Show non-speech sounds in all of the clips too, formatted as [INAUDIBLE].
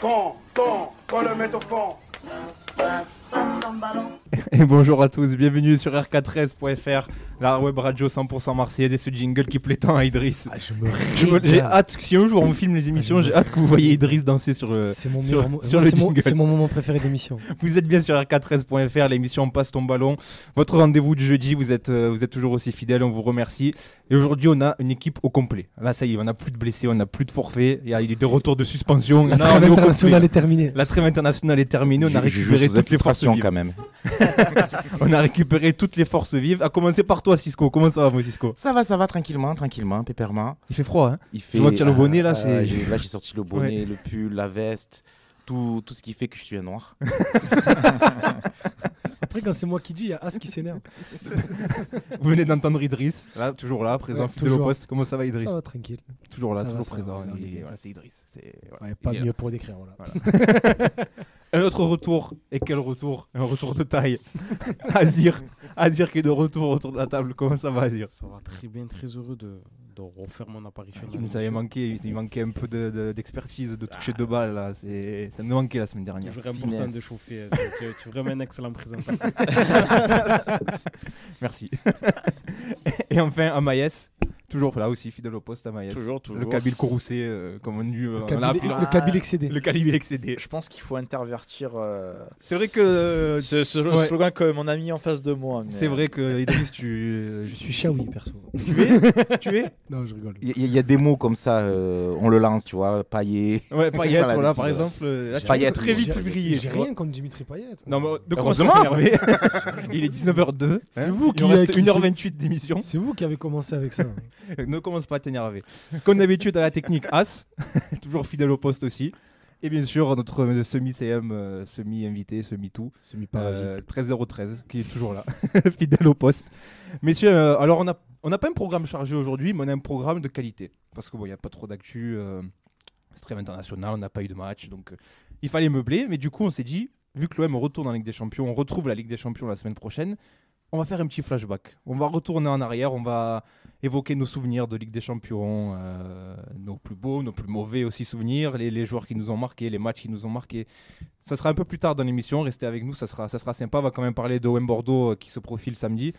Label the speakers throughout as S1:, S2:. S1: Quand, quand, quand le met au fond.
S2: Et bonjour à tous, bienvenue sur rk13.fr, la web radio 100% marseillaise et ce jingle qui plaît tant à Idriss.
S3: Ah, je me
S2: Je me- J'ai hâte que si un jour on filme les
S3: Ah,
S2: émissions, j'ai hâte que vous voyez Idriss danser sur le.
S3: C'est mon,
S2: sur-
S3: meilleur mo-
S2: sur
S3: moi,
S2: le
S3: c'est mon-
S2: jingle.
S3: c'est mon moment préféré d'émission.
S2: Vous êtes bien sur rk13.fr, l'émission Passe ton ballon. Votre rendez-vous du jeudi, vous êtes, euh, vous êtes toujours aussi fidèles, on vous remercie. Et aujourd'hui, on a une équipe au complet. Là, ça y est, on n'a plus de blessés, on n'a plus de forfaits, il y a eu des retours de suspension.
S3: La
S2: Non, on est
S3: trêve
S2: au complet.
S3: internationale est terminée.
S2: La trêve internationale est terminée, on a
S4: Je- je joue
S2: récupéré
S4: sous
S2: toutes les forces
S4: infiltration,
S2: vives.
S4: quand même.
S2: On a récupéré toutes les forces vives, à commencer par toi, Cisco. Comment ça va, mon Cisco
S4: Ça va, ça va, tranquillement, tranquillement, pépèrement.
S2: Il fait froid, hein
S4: Il fait,
S2: vois que tu as le bonnet, là, c'est-
S4: euh, j'ai- là, j'ai sorti le bonnet, le pull, la veste, tout, tout ce qui fait que je suis un noir.
S3: Après, quand c'est moi qui dis, il y a As qui s'énerve.
S2: Vous venez d'entendre Idriss, là, toujours là, présent,
S3: Ouais,
S2: fidèle au
S3: toujours.
S2: poste. Comment ça va, Idriss
S3: Ça va, tranquille.
S2: Toujours là,
S3: ça va,
S2: toujours
S3: ça
S2: présent.
S3: va, on est
S2: Il est-
S3: bien.
S2: voilà, c'est Idriss. c'est- voilà,
S3: Ouais,
S2: il
S3: pas
S2: est là.
S3: mieux pour décrire. Voilà.
S2: Un autre retour, et quel retour Un retour de [LAUGHS] taille. Azir, Azir qui est de retour autour de la table. Comment ça va, Azir
S5: Ça va très bien, très heureux de, de refaire mon apparition.
S2: Tu
S5: dans
S2: Ah, nous avais
S5: l'émission.
S2: manqué, il manquait un peu de- de- d'expertise, de, toucher de balles, là. c'est- Ça nous manquait la semaine dernière.
S5: C'est vraiment important de
S4: Finesse.
S5: chauffer. euh, Tu, tu- tu es vraiment un
S2: [LAUGHS]
S5: excellent présentateur.
S2: Merci. [LAUGHS] et enfin, Amaïs, toujours là aussi, fidèle au poste, Amaïs.
S6: Toujours, toujours.
S2: Le Kabyle courroucé, euh, comme on dit, euh,
S3: Le
S2: on l'a appelé.
S3: Kabyle- Le Kabyle excédé.
S2: Le Kabyle excédé.
S6: Je pense qu'il faut intervertir euh,
S2: C'est vrai que. euh,
S6: ce, ce
S2: ouais.
S6: slogan que mon ami en face de moi. mais-
S2: C'est vrai que, euh, Idriss, tu. euh,
S3: Je suis Shawi, perso.
S2: Tu es Tu es
S3: [LAUGHS] Non, je rigole.
S4: Il y, a- il y a des mots comme ça, euh, on le lance, tu vois, paillé.
S2: Ouais, Payet,
S4: Voilà,
S2: voilà,
S4: des
S2: par
S4: petits,
S2: exemple. euh, Là, tu
S4: Payet,
S2: peux très
S4: oui.
S2: vite
S3: J'ai-
S2: briller.
S3: J'ai rien contre Dimitri Payet.
S2: Non, mais de quoi on
S4: Heureusement.
S2: s'énerve Il est 19h02.
S3: C'est
S2: hein,
S3: vous
S2: il
S3: qui-
S2: en reste
S3: qui-
S2: 1h28 d'émission.
S3: C'est vous qui avez commencé avec ça. [LAUGHS]
S2: [LAUGHS] Ne commence pas à t'énerver. Comme d'habitude, à la technique As, [LAUGHS] toujours fidèle au poste aussi. Et bien sûr, notre euh, semi-CM, euh, semi-invité, semi-tout,
S3: C'est mi
S2: euh, 13013, qui est toujours là, [LAUGHS] fidèle au poste. Messieurs, euh, alors on n'a on n'a pas un programme chargé aujourd'hui, mais on a un programme de qualité. Parce qu'il n'y a pas trop d'actu, euh, c'est très international, on n'a pas eu de match, donc euh, il fallait meubler. Mais du coup, on s'est dit, vu que l'OM retourne en Ligue des Champions, on retrouve la Ligue des Champions la semaine prochaine, on va faire un petit flashback. On va retourner en arrière, on va évoquer nos souvenirs de Ligue des Champions, euh, nos plus beaux, nos plus mauvais aussi souvenirs, les, les joueurs qui nous ont marqués, les matchs qui nous ont marqués. Ça sera un peu plus tard dans l'émission, restez avec nous, ça sera, ça sera sympa. On va quand même parler de OM Bordeaux euh, qui se profile samedi.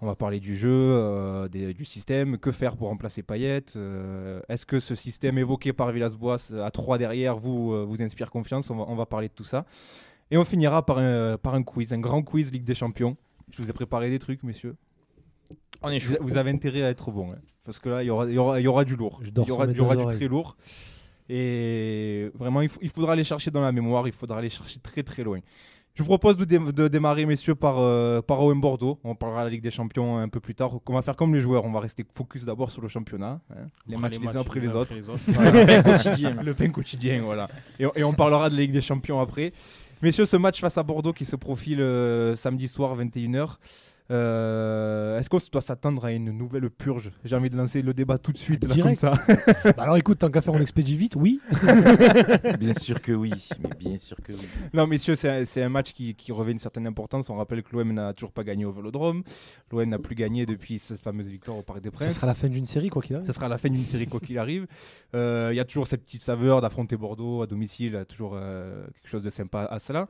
S2: On va parler du jeu, euh, des- du système, que faire pour remplacer Payet. euh, Est-ce que ce système évoqué par Villas-Boas euh, à 3 derrière vous, euh, vous inspire confiance on va, on va parler de tout ça. Et on finira par un, par un quiz, un grand quiz Ligue des Champions. Je vous ai préparé des trucs, messieurs.
S6: euh, On est
S2: Vous,
S6: chaud.
S2: vous avez intérêt à être bon, hein. parce que là, il y aura, il y aura- il y aura du lourd.
S3: Je
S2: Il
S3: dors
S2: y aura,
S3: sur mes
S2: il y aura
S3: deux
S2: du
S3: oreilles.
S2: très lourd. Et vraiment, il, faut- il faudra aller chercher dans la mémoire, il faudra aller chercher très très loin. Je vous propose de, dé- de démarrer, messieurs, par, euh, par OM Bordeaux. On parlera de la Ligue des Champions un peu plus tard. On va faire comme les joueurs, on va rester focus d'abord sur le championnat. hein. Les
S5: Après
S2: matchs les uns après les autres.
S6: Voilà, ben, quotidien.
S2: Le pain quotidien, voilà. Et, et on parlera de la Ligue des Champions après. Messieurs, ce match face à Bordeaux qui se profile euh, samedi soir 21h. euh, Est-ce qu'on se doit s'attendre à une nouvelle purge J'ai envie de lancer le débat tout de suite, là, comme
S3: Direct.
S2: ça.
S3: Bah alors écoute, tant qu'à faire, on expédie vite, oui.
S4: Bien sûr que oui, mais bien sûr que oui.
S2: Non, messieurs, c'est un, c'est un match qui, qui revêt une certaine importance. On rappelle que l'OM n'a toujours pas gagné au Vélodrome. L'OM n'a plus gagné depuis cette fameuse victoire au Parc des
S3: Ça
S2: Princes.
S3: sera la fin d'une série, quoi qu'il arrive.
S2: Ça sera la fin d'une série, quoi qu'il arrive. Euh, Il y a toujours cette petite saveur d'affronter Bordeaux à domicile, il y a toujours euh, quelque chose de sympa à cela.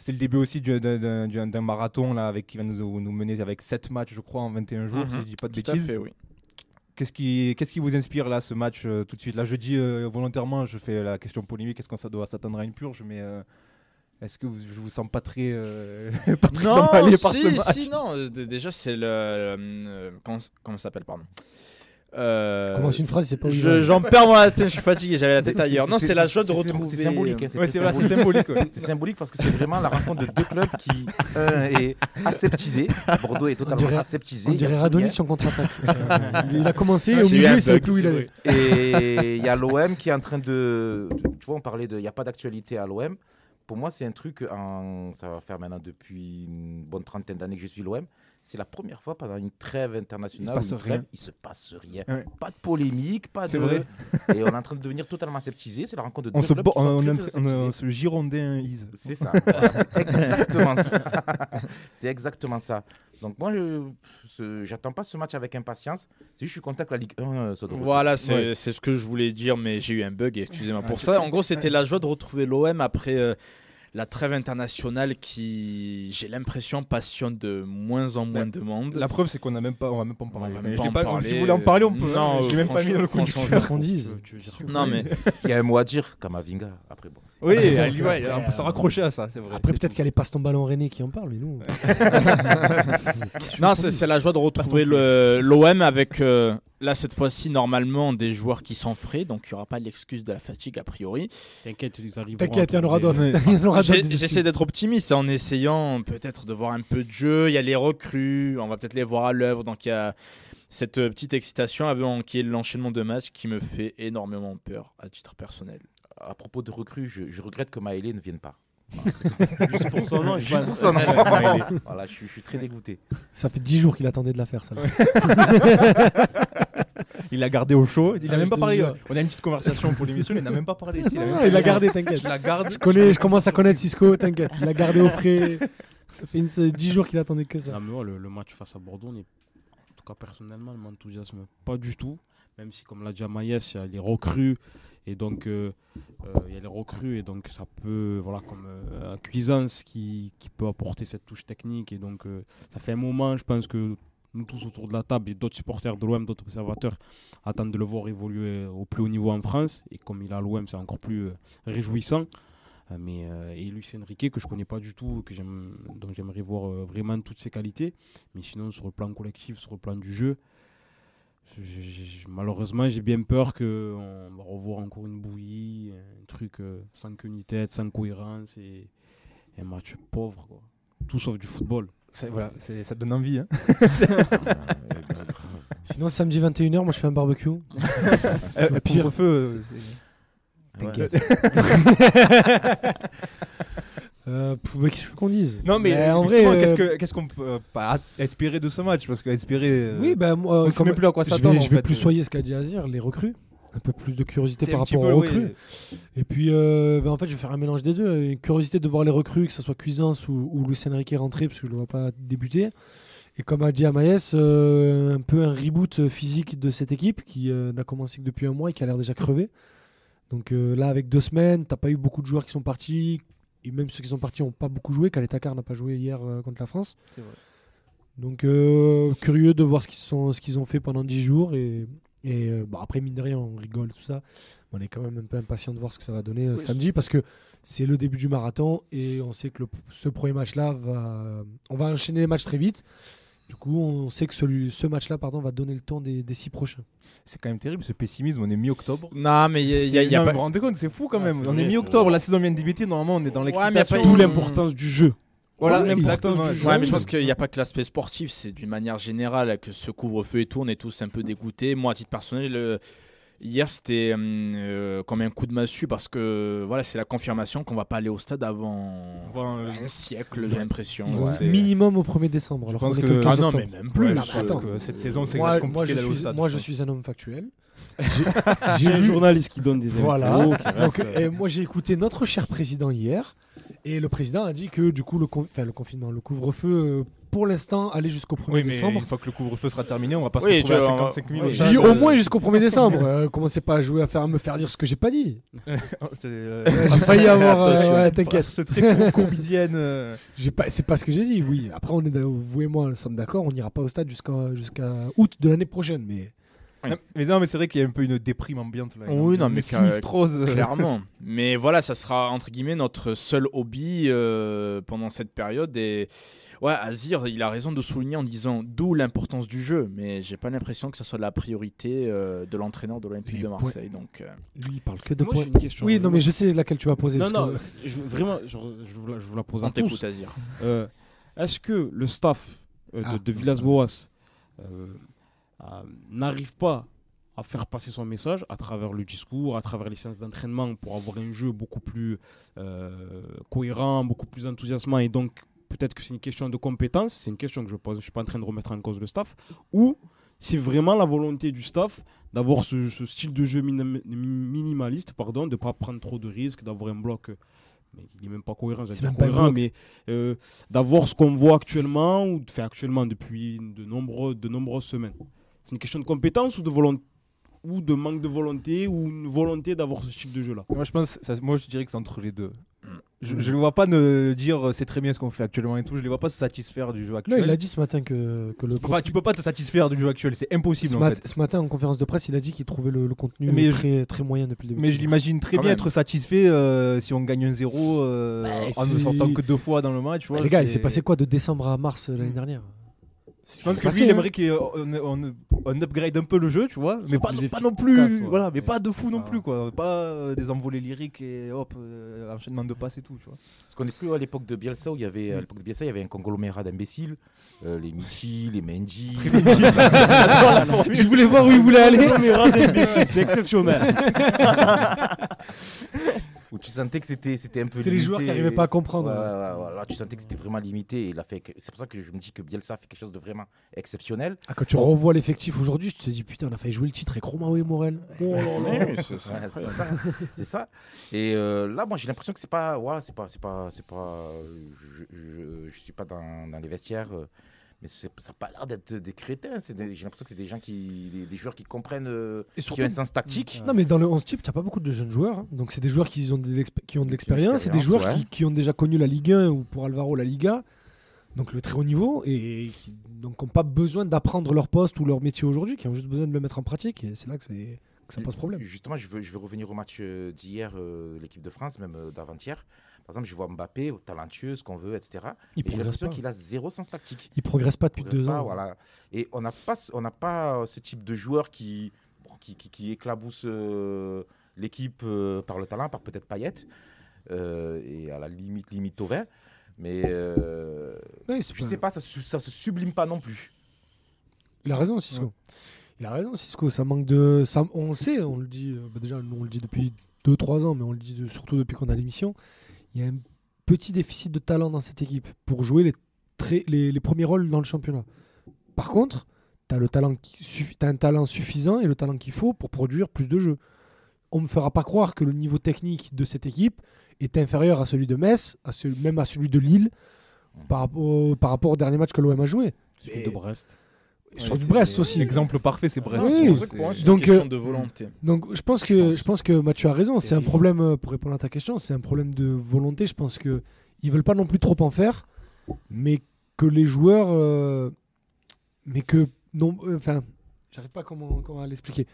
S2: C'est le début aussi du- d'un- d'un d'un- d'un marathon là, avec, qui va nous, nous mener avec 7 matchs, je crois, en 21 jours,
S6: Mhm.
S2: si je dis pas [LAUGHS] de
S6: Tout à
S2: bêtises. [LAUGHS]
S6: fait, oui.
S2: Qu'est-ce qui, qu'est-ce qui vous inspire là, ce match, euh, tout de suite Là, je dis euh, volontairement, je fais la question polémique, est-ce qu'on ça doit s'attendre à une purge Mais euh, est-ce que vous- je vous sens pas très, euh, [LAUGHS] pas très
S6: Non,
S2: emballé
S6: si,
S2: par ce match
S6: si, non. euh, d- Déjà, c'est le. euh, comment, comment ça s'appelle, pardon Euh,
S3: Commence une phrase, c'est pas
S6: je-
S3: obligé.
S6: J'en perds moi la tête, je suis fatigué, j'avais la tête
S4: C'est-
S6: ailleurs.
S4: c'est-
S6: Non, c'est la joie
S4: c'est-
S6: de
S4: c'est-
S6: retrouver. euh,
S4: C'est symbolique, hein, c'est
S2: Ouais, [LAUGHS]
S4: très
S2: c'est voilà, c'est
S4: symbolique.
S2: symbolique. ouais.
S4: C'est symbolique parce que c'est vraiment la rencontre de deux clubs qui un est aseptisé. Bordeaux est totalement
S3: dirait-
S4: aseptisé.
S3: On
S4: il y a
S3: dirait
S4: plus
S2: [LAUGHS]
S4: rien.
S3: Radonjic en contre-attaque. il a commencé,
S6: Ah,
S3: au
S6: j'ai eu un
S3: milieu, il savait
S6: bug,
S3: plus où il
S6: c'est
S3: allait.
S4: Et il y a l'OM qui est en train de. de- Tu vois, on parlait de. Il n'y a pas d'actualité à l'OM. Pour moi, c'est un truc. En, ça va faire maintenant depuis une bonne trentaine d'années que je suis l'OM. C'est la première fois pendant une trêve
S2: Il
S4: internationale.
S2: se
S4: ou
S2: passe
S4: une trêve,
S2: rien.
S4: il se passe rien.
S2: Ouais.
S4: Pas de polémique, pas de.
S2: C'est vrai.
S4: Et on est en train de devenir totalement aseptisé. C'est la rencontre de
S2: On
S4: deux
S2: se,
S4: clubs
S2: bo-
S4: qui sont
S2: on-
S4: très,
S2: on-
S4: très
S2: on-
S4: aseptisés.
S2: on se girondin is.
S4: [LAUGHS] C'est ça. Voilà, c'est exactement ça. C'est exactement ça. Donc moi, je- ce- j'attends pas ce match avec impatience. Si je suis content que la Ligue 1 euh, soit de retour.
S6: Voilà, c'est c'est ce que je voulais dire, mais j'ai eu un bug, excusez-moi
S2: Ah,
S6: pour ça. En gros, c'était la joie de retrouver l'OM après euh, la trêve internationale qui, j'ai l'impression, passionne de moins en moins de monde.
S2: La preuve, c'est qu'on n'a même pas, on va même pas en
S6: On va
S2: parler.
S6: même
S2: Mais
S6: pas
S2: j'ai
S6: en
S2: pas-
S6: parler.
S2: Si vous voulez en parler, on peut.
S6: Non,
S2: j'ai même pas mis dans le
S6: franchement,
S2: conduit.
S6: franchement,
S3: qu'on dise.
S5: Tu veux dire quoi
S6: Non, mais
S4: Il y a un mot à dire, Kamavinga. Après, bon. c'est-
S2: Oui, ah,
S3: Ouais,
S2: elle-
S3: c'est
S2: ouais,
S3: vrai.
S2: on peut se raccrocher à ça, c'est vrai.
S3: Après,
S2: c'est
S3: peut-être
S2: tout.
S3: qu'elle est passe ton ballon René qui en parle, mais nous. [LAUGHS]
S6: non, c'est c'est la joie de retrouver le- l'OM avec, euh, là, cette fois-ci, normalement, des joueurs qui sont frais, donc il n'y aura pas l'excuse de la fatigue, a priori.
S5: T'inquiète, ils arriveront.
S3: T'inquiète, il y en
S5: à
S3: aura d'autres.
S5: trouver-
S3: [LAUGHS] Il y en aura
S6: J'ai-
S3: d'autres, des
S6: J'essaie
S3: excuses.
S6: d'être optimiste hein, en essayant peut-être de voir un peu de jeu. Il y a les recrues, on va peut-être les voir à l'œuvre. Donc il y a cette euh, petite excitation avant qu'il y ait l'enchaînement de matchs qui me fait énormément peur à titre personnel.
S4: À propos de recrues, je, je regrette que Maëlé ne vienne pas.
S5: Juste pour son nom, je pense.
S4: Voilà, je, suis- je suis très dégoûté.
S3: Ça fait 10 jours qu'il attendait de la faire, ça.
S2: Il l'a gardé au chaud. Il
S3: Ah,
S2: a même
S3: je
S2: pas
S3: te
S2: parlé.
S3: jure.
S2: On a une petite conversation pour l'émission, mais il n'a même pas parlé. Ah, Il a même
S3: Non,
S2: pas
S3: Ah, il
S2: [LAUGHS]
S3: l'a
S2: parlé.
S3: gardé, t'inquiète.
S2: Je la garde.
S3: Je, connais, je commence à connaître Cisco, t'inquiète. Il l'a gardé au frais. Ça fait une, 10 jours qu'il attendait que ça.
S5: Non, mais ouais, le, le match face à Bordeaux, n'est- en tout cas personnellement, ne m'enthousiasme pas du tout. Même si, comme l'a dit Amaïs, il y a les recrues. Et donc, euh, euh, il y a les recrues. Et donc, ça peut, voilà, comme euh, un Cuisance qui, qui peut apporter cette touche technique. Et donc, euh, ça fait un moment, je pense que nous tous autour de la table et d'autres supporters de l'OM, d'autres observateurs attendent de le voir évoluer au plus haut niveau en France. Et comme il est à l'OM, c'est encore plus euh, réjouissant. Euh, mais euh, et Lucien Riquet que je connais pas du tout que j'aime donc j'aimerais voir euh, vraiment toutes ses qualités mais sinon sur le plan collectif sur le plan du jeu je- je- je- malheureusement j'ai bien peur que on va revoir encore une bouillie un truc euh, sans queue ni tête sans cohérence et un match pauvre quoi. tout sauf du football
S2: C'est- Voilà, c'est- ça donne envie. hein.
S3: Sinon, samedi 21h, moi je fais un barbecue.
S2: Euh,
S3: C'est
S2: le
S3: au pire.
S2: couvre-feu, euh,
S3: T'inquiète. Euh, pff, bah, Qu'est-ce que tu veux qu'on dise
S2: c'est- Non, mais,
S3: Mais en
S2: en
S3: vrai,
S2: vrai,
S3: euh,
S2: qu'est-ce que- qu'est-ce qu'on peut euh, pas espérer de ce match Parce qu'espérer. euh,
S3: Oui, bah, moi,
S2: on
S3: euh,
S2: sait
S3: comme-
S2: même plus à quoi
S3: je
S2: s'attendre.
S3: vais,
S2: en
S3: je vais
S2: fait.
S3: plus soyer ce qu'a dit Azir, les recrues. Un peu plus de curiosité
S2: C'est
S3: par
S2: un petit
S3: rapport
S2: peu,
S3: aux
S2: oui.
S3: recrues. Et puis, euh, bah, en fait, je vais faire un mélange des deux. Euh, Curiosité de voir les recrues, que ce soit Cuisance ou, ou Lucien Riquet rentrer, parce que je ne le vois pas débuter. Et comme a dit Amaès, euh, un peu un reboot euh, physique de cette équipe qui euh, n'a commencé que depuis un mois et qui a l'air déjà crevée. Donc euh, là, avec deux semaines, t'as pas eu beaucoup de joueurs qui sont partis. Et même ceux qui sont partis n'ont pas beaucoup joué. Kaletakar n'a pas joué hier euh, contre la France.
S2: C'est vrai.
S3: Donc euh, curieux de voir ce qu'ils sont- ce qu'ils ont fait pendant 10 jours. Et, et, euh, bon, après, mine de rien, on rigole, tout ça. On est quand même un peu impatient de voir ce que ça va donner euh, samedi parce que c'est le début du marathon et on sait que le- ce premier match-là va. On va enchaîner les matchs très vite. Du coup, on sait que celui, ce match-là pardon, va donner le temps des, des six prochains.
S2: C'est quand même terrible ce pessimisme. On est mi-octobre.
S6: Non, mais il y a, il y a- il y a
S2: Non, mais
S6: pas.
S2: Vous vous rendez compte, c'est fou quand
S5: Ah,
S2: même.
S5: c'est
S2: On
S5: vrai,
S2: est
S5: c'est
S2: mi-octobre, la saison vient de débuter. Normalement, on est dans
S6: Ouais, mais
S2: l'excitation.
S6: y a pas-
S5: d'où l'importance du jeu
S2: Voilà,
S5: Ouais,
S2: exactement.
S5: l'importance du jeu.
S6: Ouais, mais je pense qu'il n'y a pas que l'aspect sportif, c'est d'une manière générale que ce couvre-feu et tout, on est tous un peu dégoûtés. Moi, à titre personnel, euh, hier c'était hum, euh, comme un coup de massue parce que voilà, c'est la confirmation qu'on va pas aller au stade avant
S2: Enfin, euh,
S6: un siècle, j'ai l'impression.
S3: Ils ont
S6: Ouais.
S2: c'est-
S3: minimum au 1er décembre. Alors
S2: pense
S3: qu'on est
S2: que-
S3: le
S6: Ah
S3: 15
S6: non, mais
S3: octobre.
S6: même
S2: Ouais,
S6: plus.
S3: Non,
S2: je
S3: mais
S2: pense
S3: attends.
S2: que cette saison, c'est
S3: moi,
S2: compliqué
S3: moi, je
S2: d'aller au
S3: suis,
S2: stade,
S3: moi,
S2: je
S3: je
S2: pense.
S3: suis un
S2: [LAUGHS]
S3: homme factuel.
S5: j'ai un journaliste qui donne des infos
S3: Voilà.
S5: qui reste,
S3: Donc, et moi, j'ai écouté notre cher président hier. Et le président a dit que, du coup, le, con- enfin, le confinement, le couvre-feu, euh, pour l'instant, allait jusqu'au 1er
S2: Oui, mais
S3: décembre.
S2: une fois que le couvre-feu sera terminé, on va pas se
S6: Oui,
S2: retrouver à
S6: tu vois, on va-
S2: 55 000.
S6: oui,
S3: J'ai
S6: Ça,
S3: dit
S6: je-
S3: au
S2: [LAUGHS]
S3: moins jusqu'au 1er décembre. Euh, commencez pas à jouer à faire à me faire dire ce que j'ai pas dit.
S2: euh,
S3: Ouais, J'ai failli avoir. euh,
S6: Attention.
S3: ouais, t'inquiète.
S2: Ce très courbidienne. euh,
S3: J'ai pas- C'est pas ce que j'ai dit. Oui. Après, on est, d'a- vous et moi, nous sommes d'accord. On n'ira pas au stade jusqu'à jusqu'à août de l'année prochaine. Mais
S6: Oui.
S2: non, Mais non, mais c'est vrai qu'il y a un peu une déprime ambiante là.
S6: Oui,
S2: Une-
S6: non,
S2: une
S6: mais car-
S2: sinistrose. euh,
S6: Clairement. Mais voilà, ça sera entre guillemets notre seul hobby euh, pendant cette période. Et ouais, Azir, il a raison de souligner en disant d'où l'importance du jeu. Mais j'ai pas l'impression que ça soit la priorité euh, de l'entraîneur de l'Olympique
S3: Les
S6: de Marseille. Donc, euh,
S3: lui, il parle que de
S5: moi j'ai
S3: points.
S5: une question
S2: euh,
S3: Oui, non, mais je sais laquelle tu vas poser.
S5: non
S3: parce
S5: non
S3: que-
S5: je- vraiment je, je vous la, je vous la pose
S6: on
S5: à tous
S6: t'écoute, Azir.
S5: Euh, Est-ce que le staff euh, de,
S3: Ah.
S5: de Villas-Boas euh, euh, n'arrive pas à faire passer son message à travers le discours, à travers les séances d'entraînement pour avoir un jeu beaucoup plus euh, cohérent, beaucoup plus enthousiasmant et donc peut-être que c'est une question de compétence, c'est une question que je pose, je suis pas en train de remettre en cause le staff, ou c'est vraiment la volonté du staff d'avoir ce, ce style de jeu minim- mi- minimaliste, pardon, de ne pas prendre trop de risques, d'avoir un bloc euh, mais il n'est même pas cohérent, j'allais
S3: C'est
S5: dire
S3: même pas un
S5: cohérent,
S3: bloc.
S5: mais euh, d'avoir ce qu'on voit actuellement ou de faire actuellement depuis de, nombreux, de nombreuses semaines. C'est une question de compétence ou de volonté ou de manque de volonté ou une volonté d'avoir ce type de jeu là.
S2: Moi, je pense, ça- moi, je dirais que c'est entre les deux.
S6: Mm.
S2: Je ne vois pas ne dire euh, c'est très bien ce qu'on fait actuellement et tout. Je les vois pas se satisfaire du jeu
S3: Non,
S2: actuel.
S3: il a dit ce matin que, que le.
S2: Tu peux pas- tu peux pas te satisfaire du jeu actuel, c'est impossible
S3: ce,
S2: en
S3: mat-
S2: fait.
S3: ce matin, en conférence de presse, il a dit qu'il trouvait le, le contenu
S2: Mais je-
S3: très, très moyen depuis le début.
S2: Mais je l'imagine très
S6: Quand
S2: bien
S6: même.
S2: être satisfait euh, si on gagne un 0 euh,
S3: Bah,
S2: en ne
S3: si-
S2: sortant que deux fois dans le match. tu vois,
S3: Bah, les gars, il
S2: c'est-
S3: s'est passé quoi de décembre à mars euh, l'année dernière
S2: Je pense que
S3: passé,
S2: lui, il
S3: hein.
S2: aimerait qu'on on- on upgrade un peu le jeu, tu vois, mais pas,
S5: plus
S2: pas
S5: efficace,
S2: non plus,
S5: ouais.
S2: voilà, mais
S5: Ouais.
S2: pas de fou non
S5: Ah.
S2: plus, quoi, pas euh, des envolées lyriques et hop, euh, enchaînement de passes et tout, tu vois.
S4: Parce qu'on n'est plus à l'époque de Bielsa où il y avait, à l'époque de Bielsa, il y avait un conglomérat d'imbéciles, euh, les Michi, les Mendy.
S3: [LAUGHS] Je voulais voir où il voulait aller. [LAUGHS]
S5: c'est exceptionnel.
S4: où tu sentais que c'était c'était un peu
S3: C'était les joueurs qui
S4: limité.
S3: n'arrivaient pas à comprendre.
S4: Ouais, ouais, ouais, ouais. Là, tu sentais que c'était vraiment limité et il a fait que- c'est pour ça que je me dis que Bielsa fait quelque chose de vraiment exceptionnel
S3: Ah, quand tu revois l'effectif aujourd'hui, tu te dis putain, on a failli jouer le titre avec Romaoui et Morel. Oh là là.
S6: Ouais, c'est ça.
S4: Ouais, c'est ça. C'est ça. Et euh, là, moi, j'ai l'impression que c'est pas, voilà, c'est pas, c'est pas, c'est pas, je, je, je suis pas dans, dans les vestiaires, euh, mais c'est- ça n'a pas l'air d'être des crétins. c'est des- J'ai l'impression que c'est des gens qui, des, des joueurs qui comprennent, euh,
S3: Et
S4: qui
S3: surtout-
S4: ont un sens tactique.
S3: Non mais dans le 11 type, t'as pas beaucoup de jeunes joueurs. hein. Donc c'est des joueurs qui ont, des exp- qui ont de l'expérience, c'est des joueurs
S4: l'expérience,
S3: qui, qui ont déjà connu la Ligue 1 ou pour Alvaro la Liga, donc le très haut niveau et qui donc ont pas besoin d'apprendre leur poste ou leur métier aujourd'hui, qui ont juste besoin de le mettre en pratique. Et c'est là que, c'est- que ça pose problème.
S4: Justement, je veux, je veux revenir au match euh, d'hier, euh, l'équipe de France, même euh, d'avant-hier. Par exemple, je vois Mbappé, talentueux, ce qu'on veut, etc.
S3: Il
S4: Mais j'ai
S3: progresse
S4: l'impression
S3: pas.
S4: qu'il a zéro sens tactique.
S3: Il progresse pas depuis
S4: progresse
S3: deux
S4: pas,
S3: ans.
S4: voilà. Et on n'a pas, ce- on n'a pas euh, ce type de joueur qui, bon, qui, qui- qui éclabousse euh, l'équipe euh, par le talent, par peut-être Payet, euh, et à la limite, limite Thauvin. Mais euh,
S3: Ouais, c'est
S4: je
S3: pas-
S4: sais pas, ça, su- ça se sublime pas non plus.
S3: Il a raison, Cisco. Il a raison, Cisco. Ça manque de. Ça... On le sait, on le dit. euh, bah déjà, nous, on le dit depuis 2-3 ans, mais on le dit de- surtout depuis qu'on a l'émission. Il y a un petit déficit de talent dans cette équipe pour jouer les, très- les, les premiers rôles dans le championnat. Par contre, tu as, un talent suffisant et le talent qu'il faut pour produire plus de jeux. On ne me fera pas croire que le niveau technique de cette équipe est inférieur à celui de Metz, à celui- même à celui de Lille, par, rapport au- par rapport au dernier match que l'OM a joué.
S5: Celui de Brest.
S3: Et sur du Brest aussi.
S2: Exemple parfait, c'est Brest.
S3: oui,
S6: c'est
S3: oui.
S6: pour ça que pour moi, c'est
S3: Donc,
S6: une question
S3: euh,
S6: de volonté.
S3: Donc je pense que je pense,
S6: Je pense.
S3: que Mathieu a raison. C'est un
S6: Terrible.
S3: problème euh, pour répondre à ta question. C'est un problème de volonté. Je pense que ils veulent pas non plus trop en faire, mais que les joueurs, euh, mais que non, euh, enfin, j'arrive pas comment, comment à l'expliquer.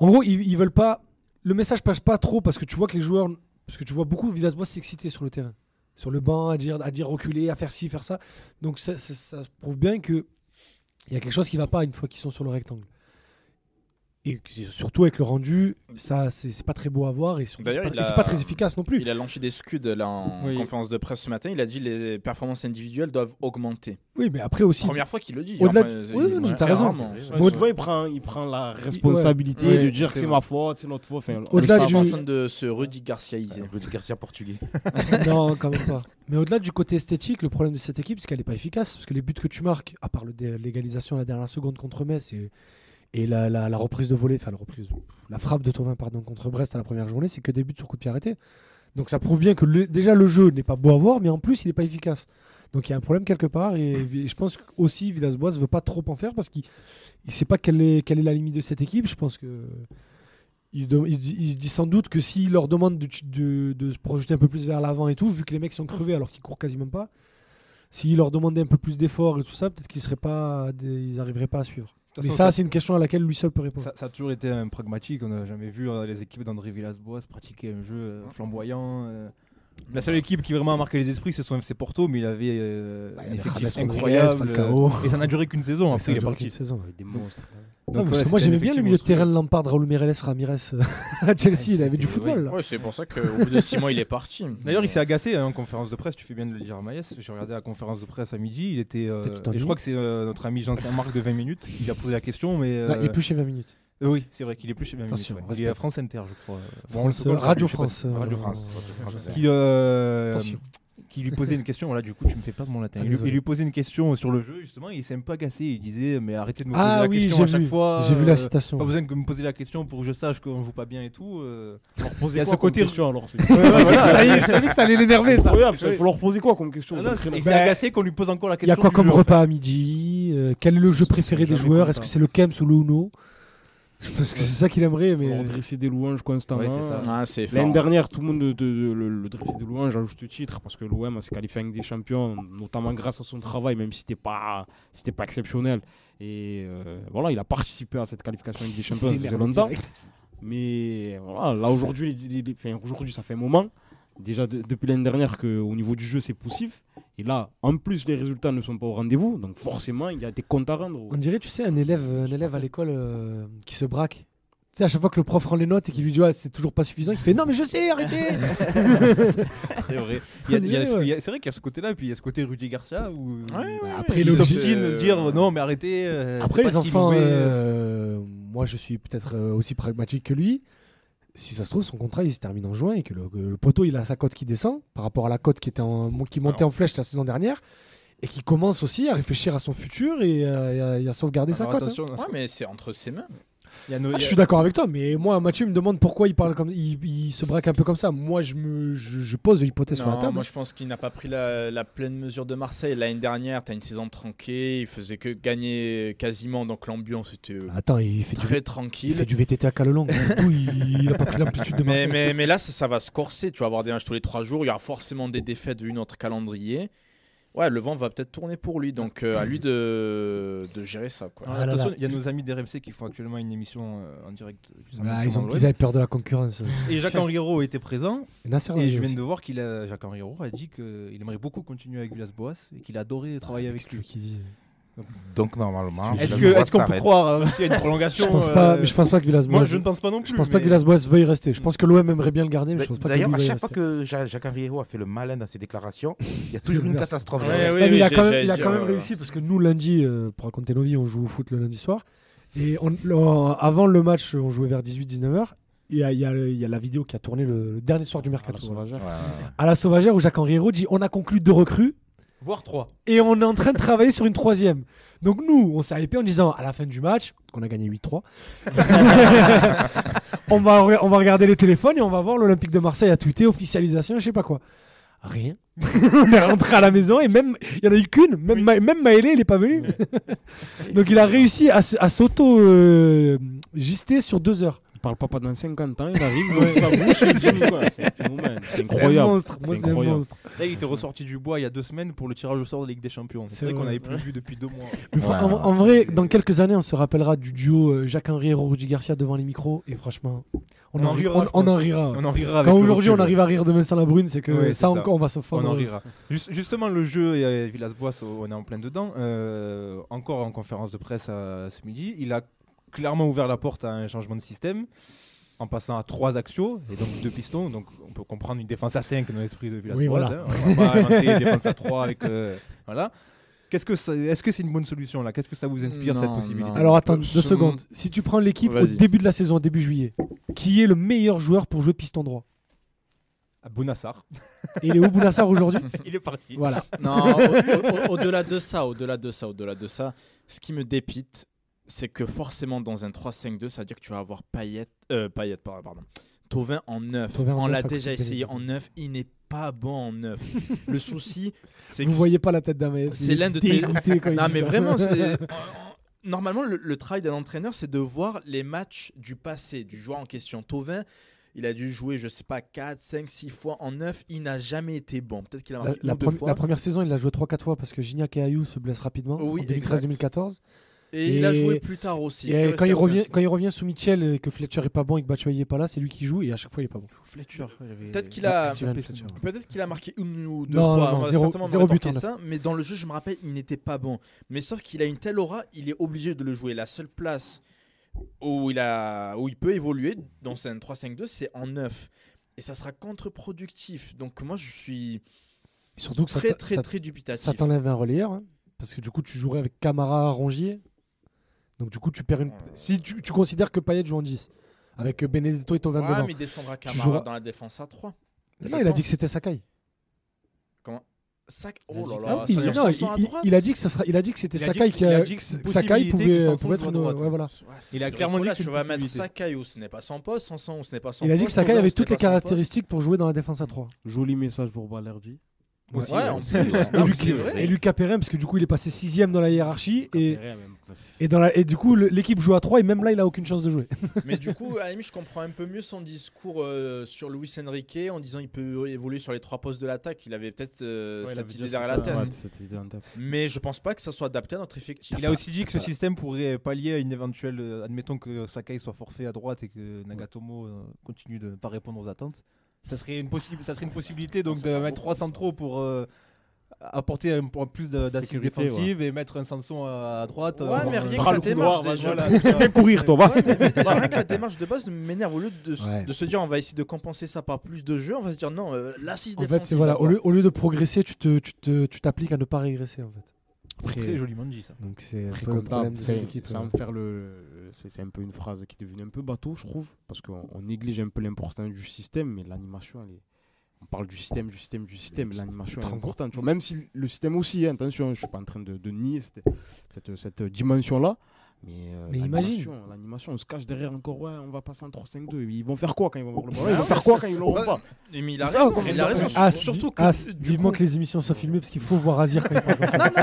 S3: En gros, ils, ils veulent pas. Le message passe pas trop parce que tu vois que les joueurs, parce que tu vois beaucoup Villas-Boas s'exciter sur le terrain, sur le banc, à dire, à dire reculer, à faire ci, faire ça. Donc ça, ça, ça se prouve bien que il y a quelque chose qui va pas une fois qu'ils sont sur le rectangle. Et que- surtout avec le rendu, ça c'est c'est pas très beau à voir et surtout, c'est pas,
S6: D'ailleurs, il
S3: et c'est
S6: a-
S3: pas très efficace non plus.
S6: Il a lancé des scuds euh, là, en
S2: Oui.
S6: conférence de presse ce matin. Il a dit les performances individuelles doivent augmenter.
S3: Oui, mais après aussi,
S6: Première fois qu'il le dit.
S3: Au-delà
S6: Enfin,
S3: de-
S6: c'est-
S3: oui, oui, non,
S6: c'est
S3: t'as
S6: très
S3: raison.
S6: rare, mais-
S5: Bon, tu vois, il prend, il prend la responsabilité
S2: Ouais.
S5: de dire
S2: C'est
S5: c'est
S2: vrai.
S5: ma faute, c'est notre faute. Enfin,
S6: On est
S3: Au-delà
S6: pas
S3: du-
S6: en train de se Rudy Garciaiser.
S4: Rudy Garcia portugais.
S3: non, quand même pas. Mais au-delà du côté esthétique, le problème de cette équipe, c'est qu'elle n'est pas efficace. Parce que les buts que tu marques, à part le dé- l'égalisation à la dernière seconde contre Metz et, et la, la- la reprise de volée, enfin la reprise, la frappe de Tauvin pardon, contre Brest à la première journée, c'est que des buts sur coup de pied arrêté. Donc ça prouve bien que le- déjà le jeu n'est pas beau à voir, mais en plus il n'est pas efficace. Donc il y a un problème quelque part. Et, et je pense aussi Villas-Boas ne veut pas trop en faire parce qu'il ne sait pas quelle est, quelle est la limite de cette équipe. Je pense que. Il se, dem- il se dit, il se dit sans doute que s'il leur demande de, de- de se projeter un peu plus vers l'avant et tout, vu que les mecs sont crevés alors qu'ils courent quasiment pas, s'il leur demandait un peu plus d'efforts et tout ça, peut-être qu'ils seraient pas, des- ils arriveraient pas à suivre.
S2: toute
S3: Mais
S2: façon,
S3: ça, c'est une question à laquelle lui seul peut répondre.
S2: Ça, ça a toujours été un pragmatique. On n'a jamais vu euh, les équipes d'André Villas-Boas pratiquer un jeu euh, flamboyant. euh. La seule équipe qui vraiment a marqué les esprits, c'est son FC Porto, mais il avait euh,
S3: Bah, il y
S2: un
S3: avait
S2: effectif
S3: James
S2: incroyable.
S3: Rodriguez, Falcao.
S2: euh, et ça n'a duré qu'une saison. Après, il est
S3: dure
S2: parti.
S3: qu'une saison. ouais.
S5: des monstres.
S2: Donc,
S3: Non, parce
S2: ouais,
S3: que moi,
S2: c'était un
S3: j'aimais bien le
S2: effectif
S3: milieu de
S2: monstrueux.
S3: terrain de Lampard, Raúl Mireles, Ramirez euh,
S2: [LAUGHS]
S3: à Chelsea. il avait
S2: c'était-
S3: du football. là.
S6: Ouais, c'est pour ça qu'au bout de 6 mois, il
S3: [LAUGHS]
S6: est parti.
S2: D'ailleurs, il s'est agacé hein, en conférence de presse. Tu fais bien de le dire, Maïs. J'ai regardé la conférence de presse à midi. Il était. euh,
S3: T'as tout
S2: et
S3: ennuyé.
S2: je crois que c'est euh, notre ami Jean-Saint Marc de 20 minutes qui lui a posé la question. Mais
S3: Non, il est
S2: euh,
S3: plus chez 20 minutes.
S2: euh, oui, c'est vrai qu'il est plus chez 20
S3: Attention,
S2: minutes. ouais. Il est
S3: respecte.
S2: à France Inter, je crois. euh,
S3: France,
S2: Bon, on le
S3: euh,
S2: connaît,
S3: Radio
S2: je sais pas si-
S4: Ah,
S3: France, euh,
S2: Radio
S3: euh,
S2: France.
S4: France.
S2: Qui, euh,
S3: Attention.
S2: qui lui posait une question. Voilà, du coup, tu me fais perdre mon latin.
S3: Ah,
S2: il, lui-
S3: désolé.
S2: il lui posait une question sur le jeu, justement, et il s'est un peu agacé. Il disait, mais arrêtez de me poser
S3: Ah
S2: la
S3: oui,
S2: question à
S3: j'ai
S2: chaque
S3: vu.
S2: fois.
S3: J'ai vu la
S2: euh,
S3: citation.
S2: Pas besoin que me poser la question pour que je sache qu'on joue pas bien et tout. euh.
S5: Leur
S2: Il y
S5: poser
S2: a
S5: quoi
S2: ce
S5: comme
S2: côté- [LAUGHS]
S5: question alors c'est-
S3: [LAUGHS] ça y est, je savais que ça allait l'énerver ça.
S5: Incroyable, ça, il faut leur poser quoi comme question
S2: Ah
S5: aux
S2: non,
S5: entraîneurs
S2: il s'est
S3: Bah,
S2: agacé qu'on lui pose encore la
S3: Il y
S2: question.
S3: a quoi
S2: du
S3: comme
S2: jeu, en
S3: repas à midi Euh, Quel est le jeu préféré des
S2: jamais
S3: joueurs
S2: content.
S3: Est-ce que c'est le Kems ou le Uno Parce que c'est ça qu'il aimerait,
S5: Faut
S3: mais.
S5: leur dresser des louanges constamment.
S2: Ouais, c'est ça.
S6: Ah, c'est fort.
S5: L'année dernière, tout le monde de- de- de- le, le dressait de louanges à juste titre parce que l'OM s'est qualifié avec des champions, notamment grâce à son travail, même si c'était pas, c'était pas exceptionnel. Et euh, voilà, il a participé à cette qualification avec des champions, ça faisait longtemps. Mais voilà, là aujourd'hui, les- les- les- enfin, aujourd'hui, ça fait un moment. Déjà de- depuis l'année dernière qu'au niveau du jeu c'est poussif. Et là, en plus, les résultats ne sont pas au rendez-vous. Donc forcément, il y a des comptes à rendre.
S3: On dirait, tu sais, un élève, un élève à l'école euh, qui se braque. Tu sais, à chaque fois que le prof rend les notes et qu'il lui dit ouais, c'est toujours pas suffisant, il fait non, mais je sais,
S2: fait.
S3: arrêtez
S2: [LAUGHS] C'est vrai. Il y a- il y a-
S3: Ouais, ouais.
S2: il y a- C'est vrai qu'il y a ce côté-là, et puis il y a ce côté Rudy Garcia où. bah,
S3: Après,
S2: il
S3: le-
S2: s'obstine de
S6: euh,
S2: dire non, mais arrêtez. euh,
S3: Après,
S2: c'est
S3: les
S2: pas si
S3: enfants,
S2: mauvais.
S3: euh, moi je suis peut-être euh, aussi pragmatique que lui. Si ça se trouve, son contrat il se termine en juin et que le, que le poteau il a sa cote qui descend par rapport à la cote qui, était en, qui montait en flèche la saison dernière et qui commence aussi à réfléchir à son futur et, euh, et à, et à sauvegarder
S2: Alors,
S3: sa cote. hein.
S2: attention,
S6: Ouais, mais c'est entre ses mains.
S2: il y a nos-
S3: Ah, je
S2: il y a-
S3: suis d'accord avec toi, mais moi Mathieu me demande pourquoi il parle comme il, il se braque un peu comme ça. Moi je me je, je pose l'hypothèse sur la
S6: Non,
S3: table.
S6: Moi, je pense qu'il n'a pas pris la, la pleine mesure de Marseille. L'année dernière, t'as une saison tranquille, il faisait que gagner quasiment, donc l'ambiance était euh,
S3: Attends, Ah, il fait, du,
S6: très
S3: il fait
S6: tranquille.
S3: du VTT à Calolong. Du coup, il a pas pris l'amplitude de
S6: Mais,
S3: Marseille. [LAUGHS]
S6: mais, mais là, ça, ça va se corser. Tu vas avoir des matchs tous les trois jours. Il y aura forcément des défaites vu notre calendrier. Ouais, le vent va peut-être tourner pour lui. Donc, euh, à lui de, de gérer ça. Quoi.
S3: Ah là
S2: attention,
S3: là.
S2: il y a nos amis d'RMC qui font actuellement une émission euh, en direct. du samedi
S3: Ah,
S2: sur
S3: ils, ont,
S2: Android.
S3: ils avaient peur de la concurrence.
S2: Et Jacques Henriero était présent.
S3: Et Nasser
S2: et
S3: l'avait
S2: je viens
S3: aussi.
S2: de voir qu'il a Jacques Henriero a dit qu'il aimerait beaucoup continuer avec Villas Boas et qu'il
S3: Ah,
S2: adorait travailler avec lui.
S3: Qui dit...
S4: Donc normalement.
S2: Est-ce
S4: la
S2: que-
S4: loi
S2: est-ce qu'on peut
S4: s'arrête.
S2: croire euh, aussi à une
S3: Je
S2: prolongation
S3: pense pas,
S2: euh,
S3: mais je pense pas que Villas-Boas.
S2: Moi, je
S3: Je,
S2: ne pense pas non plus.
S3: pense pas que
S2: mais-
S3: Villas-Boas veuille rester. Je pense que l'OM aimerait bien le garder, mais
S4: Bah,
S3: je pense pas que lui
S4: D'ailleurs, à
S3: veuille
S4: chaque fois
S3: rester.
S4: que Ja- Jacques Henriero a fait le malin dans ses déclarations, il y a toujours une
S3: Merci.
S4: catastrophe.
S6: Ouais,
S4: derrière.
S6: oui,
S3: Ouais, mais
S6: oui,
S3: il a
S6: j'ai-
S3: quand même,
S6: j'allais
S3: il a
S6: dire,
S3: quand même
S6: euh,
S3: réussi parce que nous lundi, euh, pour raconter nos vies, on joue au foot le lundi soir. Et on, le- avant le match, on jouait vers 18-19h. Il y, a, il y a le- il y a la vidéo qui a tourné le, le dernier soir du
S6: Ah, bah,
S3: mercato.
S5: Mercato, voilà.
S4: Ouais, ouais, ouais.
S3: À la sauvagère où Jacques Henriero dit on a conclu deux recrues
S2: Voire 3.
S3: et on est en train de travailler sur une troisième. Donc nous, on s'est hypé en disant à la fin du match, qu'on a gagné 8-3, on, va, re- on va regarder les téléphones et on va voir l'Olympique de Marseille a tweeté officialisation, je sais pas quoi. Rien. on est rentré à la maison et même, il y en a eu qu'une, même, Ma- même Maëlé, il est pas venu. [LAUGHS] Donc il a réussi à, s- à s'auto-gister sur deux heures.
S5: Il parle pas pendant 50 ans, il [LAUGHS] arrive, il ouvre sa bouche et il dit, quoi. C'est un phénomène, c'est
S3: C'est un
S5: incroyable.
S3: monstre. Moi,
S5: C'est
S3: c'est un
S5: incroyable.
S3: monstre.
S2: Là, il était ressorti du bois il y a deux semaines pour le tirage au sort de Ligue des Champions.
S3: C'est
S2: C'est vrai qu'on
S3: vrai.
S2: n'avait plus vu depuis deux mois.
S3: Mais fran-
S4: Ouais.
S3: en, en vrai, dans quelques années, on se rappellera du duo euh, Jacques Henry et Rudy Garcia devant les micros. Et franchement, on, en, ri- on-
S2: je
S3: on en
S2: pense.
S3: rira.
S2: On en rira. avec
S3: Quand
S2: le
S3: aujourd'hui on
S2: recul.
S3: arrive à rire de Vincent Labrune, c'est que
S2: Ouais, c'est
S3: ça,
S2: ça.
S3: encore on va se
S2: On
S3: fendre.
S2: en rira. Jus- justement, le jeu, et euh, Villas-Boas, on est en plein dedans. Euh, encore en conférence de presse euh, ce midi, il a clairement ouvert la porte à un changement de système en passant à trois axiaux et donc deux pistons. Donc on peut comprendre une défense à 5 dans l'esprit de Villas-Boas.
S3: Oui, voilà.
S2: hein. On va pas inventer une défense à 3 avec. euh, voilà. Qu'est-ce que ça- Est-ce que c'est une bonne solution là Qu'est-ce que ça vous inspire cette
S6: Non,
S2: possibilité
S6: non.
S3: Alors attends deux
S6: Absolument.
S3: secondes. Si tu prends l'équipe au
S6: Vas-y.
S3: début de la saison, début juillet, qui est le meilleur joueur pour jouer piston droit
S2: À Bounassar.
S3: Et il est où Bounassar aujourd'hui
S2: [LAUGHS] Il est parti.
S3: Voilà.
S6: Non, au- au- au- au-delà de ça, au-delà de ça, au-delà de ça, ce qui me dépite, c'est que forcément dans un 3-5-2, ça veut dire que tu vas avoir Payet, euh, Payet par- pardon, Tovin en 9.
S3: Thauvin en
S6: On
S3: neuf,
S6: l'a
S3: à côté
S6: déjà
S3: de Payet,
S6: essayé
S3: c'est
S6: en 9, il n'est pas bon
S3: [LAUGHS]
S6: en 9. Le souci, c'est que
S3: Vous voyez pas la tête d'Amaïs.
S6: C'est l'un de tes- non, mais
S3: [LAUGHS]
S6: vraiment, c'est- normalement, le, le travail d'un entraîneur, c'est de voir les matchs du passé, du joueur en question. Tovin, il a dû jouer, je sais pas, 4, 5, 6 fois en 9. Il n'a jamais été bon. Peut-être qu'il a
S3: La,
S6: marqué
S3: la
S6: une ou deux
S3: premi-
S6: fois.
S3: la première saison, il l'a joué 3-4 fois parce que Gignac et Ayou se blessent rapidement
S6: Oui,
S3: en 2013-2014.
S6: Et, il a
S3: et-
S6: joué plus tard aussi.
S3: Et
S6: sûr
S3: quand il,
S6: certain.
S3: revient, quand il revient sous Mitchell et que Fletcher est pas bon et que Batshuayi est pas là, c'est lui qui joue et à chaque fois il est pas bon.
S2: Fletcher.
S6: Peut-être qu'il a-
S3: Steven Fletcher.
S6: Peut-être qu'il a marqué une ou deux
S3: Non,
S6: fois.
S3: non, non,
S6: on va
S3: zéro-
S6: certainement me
S3: zéro but
S6: rétorquer
S3: en
S6: ça, mais dans le jeu, je me rappelle, il n'était pas bon. Mais sauf qu'il a une telle aura, il est obligé de le jouer. La seule place où il, a, où il peut évoluer dans un 3-5-2, c'est en 9. Et ça sera contre-productif. Donc moi, je suis
S3: Et Surtout que ça
S6: très,
S3: t'a-
S6: très,
S3: ça
S6: très dubitatif.
S3: Ça t'enlève un relayeur, hein, parce que du coup, tu jouerais avec Camara, Rongier. Donc du coup, tu perds une.
S6: Euh.
S3: Si tu, tu considères que Payet joue en 10, avec euh, Benedetto et Tovin
S6: Ouais,
S3: devant.
S6: mais il descendra
S3: Tu
S6: Camara
S3: joueras-
S6: dans la défense à 3.
S3: Non,
S6: Je
S3: il a
S6: pense.
S3: dit que c'était Sakai.
S6: Comment Sac.
S5: Il a
S6: Oh là
S5: dit-
S6: là,
S5: Ah
S3: oui,
S6: ça y est,
S3: non,
S6: on
S3: il,
S6: sort à
S3: il-
S6: droite.
S3: il a dit que ça sera, il a dit que c'était
S2: Il a dit
S3: Sakai
S2: que-
S3: qui
S2: il
S3: a-
S2: a dit que c'est une
S3: Sakai
S2: possibilité que
S3: pouvait, euh,
S2: Samson
S3: pouvait être
S2: joue à
S3: une,
S2: droite.
S3: ouais, voilà.
S6: Ouais, c'est-
S2: Il a
S6: Donc
S2: clairement
S6: voilà,
S2: dit que
S6: tu
S2: c'est
S6: vas
S2: une
S6: mettre
S2: possibilité.
S6: Sakai ou ce n'est pas sans poste, Sanson ou ce n'est pas sans
S3: Il a dit que
S6: poste,
S3: Sakai
S6: Odo ou
S3: avait
S6: ce
S3: toutes
S6: n'est
S3: les
S6: pas sans poste.
S3: caractéristiques pour jouer dans la défense à 3.
S5: Joli message pour Balerdi.
S2: Aussi,
S6: Ouais,
S2: ouais.
S6: en plus.
S3: Et,
S6: Non, mais
S3: Lucas,
S6: c'est vrai.
S3: et Lucas Perrin, parce que du coup, il est passé sixième dans la hiérarchie. Et,
S5: Capéret, même, parce-
S3: et, dans la- et du coup, le- l'équipe joue à 3 et même là, il a aucune chance de jouer.
S6: Mais du coup, à la limite, je comprends un peu mieux son discours euh, sur Luis Enrique en disant il peut évoluer sur les trois postes de l'attaque. Il avait peut-être euh,
S5: Ouais, il avait
S6: cette
S5: déjà
S6: idée
S5: cette-
S6: derrière la tête.
S5: ouais, cette idée en tête.
S6: Mais je pense pas que ça soit adapté à notre effectif.
S2: Il a aussi dit que ce système pourrait pallier à une éventuelle. euh, Admettons que Sakai soit forfait à droite et que Nagatomo euh, continue de ne pas répondre aux attentes. Ça serait une, possible, ça serait une possibilité donc
S6: Ça
S2: de
S6: fera
S2: mettre
S6: beaucoup.
S2: trois centraux pour euh, apporter un, pour plus de- d'assises
S5: Sécurité,
S2: défensives et mettre un Samson à, à droite. euh,
S6: Ouais,
S2: avoir
S6: mais
S2: un-
S6: rien
S5: Bras
S6: que la
S5: le couloir,
S6: démarche déjà.
S5: vas-y.
S2: Voilà,
S6: [LAUGHS]
S2: tu vois.
S5: courir, toi,
S6: Ouais, mais- mais rien que la démarche de base m'énerve au lieu de, s-
S3: Ouais.
S6: de se dire on va essayer de compenser ça par plus de jeux, on va se dire non, euh, l'assise
S3: En
S6: défensive.
S3: fait, c'est voilà, au
S6: d'abord.
S3: lieu, au lieu de progresser, tu t'appliques tu te, tu t'appliques à ne pas régresser. En fait.
S2: Très joliment dit ça.
S3: Donc, c'est un
S5: Très
S3: peu le problème
S5: comptable,
S3: de
S5: enfin,
S3: cette équipe. hein.
S5: sans
S3: ouais.
S5: faire le. C'est c'est un peu une phrase qui est devenue un peu bateau, je trouve, parce qu'on on néglige un peu l'importance du système, mais l'animation, elle est. On parle du système, du système, du système, mais l'animation
S3: te
S5: elle est
S3: rends compte
S5: importante. tu vois. Même si le système aussi, hein, attention, je ne suis pas en train de, de nier cette, cette- cette dimension-là. Mais, euh,
S3: Mais
S5: l'animation, L'animation, on se cache derrière encore, ouais, on va passer en 3-5-2. Ils vont faire quoi quand ils vont voir le ballon Ils vont faire quoi quand ils l'auront
S6: Ouais.
S5: pas
S6: Et mais il a
S5: C'est ça,
S6: raison,
S5: comme
S6: il
S5: les
S6: a
S5: appels.
S6: raison.
S3: Ah,
S6: surtout que.
S3: ah, c'est-
S6: du
S3: vivement
S6: coup- euh,
S3: que les émissions soient filmées parce qu'il faut voir Azir quand il
S6: [LAUGHS]
S3: parle comme ça.
S6: Non, non,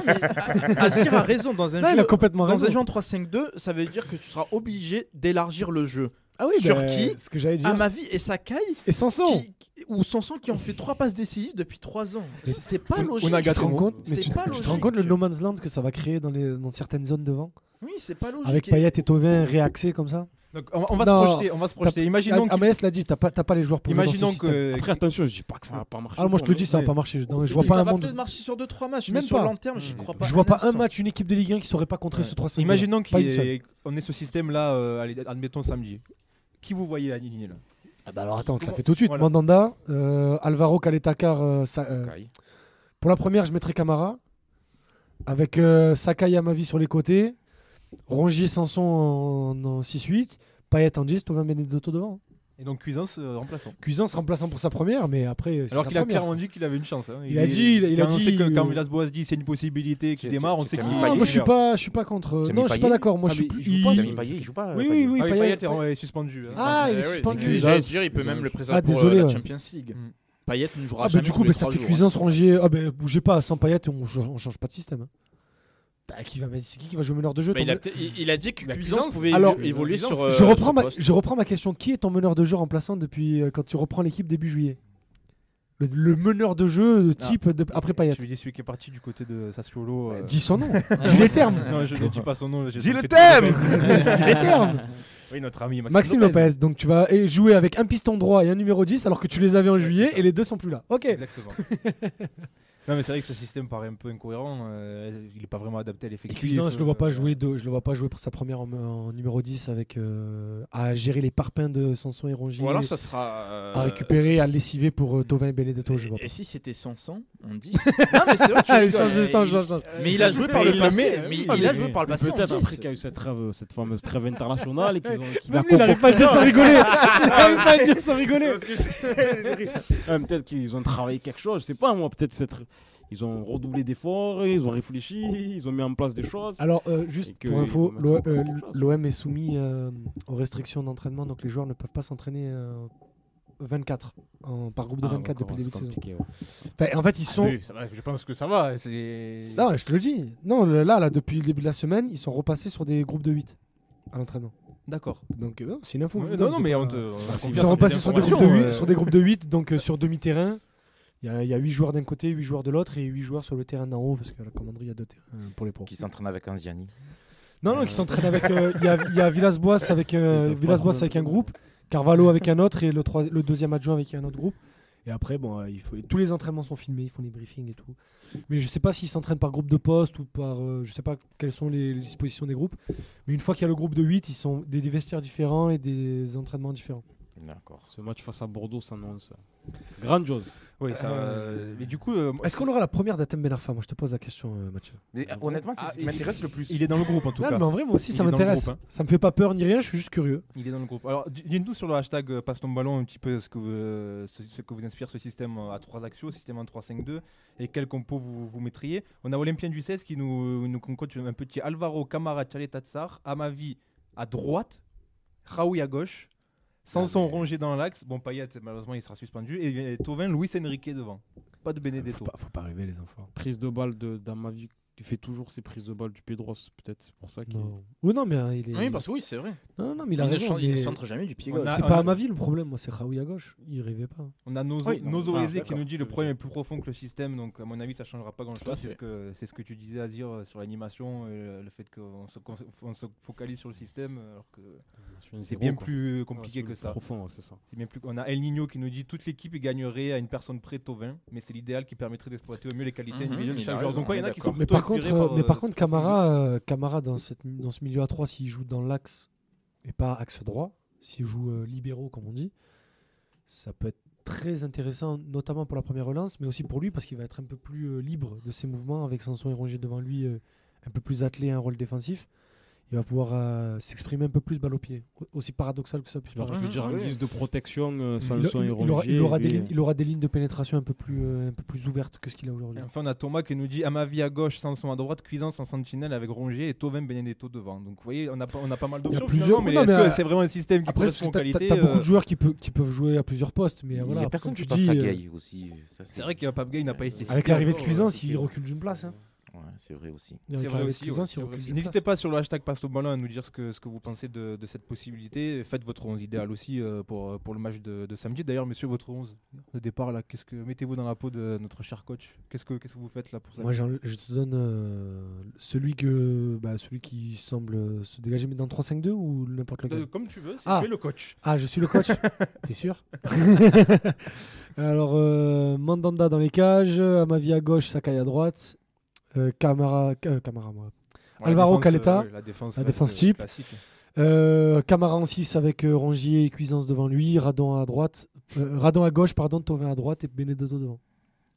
S6: mais A- Azir a raison. Dans un
S3: Non, il
S6: jeu,
S3: a complètement
S6: dans
S3: raison.
S6: un jeu en 3-5-2, ça veut dire que tu seras obligé d'élargir le jeu.
S3: Ah oui,
S6: Sur
S3: bah,
S6: qui
S3: Ce que j'allais
S6: À
S3: dire.
S6: ma vie, et Sakai,
S3: Et Sanson
S6: qui, qui- ou Sanson qui ont fait 3 passes décisives depuis 3 ans. C'est- C'est pas
S2: On- on
S6: logique.
S2: a gâté
S3: Tu te rends
S2: Gâteau.
S3: compte, mais
S6: C'est
S3: tu,
S6: pas
S3: tu te rends
S6: logique.
S3: compte le no man's land que ça va créer dans, les, dans certaines zones devant
S6: Oui, c'est pas logique.
S3: Avec
S6: Et-
S3: Payet et Tovin réaxés comme ça
S2: Donc, on, on va
S3: Non.
S2: se projeter. On va se projeter. Imaginons
S3: Ah,
S2: que.
S3: Amaes l'a dit, t'as pas, t'as pas les joueurs pour jouer dans ce
S2: Imaginons
S3: système.
S2: que.
S5: Après, attention, je dis pas que ça va pas marcher.
S3: Ah, moi je te le
S5: mais-
S3: dis, ça va
S2: mais-
S3: pas marcher. Non, je vois
S6: Mais
S3: pas
S6: ça
S3: un
S6: va
S3: monde-
S6: peut-être marcher sur 2-3 matchs,
S3: Même
S6: mais sur
S3: pas.
S6: le long terme, j'y crois pas.
S3: Je vois pas un
S6: instant.
S3: match, une équipe de Ligue 1 qui saurait pas contrer
S2: Ouais.
S3: ce 3
S2: Imaginons qu'on
S3: Pas une seule.
S2: ait ce système-là, euh, allez, admettons samedi. Qui vous voyez aligné là
S3: Ah bah alors attends, ça
S6: Comment-
S3: fait tout de suite.
S2: Voilà.
S3: Mandanda, euh, Alvaro Kaletakar. euh, Sa- euh, pour la première, je mettrais Camara. Avec euh, Sakai à ma vie sur les côtés. Rongier Sanson en, en 6-8. Payet en 10. Tovin Benedetto devant.
S2: Et donc Cuisance euh, remplaçant.
S3: Cuisance remplaçant pour sa première, mais après. c'est
S2: Alors
S3: sa
S2: qu'il a
S3: première.
S2: clairement dit qu'il avait une chance. hein.
S3: Il a dit- il a- il a
S2: quand on
S3: dit,
S2: sait que quand
S3: euh,
S2: Villas-Boas dit c'est une possibilité qu'il
S4: C'est-
S2: démarre, on
S4: c'est-
S2: sait
S4: c'est
S2: qu'il.
S4: mis
S3: Ah,
S4: Payet.
S3: moi je suis pas, je suis pas contre. euh,
S4: C'est
S3: Non,
S4: mis
S3: je suis
S4: Payet
S3: pas d'accord. Moi
S2: Ah,
S3: je suis
S2: mais
S3: plus.
S2: il joue pas,
S3: il-
S2: Damien
S4: Payet, il joue pas.
S3: Oui,
S4: Payet.
S3: oui, oui.
S2: Ah oui,
S3: Payet-
S2: Payet est en- est suspendu. hein.
S3: Ah, il
S6: Eh
S3: est
S6: oui,
S3: suspendu.
S6: mais J'allais dire, il peut
S2: Dommage.
S6: même le
S3: Ah,
S6: présenter pour euh,
S3: désolé,
S6: la
S3: ouais.
S6: Champions League.
S2: Mm.
S6: Payet ne jouera
S3: Ah bah
S6: jamais
S3: du
S6: hein, tous
S3: coup
S6: les
S3: bah, ça
S6: trois
S3: fait
S6: jours,
S3: Cuisance, Rongier. Ah bah bougez pas, sans Payet, on, ch- on change pas de système. hein. Bah, qui va mettre- c'est qui qui va jouer meneur de jeu
S6: Bah,
S3: ton
S6: il, a
S3: me-
S6: peut-être- il- il a dit que
S2: La
S6: Cuisance
S2: Cuisance,
S6: pouvait
S3: alors,
S6: évo- évoluer
S2: Cuisance,
S6: sur. euh,
S3: je, reprends
S6: ce
S3: ma,
S6: poste.
S3: je reprends ma question. Qui est ton meneur de jeu remplaçant depuis euh, quand tu reprends l'équipe début juillet le, le meneur de jeu de type de- après Payet.
S2: Tu lui dis celui qui est parti du côté de Sassuolo. euh,
S3: Dis son
S6: [LAUGHS]
S3: nom, dis les termes,
S2: Non, je ne dis pas son nom. j'ai-
S4: Dis le
S2: j'ai-
S3: [LAUGHS]
S4: thème
S3: dis
S6: Ah,
S3: les termes.
S2: Oui, notre ami
S6: bah,
S2: Maxime,
S3: Maxime Lopez. donc tu vas eh, jouer avec un piston droit et un numéro 10 alors que tu les avais en juillet et les deux sont plus là. Ok.
S2: Exactement.
S3: [LAUGHS]
S2: non, mais c'est vrai que ce système paraît un peu incohérent. euh, il n'est pas vraiment adapté à
S3: Et
S2: l'effectif.
S3: Cuisance, je le vois
S2: euh,
S3: pas jouer de, je le vois pas jouer pour sa première en, en numéro 10 avec euh, à gérer les parpaings de Sanson et Rongier,
S6: Ou alors ça sera. euh,
S3: à récupérer, à lessiver pour euh, Tovin et Benedetto, je vois
S6: Et
S3: pas.
S6: si c'était Sanson, on dit. [LAUGHS] non, mais c'est vrai, tu
S3: Ah,
S6: rigoles.
S3: change de sang,
S6: Il-
S3: change, change.
S6: Mais il a joué par le
S2: Il
S6: passé.
S2: met,
S6: mais
S2: oui.
S6: il a
S2: Mais-
S6: joué
S3: Bah,
S6: par le passé.
S5: Peut-être
S6: on dit,
S5: après qu'il y a eu cette, trêve, euh, cette fameuse trêve internationale et qu'ils ont- qu'il a
S3: Même Bah, lui, il [LAUGHS] arrive pas à le dire sans rigoler.
S5: [LAUGHS]
S3: Il arrive pas à le dire sans rigoler.
S5: [LAUGHS] Ah, peut-être qu'ils ont travaillé quelque chose, je sais pas moi, peut-être cette... ils ont redoublé d'efforts, ils ont réfléchi, ils ont mis en place des choses.
S3: Alors, euh, juste
S5: Et que
S3: pour
S5: il
S3: info,
S5: faut mettre
S3: l'O-
S5: en place
S3: euh,
S5: quelque chose.
S3: l'OM est soumis euh, aux restrictions d'entraînement, donc les joueurs ne peuvent pas s'entraîner euh, 24 en- par groupe de
S5: Ah,
S3: 24
S5: encore,
S3: depuis le début
S5: c'est
S3: de saison.
S5: compliqué, ouais.
S3: Enfin, en fait, ils sont.
S2: Oui, ça va, je pense que ça va. c'est-
S3: Non, je te le dis. Non, le- là, là, depuis le début de la semaine, ils sont repassés sur des groupes de 8 à l'entraînement.
S2: D'accord.
S3: Donc, euh, non, c'est une info. que je
S2: Ouais,
S3: vous
S2: Non,
S3: donne, Ah,
S2: non,
S3: c'est
S2: mais
S3: pas-
S2: on te. on
S5: Ils
S2: te
S3: Ils
S5: sont
S2: confirme,
S5: Faire
S3: sont
S2: c'est
S3: repassés
S2: des
S3: sur des groupes de 8,
S2: informations,
S3: sur
S2: euh,
S3: des groupes de 8 donc euh, sur demi-terrain. Il y, a, il y a 8 joueurs d'un côté, 8 joueurs de l'autre et 8 joueurs sur le terrain d'en haut parce que la commanderie, il y a deux terrains euh, pour les pros.
S4: Qui s'entraîne avec Anziani.
S3: Non, non, qui s'entraînent avec. euh, Il y a, il y a Villas-Boas avec, euh,
S5: Ils doivent
S3: Villas-Boas
S5: pas-
S3: avec un groupe, Carvalho avec un autre et le, trois- le deuxième adjoint avec un autre groupe. Et après, bon, euh, il faut, tous les entraînements sont filmés, ils font les briefings et tout. Mais je sais pas s'ils s'entraînent par groupe de poste ou par. euh, je sais pas quelles sont les, les dispositions des groupes. Mais une fois qu'il y a le groupe de 8, ils sont des, des vestiaires différents et des entraînements différents.
S4: D'accord.
S5: Ce match face à Bordeaux s'annonce euh, grandiose.
S2: Oui, ça.
S3: Euh,
S2: Mais du coup, euh, moi-
S3: Est-ce qu'on aura la première d'Atem Ben Arfa Moi, je te pose la question, euh, Mathieu.
S4: Mais, euh, honnêtement, c'est
S2: Ah,
S4: ce qui
S2: il-
S4: m'intéresse le plus.
S2: il est dans le groupe en tout
S3: Non,
S2: cas.
S3: mais en vrai, moi aussi,
S2: Il
S3: ça
S2: est dans le
S3: m'intéresse.
S2: groupe, hein.
S3: Ça me fait pas peur ni rien, je suis juste curieux.
S2: Il est dans le groupe. Alors, di- dites-nous sur le hashtag euh, passe ton ballon un petit peu ce que, vous, euh, ce, ce que vous inspire ce système euh, à 3 axios, système en 3-5-2, et quel compo vous, vous mettriez. On a Olympien du 16 qui nous, nous concocte un petit Alvaro, Camara, Tchaletatsar, Amavi à droite, Raoui à gauche, Sanson
S4: mais-
S2: rongé dans l'axe, bon Payet malheureusement il sera suspendu, et, et Tovin, Luis Enrique devant. Pas de Benedetto.
S3: faut pas rêver, les enfants.
S5: Prise de balle de Damavi qui fait toujours ses prises de balle du Pedros, peut-être c'est pour ça qu'il
S3: Non. Oui, non, mais euh, il est.
S2: Ah
S6: Oui, parce que oui, c'est vrai.
S3: Non, non, mais il Ah, a
S6: Il, ne
S3: raison.
S6: chan- il ne
S3: mais-
S6: centre jamais du pied
S2: On
S6: gauche.
S2: a-
S3: C'est pas à ma vie le problème, moi, c'est Raoui à gauche. Il rêvait pas.
S2: On a Nozo,
S6: Oui, non,
S2: Nozo
S6: ah,
S2: Eze qui
S6: d'accord,
S2: nous dit
S6: je-
S2: le problème est plus profond que le système, donc à mon avis ça changera pas grand
S6: Tout à
S2: chose. C'est
S6: fait.
S2: ce que c'est ce que tu disais Azir euh, sur l'animation, et le, le fait qu'on se, con- on se focalise sur le système, euh, alors que c'est bien plus euh, compliqué que ça.
S5: Profond, ouais, c'est ça.
S2: C'est bien plus. On a El Nino qui nous dit toute l'équipe gagnerait à une personne près Tovin, mais c'est l'idéal qui permettrait d'exploiter au mieux les qualités
S6: Mhm,
S2: individuelles de
S6: il
S2: chaque
S6: a
S2: joueur.
S6: raison,
S2: Donc ouais, il y en
S6: on
S2: a
S6: est
S2: qui sont
S6: d'accord.
S3: Mais
S2: plutôt
S3: par contre,
S2: inspirés
S3: euh,
S2: par,
S3: mais
S2: euh,
S3: par
S2: ce
S3: contre
S2: qu'on s'est dit.
S3: Camara, euh, Camara dans, cette, dans ce milieu à 3, s'il joue dans l'axe et pas axe droit, s'il joue euh, libéraux, comme on dit, ça peut être très intéressant, notamment pour la première relance, mais aussi pour lui, parce qu'il va être un peu plus euh, libre de ses mouvements, avec Sanson et Rongier devant lui, euh, un peu plus attelé à un rôle défensif. Il va pouvoir euh, s'exprimer un peu plus balle au pied, Au- aussi paradoxal que ça puisse
S5: Genre,
S3: paraître.
S5: je veux
S6: Mhm,
S5: dire, en
S6: oui.
S5: guise de protection, euh,
S3: Il,
S5: Samson
S3: il- il
S5: et euh,
S3: aura, il
S5: Rongier,
S3: aura des
S5: lui,
S3: lignes, il aura des lignes de pénétration un peu plus, euh, un peu plus ouvertes que ce qu'il a
S2: Et
S3: aujourd'hui.
S2: Enfin, on a Thomas qui nous dit Amavi à gauche, Sanson à droite, Cuisance en sentinelle avec Rongier et Tovin Benedetto devant. Donc vous voyez, on a, pas- on a pas mal d'options.
S3: plusieurs-
S2: finalement, Mais
S3: Non, mais,
S2: est-ce
S3: euh,
S2: que c'est vraiment un système qui
S3: Après,
S2: correspond aux
S3: t'as- t'as-
S2: qualités
S3: t'as beaucoup
S2: euh,
S3: de joueurs qui, peut- qui peuvent jouer à plusieurs postes, mais euh, voilà.
S4: il y a personne
S3: comme
S4: qui
S3: tu
S4: passe
S3: dis,
S4: à
S3: euh,
S4: Gaï aussi. ça,
S2: C'est vrai que Pape Gay n'a pas été
S3: avec
S2: cité
S3: l'arrivée de
S2: encore,
S3: Cuisance,
S2: euh,
S3: il recule d'une place. hein.
S4: Ouais, c'est vrai aussi.
S2: C'est
S3: Avec
S2: vrai
S3: l'arrivée de
S2: aussi, ouais,
S3: Cuisance,
S2: c'est
S3: il
S2: vrai
S3: recule
S2: aussi.
S3: d'une
S2: N'hésitez
S3: place.
S2: pas sur le hashtag passe au ballon à nous dire ce que, ce que vous pensez de, de cette possibilité. Faites votre 11 idéal aussi euh, pour, euh, pour le match de, de samedi. D'ailleurs, monsieur, votre 11 de départ, là, qu'est-ce que mettez-vous dans la peau de notre cher coach Qu'est-ce que qu'est-ce que vous faites là pour ça
S3: Moi, j'en- je te donne euh, celui, que, bah, celui qui semble euh, se dégager, mais dans 3-5-2 ou n'importe lequel
S2: Euh, Comme tu veux, si
S3: Ah.
S2: tu es le coach.
S3: Ah, je suis le
S4: [LAUGHS]
S3: coach T'es sûr [LAUGHS] Alors, euh, Mandanda dans les cages, Amavi à gauche, Sakai à droite, euh, Camara, euh, Camara, moi. Alvaro Caleta,
S2: la défense,
S3: la
S2: reste,
S3: défense
S2: euh,
S3: type.
S2: classique.
S3: Euh, Camara en 6 avec euh, Rongier et Cuisance devant lui, Radon à droite, euh, Radon à gauche, pardon, Tovin à droite et Benedetto devant.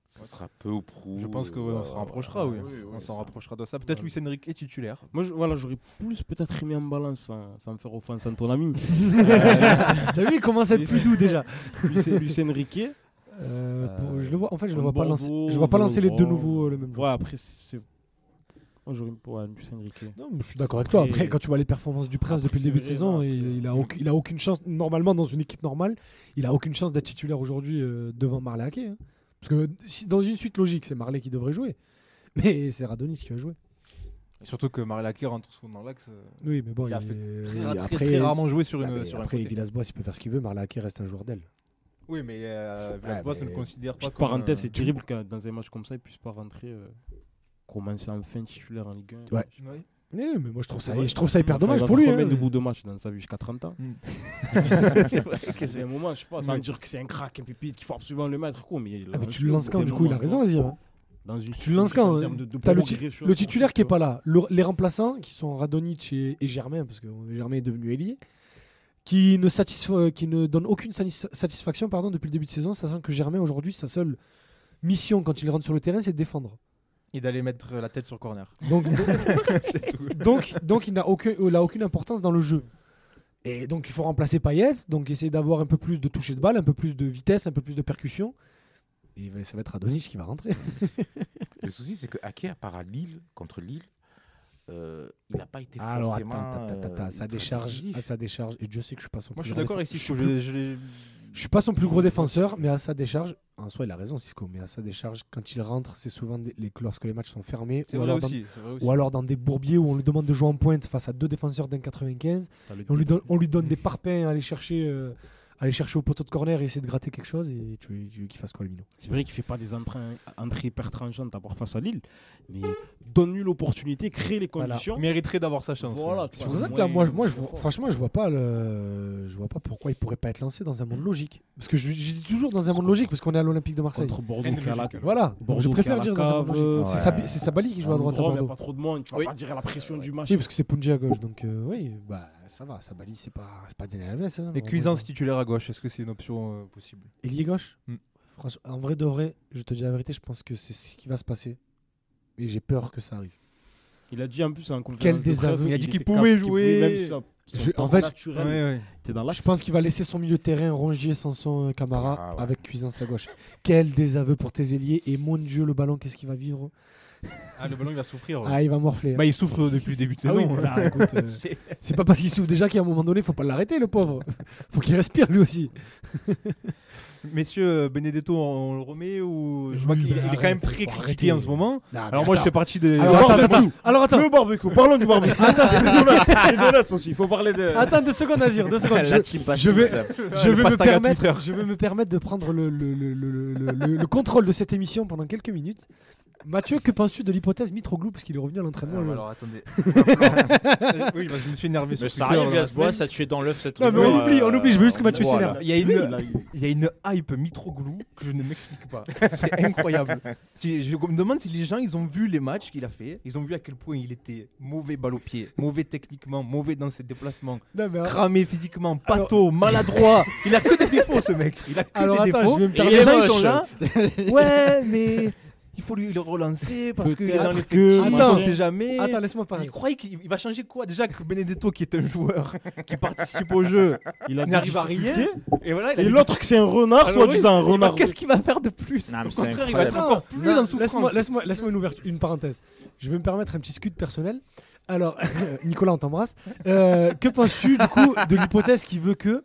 S4: Ce sera peu ou prou.
S2: Je pense qu'on
S3: bah,
S4: euh,
S2: s'en rapprochera, oui.
S4: ouais, [LAUGHS]
S2: on s'en
S4: ça.
S2: rapprochera de ça. Peut-être
S5: Ouais.
S2: Luis Enrique est titulaire.
S5: Moi, je- voilà, j'aurais plus peut-être aimé en balance hein. sans, sans faire offense à
S3: [LAUGHS]
S5: ton ami. Euh,
S3: Ah, T'as vu, il commence à être plus doux déjà.
S5: Lucien Lucien Riquet.
S3: Euh, pour-
S5: Euh,
S3: je le vois, en fait, je
S5: un
S3: le vois pas
S5: Bordeaux,
S3: lancer, je vois pas lancer les deux
S5: Vélodrome.
S3: nouveaux euh, le même jour.
S5: Ouais, après, c'est. Moi, j'aurais. Ouais, Lucien Riquet.
S3: Non, mais je suis d'accord avec toi.
S5: Après-
S3: Après, quand tu vois les performances du Prince depuis
S5: Après,
S3: le
S5: c'est
S3: début de
S5: vrai,
S3: saison,
S5: voilà,
S3: il,
S5: après-
S3: il a aucune, il a aucune chance. Normalement, dans une équipe normale, il a aucune chance d'être titulaire aujourd'hui euh, devant Marley Hackey, hein. Parce que si, dans une suite logique, c'est Marley qui devrait jouer. Mais c'est Radonjic qui va jouer.
S2: Surtout que Marilaki rentre souvent dans l'axe. euh,
S3: Oui, mais bon,
S2: Il a
S3: il-
S2: fait Très,
S3: oui,
S2: ra- très-
S3: après,
S2: très rarement joué sur
S3: Ah,
S2: une.
S3: mais
S2: sur un
S3: après,
S2: côté.
S3: Villas-Boas, il peut faire ce qu'il veut. Marley Hackey reste un joueur d'aile.
S2: Oui, mais euh, Villas-Boas
S3: Ah, mais-
S2: ne le considère pas
S5: Petite
S3: euh,
S2: comme.
S5: parenthèse,
S2: un-
S5: c'est terrible que dans un match comme ça, il puisse pas rentrer. euh, Commencer enfin titulaire en Ligue 1.
S3: Ouais.
S2: Ouais.
S3: Eh, mais moi, je trouve ça,
S2: Ouais.
S3: je trouve ça hyper dommage
S5: il va
S3: pour
S5: faire
S3: lui.
S5: Combien
S3: hein.
S5: de bouts de match dans sa vie jusqu'à 30 ans
S2: Mm.
S5: C'est un moment, je sais pas, sans
S2: Oui.
S5: dire que c'est un crack, un pépite qu'il faut absolument le mettre. Quoi, mais il
S3: Ah,
S5: a
S3: mais
S5: reçu
S3: tu le lances
S5: au
S3: quand
S5: bout
S3: Du
S5: d'un
S3: coup, il a
S5: moment,
S3: raison, Azir. hein.
S5: dans une
S3: Tu le lances
S5: logique en
S3: quand, euh,
S5: termes de- de
S3: t'as le ti-
S5: progression,
S3: Le
S5: euh, c'est
S3: titulaire qui est
S5: quoi.
S3: pas là, le- les remplaçants qui sont Radonic et, et Germain, parce que Germain est devenu ailier, qui ne, satisfa- qui ne donne aucune satis- satisfaction pardon, depuis le début de saison, sachant que Germain aujourd'hui, sa seule mission quand il rentre sur le terrain, c'est de défendre.
S2: Et d'aller mettre la tête sur corner.
S3: [LAUGHS] Donc, donc, donc il n'a aucun, il a aucune importance dans le jeu. Et donc il faut remplacer Payet, donc essayer d'avoir un peu plus de toucher de balle, un peu plus de vitesse, un peu plus de percussion. Et ben, ça va être Radonic qui va rentrer.
S2: [LAUGHS]
S4: Le souci, c'est que Ake, à part à Lille, contre Lille, euh, il n'a pas été
S3: Ah, Alors
S4: forcément.
S3: attends, attends, attends, attends,
S4: euh,
S3: ça
S4: ultra
S3: décharge,
S4: décisif.
S3: à sa décharge. Et Dieu sait que je suis pas son.
S2: Moi, je
S3: plus
S2: suis
S3: gros
S2: d'accord avec
S3: défenseur.
S2: Cisco.
S3: Je, suis
S2: Je, je l'ai-
S3: plus- je suis pas son plus gros défenseur, mais à sa décharge, en soi, il a raison Cisco. Mais à sa décharge, quand il rentre, c'est souvent des- les, lorsque les matchs sont fermés,
S2: C'est
S3: ou
S2: vrai
S3: alors, dans,
S2: aussi. c'est vrai aussi.
S3: ou alors dans des bourbiers où on lui demande de jouer en pointe face à deux défenseurs d'un 95.
S5: Ça le
S3: Et on lui
S5: détruit.
S3: donne, on lui donne des parpaings à aller chercher, euh, à aller chercher au poteau de corner et essayer de gratter quelque chose. Et tu veux, tu veux qu'il fasse quoi le minot
S5: C'est vrai qu'il fait pas des entrains- entrées hyper tranchantes à part face à Lille, mais donne-lui l'opportunité, crée les
S3: Voilà.
S5: conditions.
S2: Il mériterait d'avoir sa chance. hein.
S5: Voilà,
S2: ouais.
S5: tu
S3: C'est
S5: vois.
S3: pour ça que
S5: Moi,
S3: là, moi,
S5: il-
S3: moi je vois- franchement, je vois pas le, je vois pas pourquoi il pourrait pas être lancé dans un monde logique. Parce que je, je dis toujours dans un monde logique parce qu'on est à l'Olympique de Marseille.
S5: contre Bordeaux
S2: Rien de
S5: qui a la-
S2: logique, alors.
S3: Voilà, donc je
S5: Bordeaux
S3: préfère
S5: qui a
S3: dire
S5: la
S3: dans un
S5: cave,
S3: monde logique. C'est
S4: ouais.
S3: Sabi- C'est Sabali qui joue à droite à
S5: Rome, il y a
S3: Ah, Bordeaux. Oh.
S5: pas trop de monde, tu vas
S6: Oui.
S5: pas dire à la pression du match.
S3: Oui, parce que c'est Punji à gauche, donc euh, oui, bah, ça va, Sabali, c'est pas, c'est pas Daniel Alves. hein.
S2: Et
S3: On
S2: Cuisance
S3: voit-
S2: titulaire à gauche, est-ce que c'est une option euh, possible
S3: Ailier gauche
S2: Hmm.
S3: Franchement, en vrai de vrai, je te dis la vérité, je pense que c'est ce qui va se passer. Et j'ai peur que ça arrive.
S5: Il a dit en plus en conférence
S3: Quel
S5: de
S3: désaveu.
S5: presse
S2: Il a dit qu'il
S5: était
S2: pouvait
S5: cap-
S2: jouer.
S5: même si son- son
S3: Je- en
S5: torse
S3: fait,
S5: naturel était dans l'axe.
S3: Je pense qu'il va laisser son milieu de terrain rongé sans son euh, Camara
S4: Ah ouais.
S3: avec Cuisance à gauche. Quel désaveu pour tes ailiers. Et mon Dieu, le ballon, qu'est-ce qu'il va vivre
S2: Ah, le ballon, il va souffrir.
S3: Ah, il va morfler.
S2: Bah, il souffre depuis le début de
S3: Ah
S2: saison.
S3: oui,
S2: hein.
S3: voilà, écoute, euh,
S2: [LAUGHS] C'est-
S3: c'est pas parce qu'il souffre déjà qu'à un moment donné, faut pas l'arrêter, le pauvre. [LAUGHS] faut qu'il respire lui aussi.
S2: Messieurs, euh, Benedetto, on le remet ou je
S3: Oui,
S2: vois qu'il
S3: bah,
S2: il est quand
S3: arrête,
S2: même très
S3: faut
S2: critiqué en
S3: arrêter.
S2: ce moment.
S3: Non, mais
S2: Ah, Alors moi, je
S3: attends.
S2: fais partie des.
S3: Alors, attends, attends, attends. Alors attends,
S5: Le barbecue, parlons
S3: [LAUGHS]
S5: du barbecue. Attends, les donuts, les donuts aussi, il faut parler de.
S3: attends deux secondes, Azir,
S2: [LAUGHS]
S3: deux secondes. Je-
S4: je
S3: je vais- je
S2: le
S3: vais me
S2: pastaga
S3: permettre,
S2: Twitter.
S3: je vais me permettre de prendre le, le- le- le- le- le- le contrôle de cette émission pendant quelques minutes. Mathieu, que penses-tu de l'hypothèse Mitroglou parce qu'il est revenu à
S4: Ah,
S3: l'entraînement aujourd'hui.
S2: [LAUGHS] attendez. oui, bah, je me suis énervé.
S6: Mais
S2: sur
S6: ça
S2: Twitter,
S6: arrive,
S2: là.
S6: Yasbois, ça tué dans l'œuf cette
S3: Non, mais on
S6: rumeur,
S3: oublie, on
S6: euh,
S3: oublie, je veux juste que Mathieu
S6: voilà.
S3: s'énerve.
S2: Il y a une, il y a une hype Mitroglou que je ne m'explique pas.
S3: [LAUGHS]
S2: C'est incroyable. Si- je me demande si les gens, ils ont vu les matchs qu'il a fait. Ils ont vu à quel point il était mauvais balle au pied, mauvais techniquement, mauvais dans ses déplacements,
S3: Non, mais, alors-
S2: cramé physiquement, pâteau, maladroit. Hein [LAUGHS] Il a que des défauts, ce mec. Il a que
S3: alors
S2: des
S3: attends,
S2: défauts.
S3: je vais me
S6: Et
S2: Et
S3: permettre.
S2: les
S6: il est
S2: gens, ils
S6: moche.
S2: sont là. [LAUGHS] Ouais, mais il faut lui le relancer parce qu'il est dans les
S5: Peut-être que-
S2: Attends,
S3: Attends.
S2: on sait jamais.
S3: Attends, laisse-moi
S2: Il
S3: parler.
S2: croyait qu'il il va changer quoi Déjà que Benedetto, qui est un joueur qui participe au jeu,
S5: Il a
S2: il
S5: des
S2: n'arrive à rien.
S5: difficultés.
S2: Et voilà, il a
S5: Et
S2: des
S5: l'autre, que c'est un renard,
S2: Alors oui,
S5: soi-disant un
S2: il va-
S5: renard.
S2: Qu'est-ce qu'il va faire de plus
S6: Non, mais
S2: Au
S6: c'est
S2: contraire, il va être
S6: incroyable.
S2: encore plus
S3: Non,
S2: en
S3: Laisse-moi
S2: souffrance.
S3: laisse-moi- laisse-moi une, ouverture- une parenthèse. Je vais me permettre un petit scud personnel. Alors, [LAUGHS] Nicolas, on t'embrasse. Euh, que penses-tu du coup de l'hypothèse qui veut que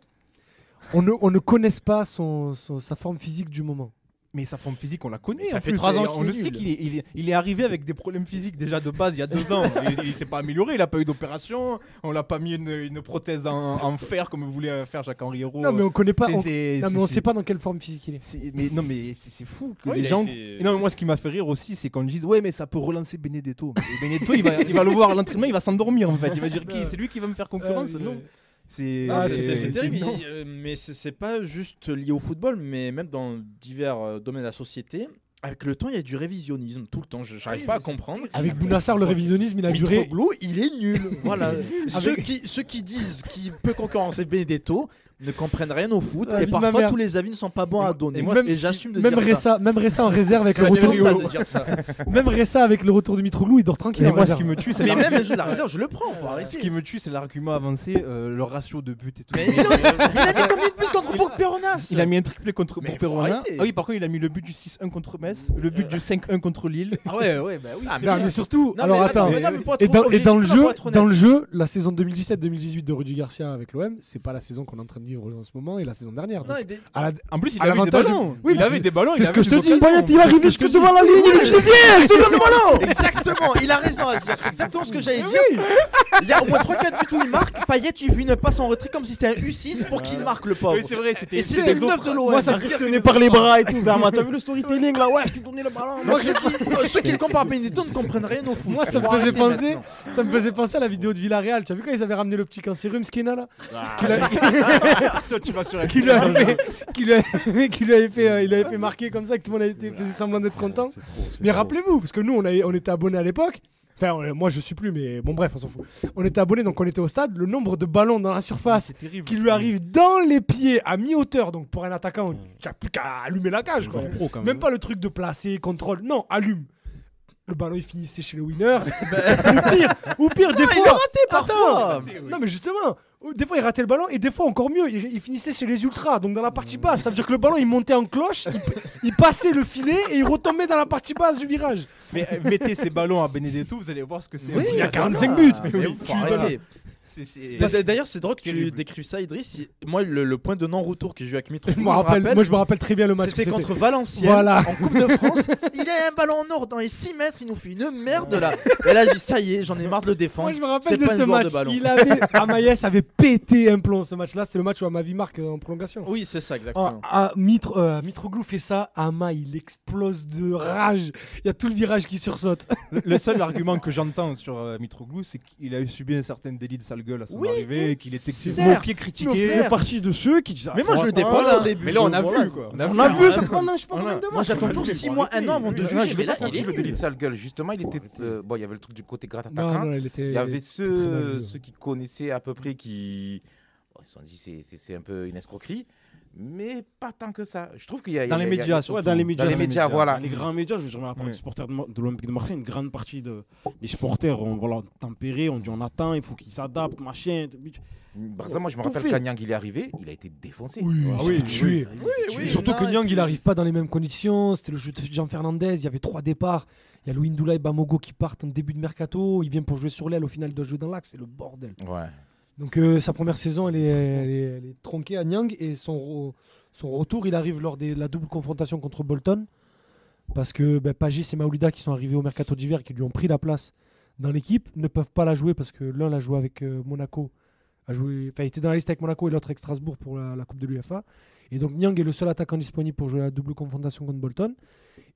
S3: on ne, on ne connaisse pas son- son- sa forme physique du moment
S2: Mais sa forme physique, on la connaît.
S6: Mais ça
S2: en
S6: fait
S2: plus,
S6: trois ans
S2: et
S6: qu'il
S2: On le
S6: est
S2: sait
S6: nul.
S2: qu'il est, il est, il est arrivé avec des problèmes physiques déjà de base il y a deux ans. Il, il s'est pas amélioré, il a pas eu d'opération, on l'a pas mis une, une prothèse en, en fer comme voulait faire Jacques-Henri Hérault.
S3: Ah, Non, mais on connaît pas.
S2: Oh. C'est-
S3: on-
S2: c'est-
S3: non,
S2: c'est-
S3: mais on
S2: c'est-
S3: sait pas dans quelle forme physique il est.
S2: c'est- mais non, mais c'est c'est fou que
S6: Ouais, il
S2: les
S6: a
S2: gens.
S6: été-
S2: Non, mais moi, ce qui m'a fait rire aussi, c'est qu'on dise Ouais, mais ça peut relancer Benedetto. Et
S3: [LAUGHS]
S2: Benedetto, il va, il va le voir à l'entraînement, il va s'endormir en fait. Il va dire Qui C'est lui qui va me faire concurrence
S3: Euh,
S2: Non. C'est
S6: Ah,
S3: Ah,
S6: c'est-
S3: c'est-
S6: c'est c'est terrible,
S2: non.
S6: il- euh, mais c'est c'est pas juste lié au football, mais même dans divers euh, domaines de la société. Avec le temps, il y a du révisionnisme tout le temps. Je n'arrive pas à comprendre.
S3: Avec Bounassar, le révisionnisme, il a duré.
S6: Mitroglou, il est nul. Voilà. ceux,
S3: Avec-
S6: qui, ceux qui disent qu'il peut concurrencer Benedetto ne comprennent rien au foot.
S3: Ah, vie
S6: et
S3: de ma
S6: parfois,
S3: mère.
S6: tous les avis ne sont pas bons à donner. Et,
S3: même-
S6: j'assume de
S3: Même
S6: dire ça.
S3: Ressa, même Ressa en réserve avec
S6: C'est
S3: le
S6: la
S3: retour,
S6: seconde à de dire ça.
S3: même Ressa avec le retour de Mitroglou, il dort
S2: Et
S3: tranquille. en
S2: moi, ce
S3: réserve.
S2: qui me tue, c'est
S6: [LAUGHS] Mais
S2: la-
S6: même je la réserve, je le prends. faut arrêter.
S2: Ce qui me tue, c'est l'argument avancé, euh, le ratio de buts et tout.
S6: Mais il a il a mis combien de buts contre Bourg Ah, Péronas
S2: Il a mis un triplé contre
S6: Mais
S2: pour
S6: faut
S2: Perona.
S6: arrêter.
S2: Ah oui, par contre, il a mis le but du 6-1 contre Metz, le but du 5-1 contre Lille.
S6: Ah ouais, ouais, bah oui.
S2: Ah,
S6: très
S3: Non,
S6: bien.
S3: mais surtout,
S6: Non,
S3: alors
S6: mais
S3: attends.
S6: mais non, mais pour être
S3: Et dans, et
S6: objectif,
S3: dans le
S6: non,
S3: jeu,
S6: pour être honnête.
S3: dans le jeu, la saison 2017-2018 de Rudy Garcia avec l'OM, c'est pas la saison qu'on est en train de vivre en ce moment et la saison dernière.
S6: Non,
S3: Donc,
S6: et des-
S3: à la-
S2: En plus, il
S3: À
S2: avait des
S3: l'avantage du-
S2: ballons.
S3: Oui,
S2: il
S3: mais
S2: avait des ballons.
S3: c'est
S2: Ah il
S3: ce
S2: avait
S3: que je te
S2: des
S3: dis.
S2: occasions.
S3: Payet,
S2: C'est
S3: il va
S2: ce
S3: arriver
S2: que je
S3: jusque
S2: te
S3: devant la ligne,
S6: Oui,
S3: il
S6: mais
S3: dit, viens, je te donne le ballon
S6: Exactement, il a raison Azir, c'est exactement ce que j'allais dire. Il y a au moins 3-4 buts où il marque, Payet il fait une passe en retrait comme si c'était un U6 pour qu'il marque le pauvre.
S2: Oui, c'est vrai, c'était
S6: Et c'était le
S2: les autres-
S6: 9 de l'OM.
S5: Moi, ça me tenait par les bras et tout, Zama. T'as vu le storytelling là Bah Ouais, je t'ai tourné le ballon.
S6: Moi, ceux qui, euh, ceux qui le comparent à Benedetto ne comprennent rien au foot.
S3: Moi, ça me
S6: Faut
S3: faisait
S6: arrêter
S3: penser,
S6: maintenant.
S3: ça me faisait penser à la vidéo de Villarreal. Tu as vu quand ils avaient ramené le petit cancérum Skena là Qu'il a-
S2: Ah. Ça, tu vas
S3: [LAUGHS]
S2: sur la-
S3: qu'il lui avait fait, qu'il lui avait- qu'il lui avait fait, euh, il avait fait marquer comme ça que tout le monde avait été- faisait semblant d'être content. Mais rappelez-vous, parce que nous on, avait- on était abonnés à l'époque. Enfin, on- moi je suis plus, mais bon bref, on s'en fout. On était abonnés, donc on était au stade. Le nombre de ballons dans la surface
S2: terrible. Mmh.
S3: qui lui arrive dans les pieds à mi-hauteur, donc pour un attaquant, t'as plus qu'à allumer la cage. Quoi.
S5: pro quand
S3: Même pas le truc de placer, contrôle. Non, allume. Le ballon il finissait chez le [LAUGHS] winner. ou pire, ou pire des
S6: Ah,
S3: fois.
S6: il a raté parfois
S3: Non mais justement, euh, des fois il ratait le ballon et des fois encore mieux, il, il finissait chez les ultras, donc dans la partie basse. Ça veut dire que le ballon il montait en cloche, il, il passait le filet et il retombait dans la partie basse du virage.
S2: Mais euh, mettez ces ballons à Benedetto, vous allez voir ce que c'est.
S6: Oui,
S2: un
S3: Il y a
S2: vrai-
S3: 45 buts.
S6: Ah, mais faut
S2: tu
S6: arrêter.
S2: dois- C'est- c'est-
S6: Parce- D'ailleurs, c'est drôle que tu
S2: Terrible.
S6: décrives ça, Idriss. Il- Moi, le, le point de non-retour que j'ai eu avec Mitro,
S3: Je me rappelle, moi je me rappelle très bien le match. que
S6: C'était contre Valenciennes
S3: Voilà.
S6: en Coupe de France. Il a un ballon en or dans les 6 mètres, il nous fait une merde là. Et là, j'ai dit, ça y est, j'en ai marre de le défendre.
S3: Moi je me rappelle
S6: C'est
S3: de
S6: pas un
S3: ce
S6: joueur de
S3: match.
S6: ballon.
S3: il avait [LAUGHS] Amaïs avait pété un plomb ce match-là. C'est le match où Amavi marque euh, en prolongation.
S6: Oui, c'est ça,
S3: Ah,
S6: exactement.
S3: ah, Mitre, euh, Mitroglou fait ça, Ama il explose de rage. Il y a tout le
S4: Ah,
S3: virage qui sursaute.
S2: Le seul argument que j'entends sur euh, Mitroglou, c'est qu'il a eu subi un certain délit de sale sale gueule à son
S6: Oui,
S2: arrivée et qu'il était
S6: certes,
S2: moqué, critiqué.
S6: mais
S5: Il
S6: certes.
S5: fait partie de ceux qui disent. ah,
S6: Mais moi, je
S5: faut-
S6: le défendais au début.
S2: Mais là, on a
S5: Voilà,
S2: vu quoi. On a
S6: On a vu
S5: ça
S6: ça.
S5: prend, je sais pas
S2: Voilà.
S5: combien de
S6: Moi,
S5: mois.
S6: j'attends toujours 6 mois, 1 an avant de juger. Mais là,
S4: pas
S6: il
S4: senti
S6: est
S4: le délit
S6: nul.
S4: de sale gueule. Justement, il était. euh, bon, il y avait le truc du côté gratte
S3: Non,
S4: attaquant.
S3: non, il était.
S4: Il y avait
S3: très mal
S4: ceux,
S3: vu.
S4: ceux qui connaissaient à peu près qui. bon, ils se sont dit, c'est- c'est c'est un peu une escroquerie. Mais pas tant que ça. Je trouve qu'il y a.
S2: Dans les
S4: il y a- il y a-
S2: médias, surtout.
S5: Ouais, dans les médias.
S4: les médias, voilà.
S5: Dans les grands médias, je veux dire, mais à part
S2: Ouais.
S5: les supporters de, Mar- de l'Olympique de Marseille, une grande partie de, des supporters ont voilà, tempéré, on dit on attend, il faut qu'ils s'adaptent, machin.
S4: Par exemple, moi, je me
S5: Tout
S4: rappelle
S5: fait.
S4: quand Yang, il est arrivé, il a été défoncé.
S3: Oui, il
S2: Ah
S3: s'est
S2: oui,
S3: fait tuer.
S4: Il s'est
S6: Oui,
S4: fait
S6: oui.
S4: tuer.
S3: Surtout que
S6: non,
S3: Nyang,
S6: et
S3: il arrive pas dans les mêmes conditions. C'était le jeu de Jean Fernandez. Il y avait trois départs. Il y a Louis Ndoula et Bamogo qui partent en début de mercato. Il vient pour jouer sur l'aile. Au final, il doit jouer dans l'axe. C'est le bordel.
S4: Ouais.
S3: Donc, euh, sa première saison, elle est, elle est- elle est tronquée à Nyang. Et son, re- son retour, il arrive lors de la double confrontation contre Bolton. Parce que ben, Pagis et Maoulida, qui sont arrivés au mercato d'hiver, qui lui ont pris la place dans l'équipe, ne peuvent pas la jouer parce que l'un l'a joué avec euh, Monaco. A joué, enfin, il était dans la liste avec Monaco et l'autre avec Strasbourg pour la, la Coupe de l'UFA. Et donc Nyang est le seul attaquant disponible pour jouer la double confrontation contre Bolton.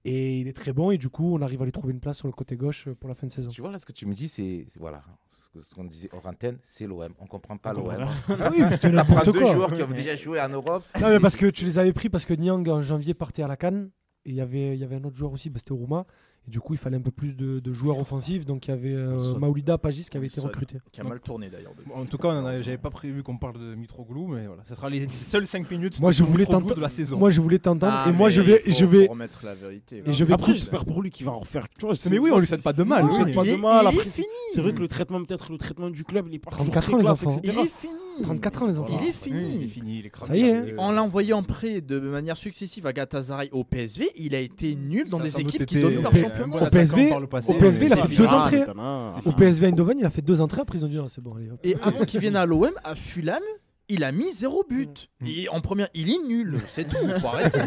S3: Et il est très bon et du coup on arrive à lui trouver une place sur le côté gauche euh, pour la fin de saison.
S4: Tu vois, là, ce que tu me dis, c'est. c'est- Voilà. Ce que- Ce qu'on disait hors antenne, c'est l'OM. On comprend pas
S5: On comprend
S4: l'OM.
S3: Ah
S4: [LAUGHS]
S3: oui, mais c'était
S4: Ça prend
S3: n'importe
S4: deux
S3: quoi.
S4: joueurs qui ont déjà joué en Europe.
S3: Non, mais parce que tu les avais pris parce que Nyang en janvier partait à la Cannes et il y avait, il y avait un autre joueur aussi, bah, c'était Rouma. Et du coup il fallait un peu plus de, de joueurs offensifs. Donc il y avait euh,
S5: Wilson.
S3: Maoulida Pagis qui avait été
S6: Wilson.
S3: recruté.
S6: Qui a mal tourné d'ailleurs. depuis.
S2: Bon, En tout cas, on en avait- j'avais pas prévu qu'on parle de Mitroglou, mais voilà, ce sera les seules 5 minutes
S3: Moi,
S2: de
S3: je voulais
S2: Mitroglou
S3: t'entendre-
S2: de la saison.
S3: Moi je voulais t'entendre
S6: Ah,
S3: et moi
S6: mais
S3: je vais,
S6: il faut-
S3: je vais,
S6: faut remettre la vérité.
S3: Et je vais
S5: Après,
S3: prendre-
S5: j'espère pour lui qu'il va en refaire. Tu vois, c'est-
S2: mais oui, on
S5: moi,
S2: lui
S5: c'est-
S2: souhaite pas de mal.
S5: on lui
S2: oui.
S5: souhaite pas
S6: il
S5: de
S6: est-
S5: mal.
S6: il
S5: Après,
S6: est fini.
S5: C'est vrai que le traitement, peut-être le traitement du club, il est pas toujours
S3: 34
S5: très
S3: ans, les
S5: classe,
S3: enfants.
S5: etc.
S6: Il est fini.
S3: 34 ans les enfants.
S2: Oui, il
S6: Il est
S2: est
S6: fini.
S2: fini, il est cramé.
S3: Ça y est.
S6: On l'a envoyé en prêt de manière successive à Gatasaray au PSV. Il a été nul dans
S2: Ça
S6: des
S2: semble
S6: équipes qui
S2: t'étais
S6: donnent leur
S3: P-
S6: championnat.
S2: attaquant
S3: PSV,
S2: par le passé,
S3: au PSV, il a
S2: mais-
S6: c'est
S3: fait deux
S6: fini.
S3: entrées.
S5: Ah,
S3: Au PSV Eindhoven il a fait deux entrées après ils ont dit Ah, c'est bon allez hop.
S6: Et avant qu'il vienne à l'OM, à Fulham, il a mis zéro but.
S2: Mm.
S6: Et en première, il est nul. C'est tout. Faut
S2: [LAUGHS]
S6: arrêter.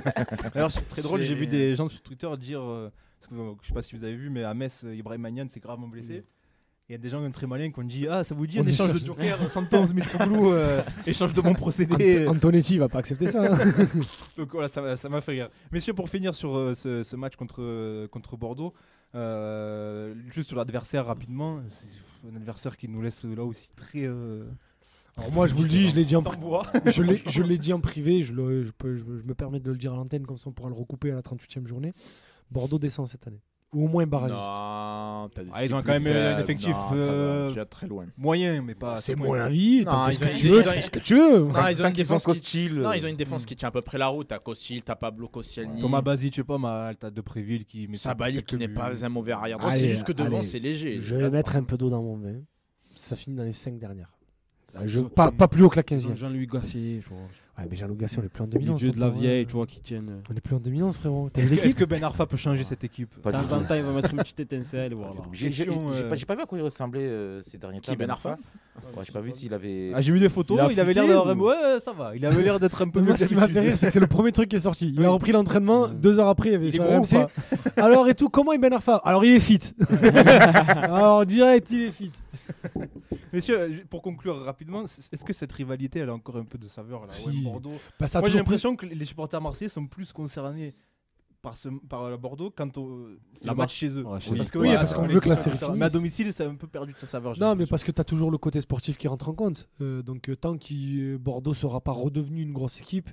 S2: D'ailleurs, c'est très drôle,
S6: C'est-
S2: j'ai vu des gens sur Twitter dire. euh, parce que, euh, je sais pas si vous avez vu, mais à Metz, euh, Ibrahim Magnan s'est gravement blessé. Il y a des gens très malins qui ont dit Ah, ça vous dit
S3: On
S2: un échange de
S3: échange.
S2: Joker, 111 Mitroglou,
S3: [LAUGHS]
S2: euh, échange de bons procédés.
S3: Ant- Antonetti il va pas accepter ça.
S6: [LAUGHS]
S3: hein.
S2: Donc voilà, ça m'a- ça m'a fait rire. Messieurs, pour finir sur euh, ce, ce match contre, euh, contre Bordeaux, euh, juste sur l'adversaire rapidement, c'est un adversaire qui nous laisse là aussi très. euh,
S3: Alors moi je vous le dis, je l'ai dit en pri-
S2: tambourin.
S3: je l'ai- je l'ai dit en privé, je, le- je peux, je, je me permets de le dire à l'antenne comme ça on pourra le recouper à la 38e journée. Bordeaux descend cette année ou au moins barragiste.
S6: Non, t'as des
S2: Ah, ils
S6: équipes
S2: ont quand même,
S6: plus
S2: euh, un
S6: faibles.
S2: effectif,
S6: Non, ça va,
S2: euh,
S6: Tu vas très loin.
S2: Moyen, mais pas.
S3: C'est
S2: pas
S3: mon avis,
S6: Non,
S3: t'en fais ce
S6: ils ont-
S3: que tu
S6: ils
S3: veux,
S6: ont-
S3: tu fais ce que tu veux.
S6: Non, ils ont une
S4: Ils ont
S6: défense qui.
S4: Costil.
S6: Non, ils ont une défense qui tient à peu près la route. T'as Kossil, t'as Pablo Koscielny,
S2: Thomas Bazi, tu sais pas mal, t'as Depréville qui. met
S6: Sabali qui
S2: quelques
S6: n'est
S2: buts.
S6: pas un mauvais arrière droit. C'est
S7: Allez,
S6: juste que devant,
S7: allez.
S6: c'est léger.
S7: Je vais mettre un peu d'eau dans mon vin. Ça finit dans les 5 dernières. Euh, je-
S3: Pas, pas plus haut que la 15e.
S5: Jean-Louis Gassier, tu vois.
S7: Ouais, mais Jean-Luc Gasset, on est plus en
S5: les
S7: 2011.
S5: vieux de la
S7: tonton, hein.
S5: vieille, tu vois, qui tiennent. euh,
S3: On est plus en 2011 frérot. T'as
S2: Est-ce
S3: vu
S2: que, est-ce
S3: l'équipe
S2: que Ben Arfa peut changer cette équipe
S4: Pas
S5: Dans
S4: du tout.
S5: un temps, il va mettre une petite étincelle. Voilà.
S4: J'ai j'ai-
S2: Question,
S4: j'ai
S2: euh,
S4: pas, j'ai pas vu à quoi il ressemblait euh, ces derniers
S6: Qui,
S4: temps.
S6: Ben Arfa
S4: Ouais, J'ai pas vu s'il avait.
S2: Ah, J'ai vu des photos,
S5: Il a
S2: il, avait l'air
S5: fuité
S2: d'avoir.
S5: ou-
S2: Ouais, ça va, il avait l'air d'être un peu
S3: Mais
S2: mieux.
S3: [LAUGHS] moi, ce qui m'a fait
S2: d'habitude.
S3: rire, c'est que c'est le premier truc qui est sorti. Il a repris l'entraînement, deux heures après, il y avait
S2: Il est
S3: sur
S2: gros ou
S3: RMC. [LAUGHS] Alors et tout, comment est Ben Arfa Alors il est fit. Alors direct, il est fit.
S2: Messieurs, euh, pour conclure rapidement, c- est-ce que cette rivalité, elle a encore un peu de saveur là
S3: Si.
S2: OM Bordeaux
S3: Bah, ça a
S2: Moi, j'ai
S3: toujours plus-
S2: l'impression que les supporters marseillais sont plus concernés par, ce, par la Bordeaux quand au c'est le
S5: Là-bas.
S2: match chez eux.
S5: Ouais, chez
S2: Parce
S5: eux.
S2: que,
S3: Oui,
S2: voilà,
S3: parce qu'on
S2: les
S3: veut que la
S2: supporters-
S3: série finisse.
S2: Mais à domicile, ça a un peu perdu de sa saveur. j'ai
S3: Non, mais
S2: l'impression.
S3: parce que tu as toujours le côté sportif qui rentre en compte. Euh, donc, euh, tant que euh, Bordeaux sera pas redevenu une grosse équipe,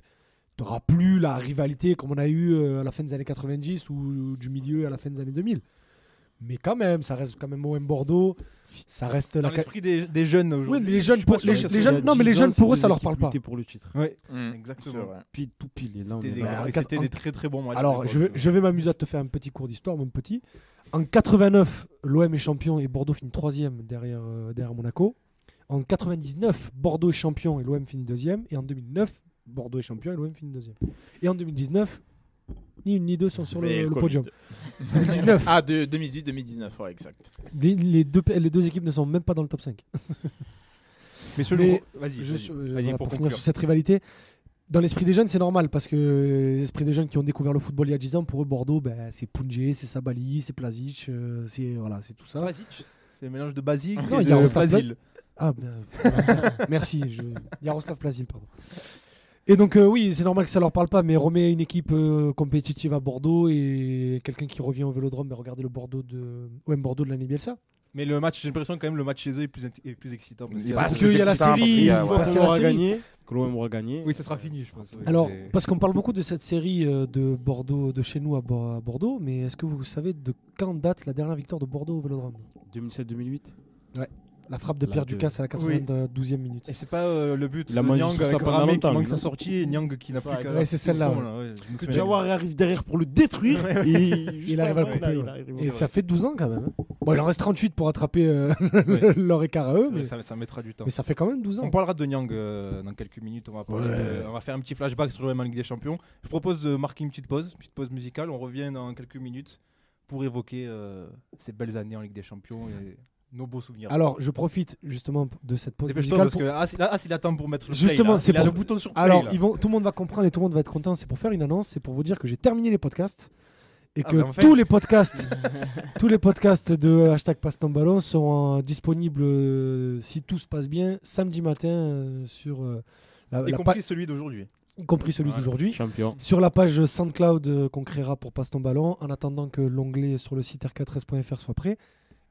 S3: tu n'auras plus la rivalité comme on a eu euh, à la fin des années 90 ou du milieu à la fin des années 2000. Mais quand même, ça reste quand même OM Bordeaux. Ça reste
S2: Dans
S3: la. ca-
S2: l'esprit des, des jeunes
S3: Oui,
S2: aujourd'hui.
S3: les jeunes, pour-
S2: sûr
S3: les,
S2: que ça
S3: les
S2: soit
S3: jeunes,
S2: il y a
S3: non, mais les
S5: 10 ans,
S3: jeunes,
S5: c'est
S3: pour eux,
S5: des
S3: ça leur
S5: équipes
S3: parle pas.
S5: lutter pour le titre.
S2: Ouais,
S5: Mm,
S6: Mm. Exactement.
S2: exactement.
S5: Pile, tout pile. Et là, on
S2: C'était
S5: est
S2: des-
S5: dans la-
S3: en
S2: et
S3: quatre-
S2: C'était
S3: en-
S2: des très très bons matchs.
S3: Alors, je vais, je vais m'amuser à te faire un petit cours d'histoire, mon petit. En 89, l'OM est champion et Bordeaux finit troisième derrière, euh, derrière Monaco. En 99, Bordeaux est champion et l'OM finit deuxième. Et en 2009, Bordeaux est champion et l'OM finit deuxième. Et en 2019, ni une ni deux sont sur le,
S6: Mais
S3: le
S6: Covid. [LAUGHS]
S3: podium. 2019,
S6: Ah, de 2018-2019, ouais, exact.
S3: les, les deux, les deux équipes ne sont même pas dans le top 5.
S2: Mais sur
S3: mais
S2: le. Vas-y,
S3: Je-
S2: vas-y,
S3: euh,
S2: vas-y,
S3: voilà, pour,
S2: pour
S3: finir
S2: conclure.
S3: sur cette rivalité, dans l'esprit des jeunes, c'est normal parce que euh, les esprits des jeunes qui ont découvert le football il y a 10 ans, pour eux, Bordeaux, ben, c'est Pungé, c'est Sabali, c'est Plazic, euh, c'est voilà, c'est tout ça.
S2: Basic, C'est un mélange de Basique
S3: Non,
S2: et
S3: il y a
S2: de
S3: Rostav
S2: Basile.
S3: Ah, ben, [LAUGHS] merci, je... Yaroslav Plazil, pardon. Et donc, euh, oui, c'est normal que ça leur parle pas, mais remet une équipe euh,
S4: Bah,
S3: compétitive à Bordeaux et quelqu'un qui revient au vélodrome, mais regardez le Bordeaux de. OM Bordeaux de l'année Bielsa.
S2: Mais le match, j'ai l'impression quand même le match chez eux est plus, int- est plus excitant. Parce,
S4: Il
S2: qu'il y a-
S3: Parce
S4: Parce
S3: qu'il y a la
S4: que c'est excitant,
S3: série.
S4: parce qu'il y a- ouais.
S3: Parce qu'il y a la
S5: aura
S3: série.
S5: gagné. Que l'OM aura gagné.
S2: Oui, ça sera fini, je pense. oui.
S3: Alors,
S2: Mais-
S3: parce qu'on parle beaucoup de cette série euh, de Bordeaux, de chez nous à Bo- à Bordeaux, mais est-ce que vous savez de quand date la dernière victoire de Bordeaux au Vélodrome
S5: 2007-2008.
S3: La frappe de
S5: La
S3: Pierre
S5: de-
S3: Ducasse à la 92e minute.
S2: Et c'est pas euh, le but
S5: La
S2: de
S5: magie
S2: Nyang
S5: sous
S2: avec
S5: sapin
S2: Ramé qui
S5: d'Antan,
S2: manque
S5: non
S2: sa sortie et Nyang qui n'a
S5: Ça,
S2: plus qu'à.
S7: ouais, c'est celle-là, ouais.
S2: ouais, je me
S5: Que
S2: souviens.
S5: Jawar arrive derrière pour le détruire. et
S7: Il arrive à le couper, ouais. Et ça fait 12 ans quand même. hein. Bon, il en reste 38 pour attraper euh,
S3: [LAUGHS]
S2: Ouais.
S7: leur écart à eux, mais,
S2: Ouais, ça, ça mettra du temps.
S7: mais ça fait quand même 12
S2: On
S7: ans.
S2: parlera de Nyang euh, dans quelques minutes. On va, parler
S7: Ouais.
S2: de- on va faire un petit flashback sur le en Ligue des Champions. Je propose de marquer une petite pause, petite pause musicale. On revient dans quelques minutes pour évoquer euh, ces belles années en Ligue des Champions et nos beaux souvenirs.
S7: Alors,
S3: Alors, je profite justement de cette pause
S2: Dépêche-toi
S3: musicale
S2: parce que As,
S3: pour-
S2: là, As, il attend pour mettre le
S3: Justement,
S2: play, là.
S3: c'est
S2: Il a
S3: pour-
S2: le bouton sur play.
S3: Alors,
S2: là.
S3: ils vont, tout le monde va comprendre et tout le monde va être content. C'est pour faire une annonce, c'est pour vous dire que j'ai terminé les podcasts et
S2: Ah,
S3: que
S2: bah, enfin.
S3: tous
S2: [LAUGHS]
S3: les podcasts, tous les podcasts de hashtag passe ton ballon sont euh, disponibles euh, si tout se passe bien samedi matin euh, sur euh, la,
S2: y
S3: la
S2: compris celui d'aujourd'hui.
S3: pa- y compris celui
S2: Voilà.
S3: d'aujourd'hui.
S5: Champion.
S3: Sur la page SoundCloud euh, qu'on créera pour Passe ton ballon, en attendant que l'onglet sur le site r4s.fr soit prêt.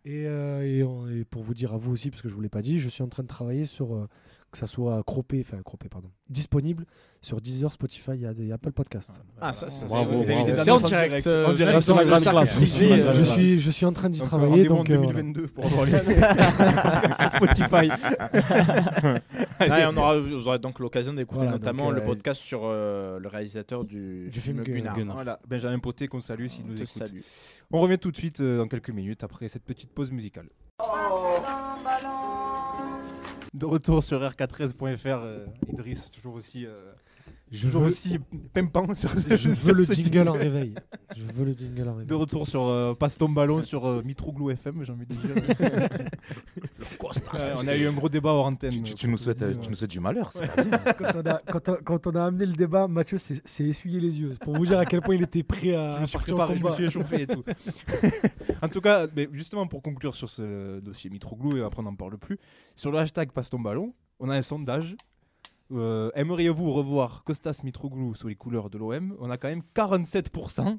S3: Et, euh, et on- et pour vous dire à vous aussi, parce que je ne vous l'ai pas dit, je suis en train de travailler sur euh, que ça soit cropé, enfin cropé, pardon, disponible sur Deezer, Spotify et et Apple Podcasts.
S6: Ah, ça, ça,
S5: Bravo,
S6: c'est- vous avez
S5: bravo.
S6: des
S5: C'est
S6: annonces
S2: en direct, euh,
S6: En direct,
S5: sur la
S6: le
S5: grande
S6: sac.
S5: classe.
S6: Je suis, euh,
S3: je, suis, je suis en train d'y
S2: Donc,
S3: travailler.
S2: rendez-vous en
S3: Donc, euh, voilà.
S2: 2022 pour avoir les [LAUGHS] Spotify.
S6: Ouais, on aura, vous aurez donc l'occasion d'écouter
S7: Voilà,
S6: notamment
S7: donc, euh,
S6: le podcast sur euh, le réalisateur du,
S7: Du film
S6: film
S7: Gun-
S6: Gunnar.
S5: Gunnar.
S2: Voilà, Benjamin Poté qu'on salue s'il
S6: On
S2: nous
S6: te
S2: écoute.
S6: salue.
S2: On revient tout de suite euh, dans quelques minutes après cette petite pause musicale. De retour sur r4s.fr, euh, Idriss, toujours aussi, euh,
S3: Je
S2: toujours
S3: veux,
S2: aussi pimpant sur ce-
S3: je veux [LAUGHS] le
S2: sur ce
S3: jingle en réveil. Je veux le jingle en
S2: De
S3: réveil.
S2: retour sur euh, Passe ton ballon sur euh, Mitroglou FM, j'ai envie de dire.
S4: [LAUGHS]
S2: [LAUGHS] Ouais, on a eu un gros débat hors antenne.
S4: Tu, tu- tu nous souhaites, euh, tu nous souhaites du malheur. ça.
S3: Quand on, a, quand on- quand on a amené le débat, Mathieu s'est s'est essuyé les yeux. Pour vous dire à quel point il était prêt à
S2: je me suis
S3: partir au
S2: préparé, je me
S3: combat.
S2: suis échauffé et tout. en tout cas, mais justement pour conclure sur ce dossier Mitroglou, et après on n'en parle plus, sur le hashtag Passe ton ballon, on a un sondage. Euh, Aimeriez-vous revoir Costas Mitroglou sous les couleurs de l'OM On a quand même 47%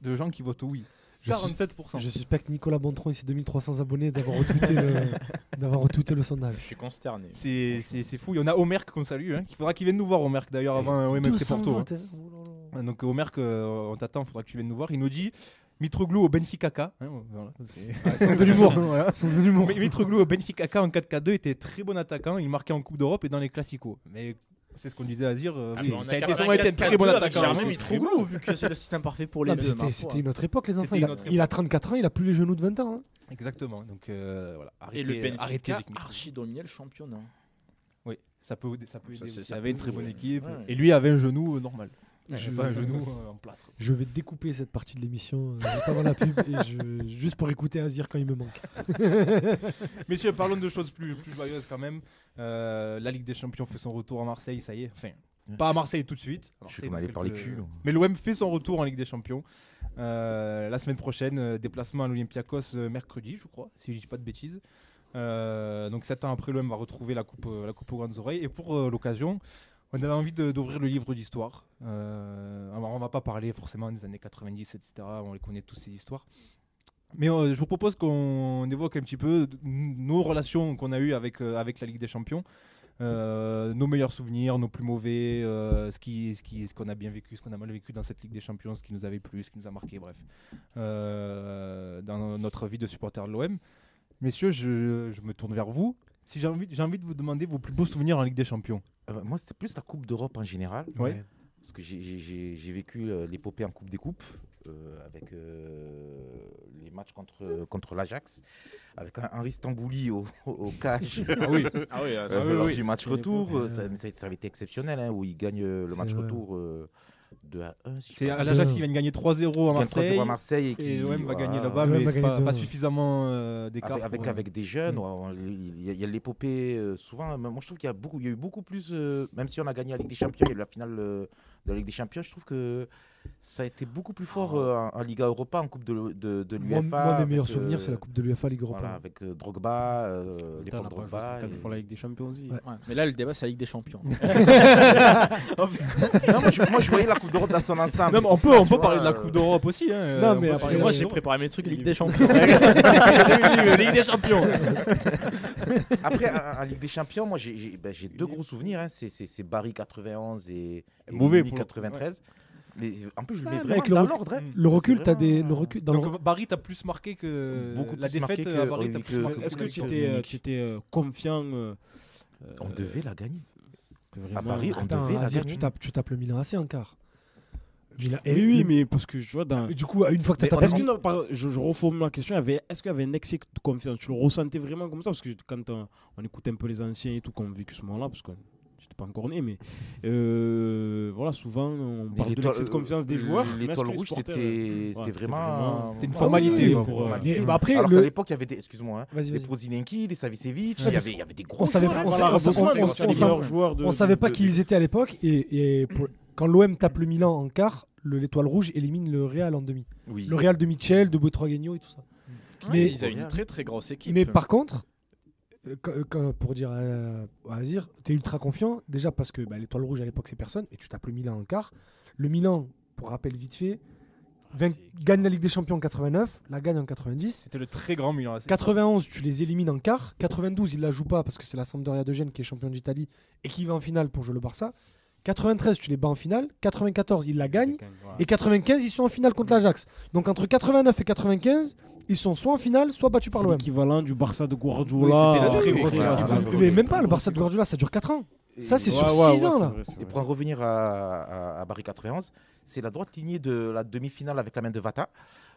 S2: de gens qui votent oui.
S7: Je, sus-
S2: 47%.
S7: je
S3: suspecte Nicolas Bontron et ses 2300 abonnés d'avoir retweeté, le- d'avoir retweeté le
S6: Je
S3: sondage.
S6: suis consterné.
S2: C'est- C'est c'est fou. Il y en a Omerc qu'on salue. Hein. Il faudra qu'il vienne nous voir, Omerc, d'ailleurs, avant euh, OM FC
S3: 200
S2: Porto. hein.
S3: votes, hein. Oh là là.
S2: Ah, Donc Omerc, euh, on t'attend, il faudra que tu viennes nous voir. Il nous dit Mitroglou au Benfica. K. Hein, voilà, c'est-
S7: Ah,
S2: [LAUGHS]
S3: Sens de l'humour. Sens de l'humour.
S2: Mais Mitroglou au Benfica K en 4K2 était très bon attaquant. Il marquait en Coupe d'Europe et dans les Classicos. Mais c'est ce qu'on disait à dire. euh,
S6: Ah,
S2: oui,
S6: bah, on
S2: ça a
S6: a
S2: été sûrement été un très bon
S6: 44-42 avec
S2: attaquant.
S6: Germain
S2: C'était très bon.
S6: Mitroglou, vu que c'est le système parfait pour les
S3: Non, mais
S6: deux.
S3: c'était, c'était une autre époque, les enfants.
S2: C'était
S3: Il a,
S2: une autre
S3: il a 34 ans, il a plus les genoux de 20 ans. hein.
S2: Exactement. Donc euh, voilà. Arrêtez,
S6: Et le
S2: arrêtez
S6: Benfica
S2: avec Mitroglou.
S6: archidominé le championnat.
S2: Oui, ça peut, ça peut
S6: Ça,
S2: aider.
S6: c'est-
S2: Il
S6: ça
S2: avait
S6: peut
S2: une très bonne
S6: jouer.
S2: équipe.
S6: Ouais.
S2: Et lui avait un genou euh, normal. Il
S3: Je-
S2: avait pas un genou euh, en plâtre.
S3: Je vais découper cette partie de l'émission euh, juste avant la pub, et je- juste pour écouter Azir quand il me manque.
S2: Messieurs, parlons de choses plus, plus joyeuses quand même. Euh, la Ligue des Champions fait son retour à Marseille, ça y est. Enfin, pas à Marseille tout de suite.
S4: Je
S2: Marseille
S4: suis comme
S2: dans
S4: allé par les
S2: quelques-
S4: culs. hein. là.
S2: Mais l'OM fait son retour en Ligue des Champions. Euh, la semaine prochaine, euh, déplacement à l'Olympiakos euh, mercredi, je crois, si je dis pas de bêtises. Euh, donc 7 ans après, l'OM va retrouver la coupe, euh, la coupe aux grandes oreilles. Et pour euh, l'occasion, on avait envie de- d'ouvrir le livre d'histoire. Euh, alors, on va pas parler forcément des années 90, etc. On les connaît tous ces histoires. Mais euh, je vous propose qu'on évoque un petit peu de- nos relations qu'on a eues avec, euh, avec la Ligue des Champions. Euh, nos meilleurs souvenirs, nos plus mauvais, euh, ce qui, ce qui, ce qu'on a bien vécu, ce qu'on a mal vécu dans cette Ligue des Champions, ce qui nous avait plu, ce qui nous a marqué, bref, Euh, dans notre vie de supporter de l'OM. Messieurs, je, je me tourne vers vous. Si j'ai envie, j'ai envie de vous demander vos plus beaux souvenirs en Ligue des Champions.
S4: Euh, moi, c'est plus la Coupe d'Europe en général.
S2: Ouais.
S7: Ouais.
S4: Parce que j'ai- j'ai- j'ai j'ai vécu euh, l'épopée en Coupe des Coupes euh, avec euh, les matchs contre, contre l'Ajax, avec un- Henri Stambouli au, au cage.
S2: Ah
S4: [LAUGHS]
S2: oui.
S6: Ah oui,
S4: Euh,
S2: Ah oui,
S4: lors
S2: oui.
S4: du match retour,
S7: Ouais.
S4: euh, ça, ça- ça avait été exceptionnel, hein, où il gagne euh, le
S7: C'est
S4: match
S7: vrai.
S4: retour euh, 2 à 1. si je
S2: C'est
S4: parle.
S2: à l'Ajax qui vient de gagner 3-0 à
S4: Bah, Il gagne 3-0
S2: Marseille.
S4: à Marseille et, qui,
S2: Et l'OM va
S4: voilà,
S2: gagner là-bas,
S7: L'OM
S2: mais
S7: va
S2: c'est
S7: gagner
S2: pas,
S7: deux,
S2: pas
S7: ouais.
S2: suffisamment euh, d'écart.
S4: Avec, avec,
S2: pour-
S4: avec des jeunes,
S2: Mm.
S4: on- on- il y a- il y a l'épopée euh, souvent. mais Moi, je trouve qu'il y a beaucoup, il y a eu beaucoup plus. euh, même si on a gagné la Ligue des Champions, il y a eu la finale euh, de la Ligue des Champions. Je trouve que ça a été beaucoup plus
S2: Ah.
S4: fort euh, en, en Liga Europa, en Coupe de, de, de
S3: Moi,
S4: l'UEFA.
S3: moi, mes meilleurs
S4: avec,
S3: souvenirs,
S4: euh,
S3: c'est la Coupe de l'UEFA Ligue Europa.
S2: hein.
S4: Voilà, avec euh, Drogba, euh,
S5: Putain, on
S4: l'époque
S5: n'a pas joué
S4: Drogba.
S5: ça quatre
S4: et-
S5: fois la Ligue des Champions aussi.
S3: Ouais.
S6: Ouais. Mais là, le débat, c'est la Ligue des Champions.
S4: [LAUGHS] Non, moi, je, moi, je voyais la Coupe d'Europe dans son ensemble.
S2: Non, mais on
S4: C'est
S2: peut,
S4: pour ça,
S2: on
S4: tu
S2: peut
S4: vois,
S2: parler de la
S4: euh,
S2: Coupe d'Europe aussi. hein,
S3: Non,
S2: euh,
S3: mais
S2: on peut
S3: après,
S2: parler
S6: Et
S2: de
S6: moi,
S2: la
S6: j'ai
S2: Ligue
S6: préparé mes trucs Ligue des Champions. [LAUGHS] Ligue des Champions.
S4: Après, en en Ligue des Champions, moi, j'ai- j'ai ben, j'ai deux gros souvenirs. hein. C'est- C'est c'est Barry 91 et, et
S2: Mauvais
S4: Munich
S2: pour le-
S4: 93. Les- en plus, je le mets
S3: Ouais,
S4: vraiment
S3: avec le
S4: dans
S3: rec-
S4: l'ordre. hein.
S3: Le recul,
S4: C'est
S3: t'as des. Le
S4: vraiment-
S3: recul, dans
S2: Donc
S3: le-
S2: euh, Barry t'as plus marqué que
S4: Beaucoup
S2: la
S4: plus marqué
S2: défaite
S4: que-
S2: à Barry
S4: oui,
S2: t'as
S4: que-
S2: plus marqué.
S4: Mais
S5: Est-ce que
S2: la
S5: tu
S2: victoire.
S5: étais, euh, tu étais euh, confiant euh,
S4: On
S5: euh,
S4: devait la gagner.
S5: t'es vraiment-
S4: À Paris, on
S3: Attends,
S4: devait la
S3: Azir,
S4: gagner.
S3: tu tapes, tu tapes le Milan AC en quart. Milan-
S5: Oui,
S3: et-
S5: oui, mais parce que je vois dans.
S3: et Du coup, une fois que t'as
S4: Mais
S3: tapé.
S5: Est-ce que, non, par- je, je reformule la question, il y avait- est-ce qu'il y avait un excès de confiance Tu le ressentais vraiment comme ça Parce que quand on, on écoute un peu les anciens et tout, qu'on a vécu ce moment-là, parce que j'étais pas encore né, mais euh, voilà, souvent on parle de
S4: L'étoile-
S5: l'excès de confiance des
S4: euh,
S5: joueurs. mais est-ce que
S4: L'étoile
S5: les
S4: rouge,
S5: supporters, euh,
S4: c'était
S5: c'était
S4: c'était vraiment.
S5: vraiment-
S2: C'était une
S4: Ah oui,
S2: formalité,
S4: oui,
S2: quoi,
S4: oui,
S5: pour,
S4: oui.
S5: euh,
S3: Mais bah, après,
S4: Alors
S3: le-
S4: qu'à l'époque, il y avait des. Excuse-moi. hein,
S3: Vas-y,
S4: Des
S3: vas-y.
S4: Prozinenki, des Savicevic,
S3: Ouais,
S4: il y
S3: parce
S4: avait il y avait des
S3: on
S5: euh,
S4: gros
S3: savait-
S4: joueurs,
S3: on
S4: quoi.
S3: savait-
S5: voilà,
S3: on savait-
S5: Bosman,
S3: on
S5: on
S3: savait-
S5: les meilleurs
S3: on
S5: joueurs de.
S3: On savait pas
S4: de-
S3: qui ils étaient à l'époque et, et pour- quand l'OM tape le Milan en quart, le- l'étoile rouge élimine le Real en demi.
S4: Oui.
S3: Le Real de Michel, de Boetrogueño et tout ça. Mais-
S6: Mais ils avaient une très très grosse équipe.
S3: Mais par contre, euh, quand- quand- pour dire euh, à Azir, t'es ultra confiant déjà parce que bah, l'étoile rouge à l'époque c'est personne et tu tapes le Milan en quart. Le Milan, pour rappel vite fait, vainc- gagne la Ligue des Champions en 89, la gagne en 90.
S2: C'était le très grand Milan AC.
S3: 91, tu les élimines en quart. 92, il la joue pas parce que c'est la Sampdoria de Gênes qui est champion d'Italie et qui va en finale pour jouer le Barça. 93, tu les bats en finale. 94, il la gagne. Et 95, ils sont en finale contre l'Ajax. Donc entre 89 et 95, ils sont soit en finale, soit battus par
S5: C'est
S3: l'OM.
S5: l'équivalent du Barça de
S2: Oui, c'était
S5: Guardiola.
S2: la très
S5: euh,
S2: grosse
S5: voilà,
S4: équipe.
S5: tu vois,
S4: Oui,
S3: Mais même pas, le Barça de Guardiola, ça dure 4 ans. Ça, c'est
S5: Ouais,
S3: sur
S5: ouais,
S3: 6
S5: ouais,
S3: ans,
S5: c'est
S3: là.
S5: vrai, c'est
S4: Et
S5: vrai.
S4: pour en revenir à, à, à Paris 91, c'est la droite lignée de la demi-finale avec la main de Vata,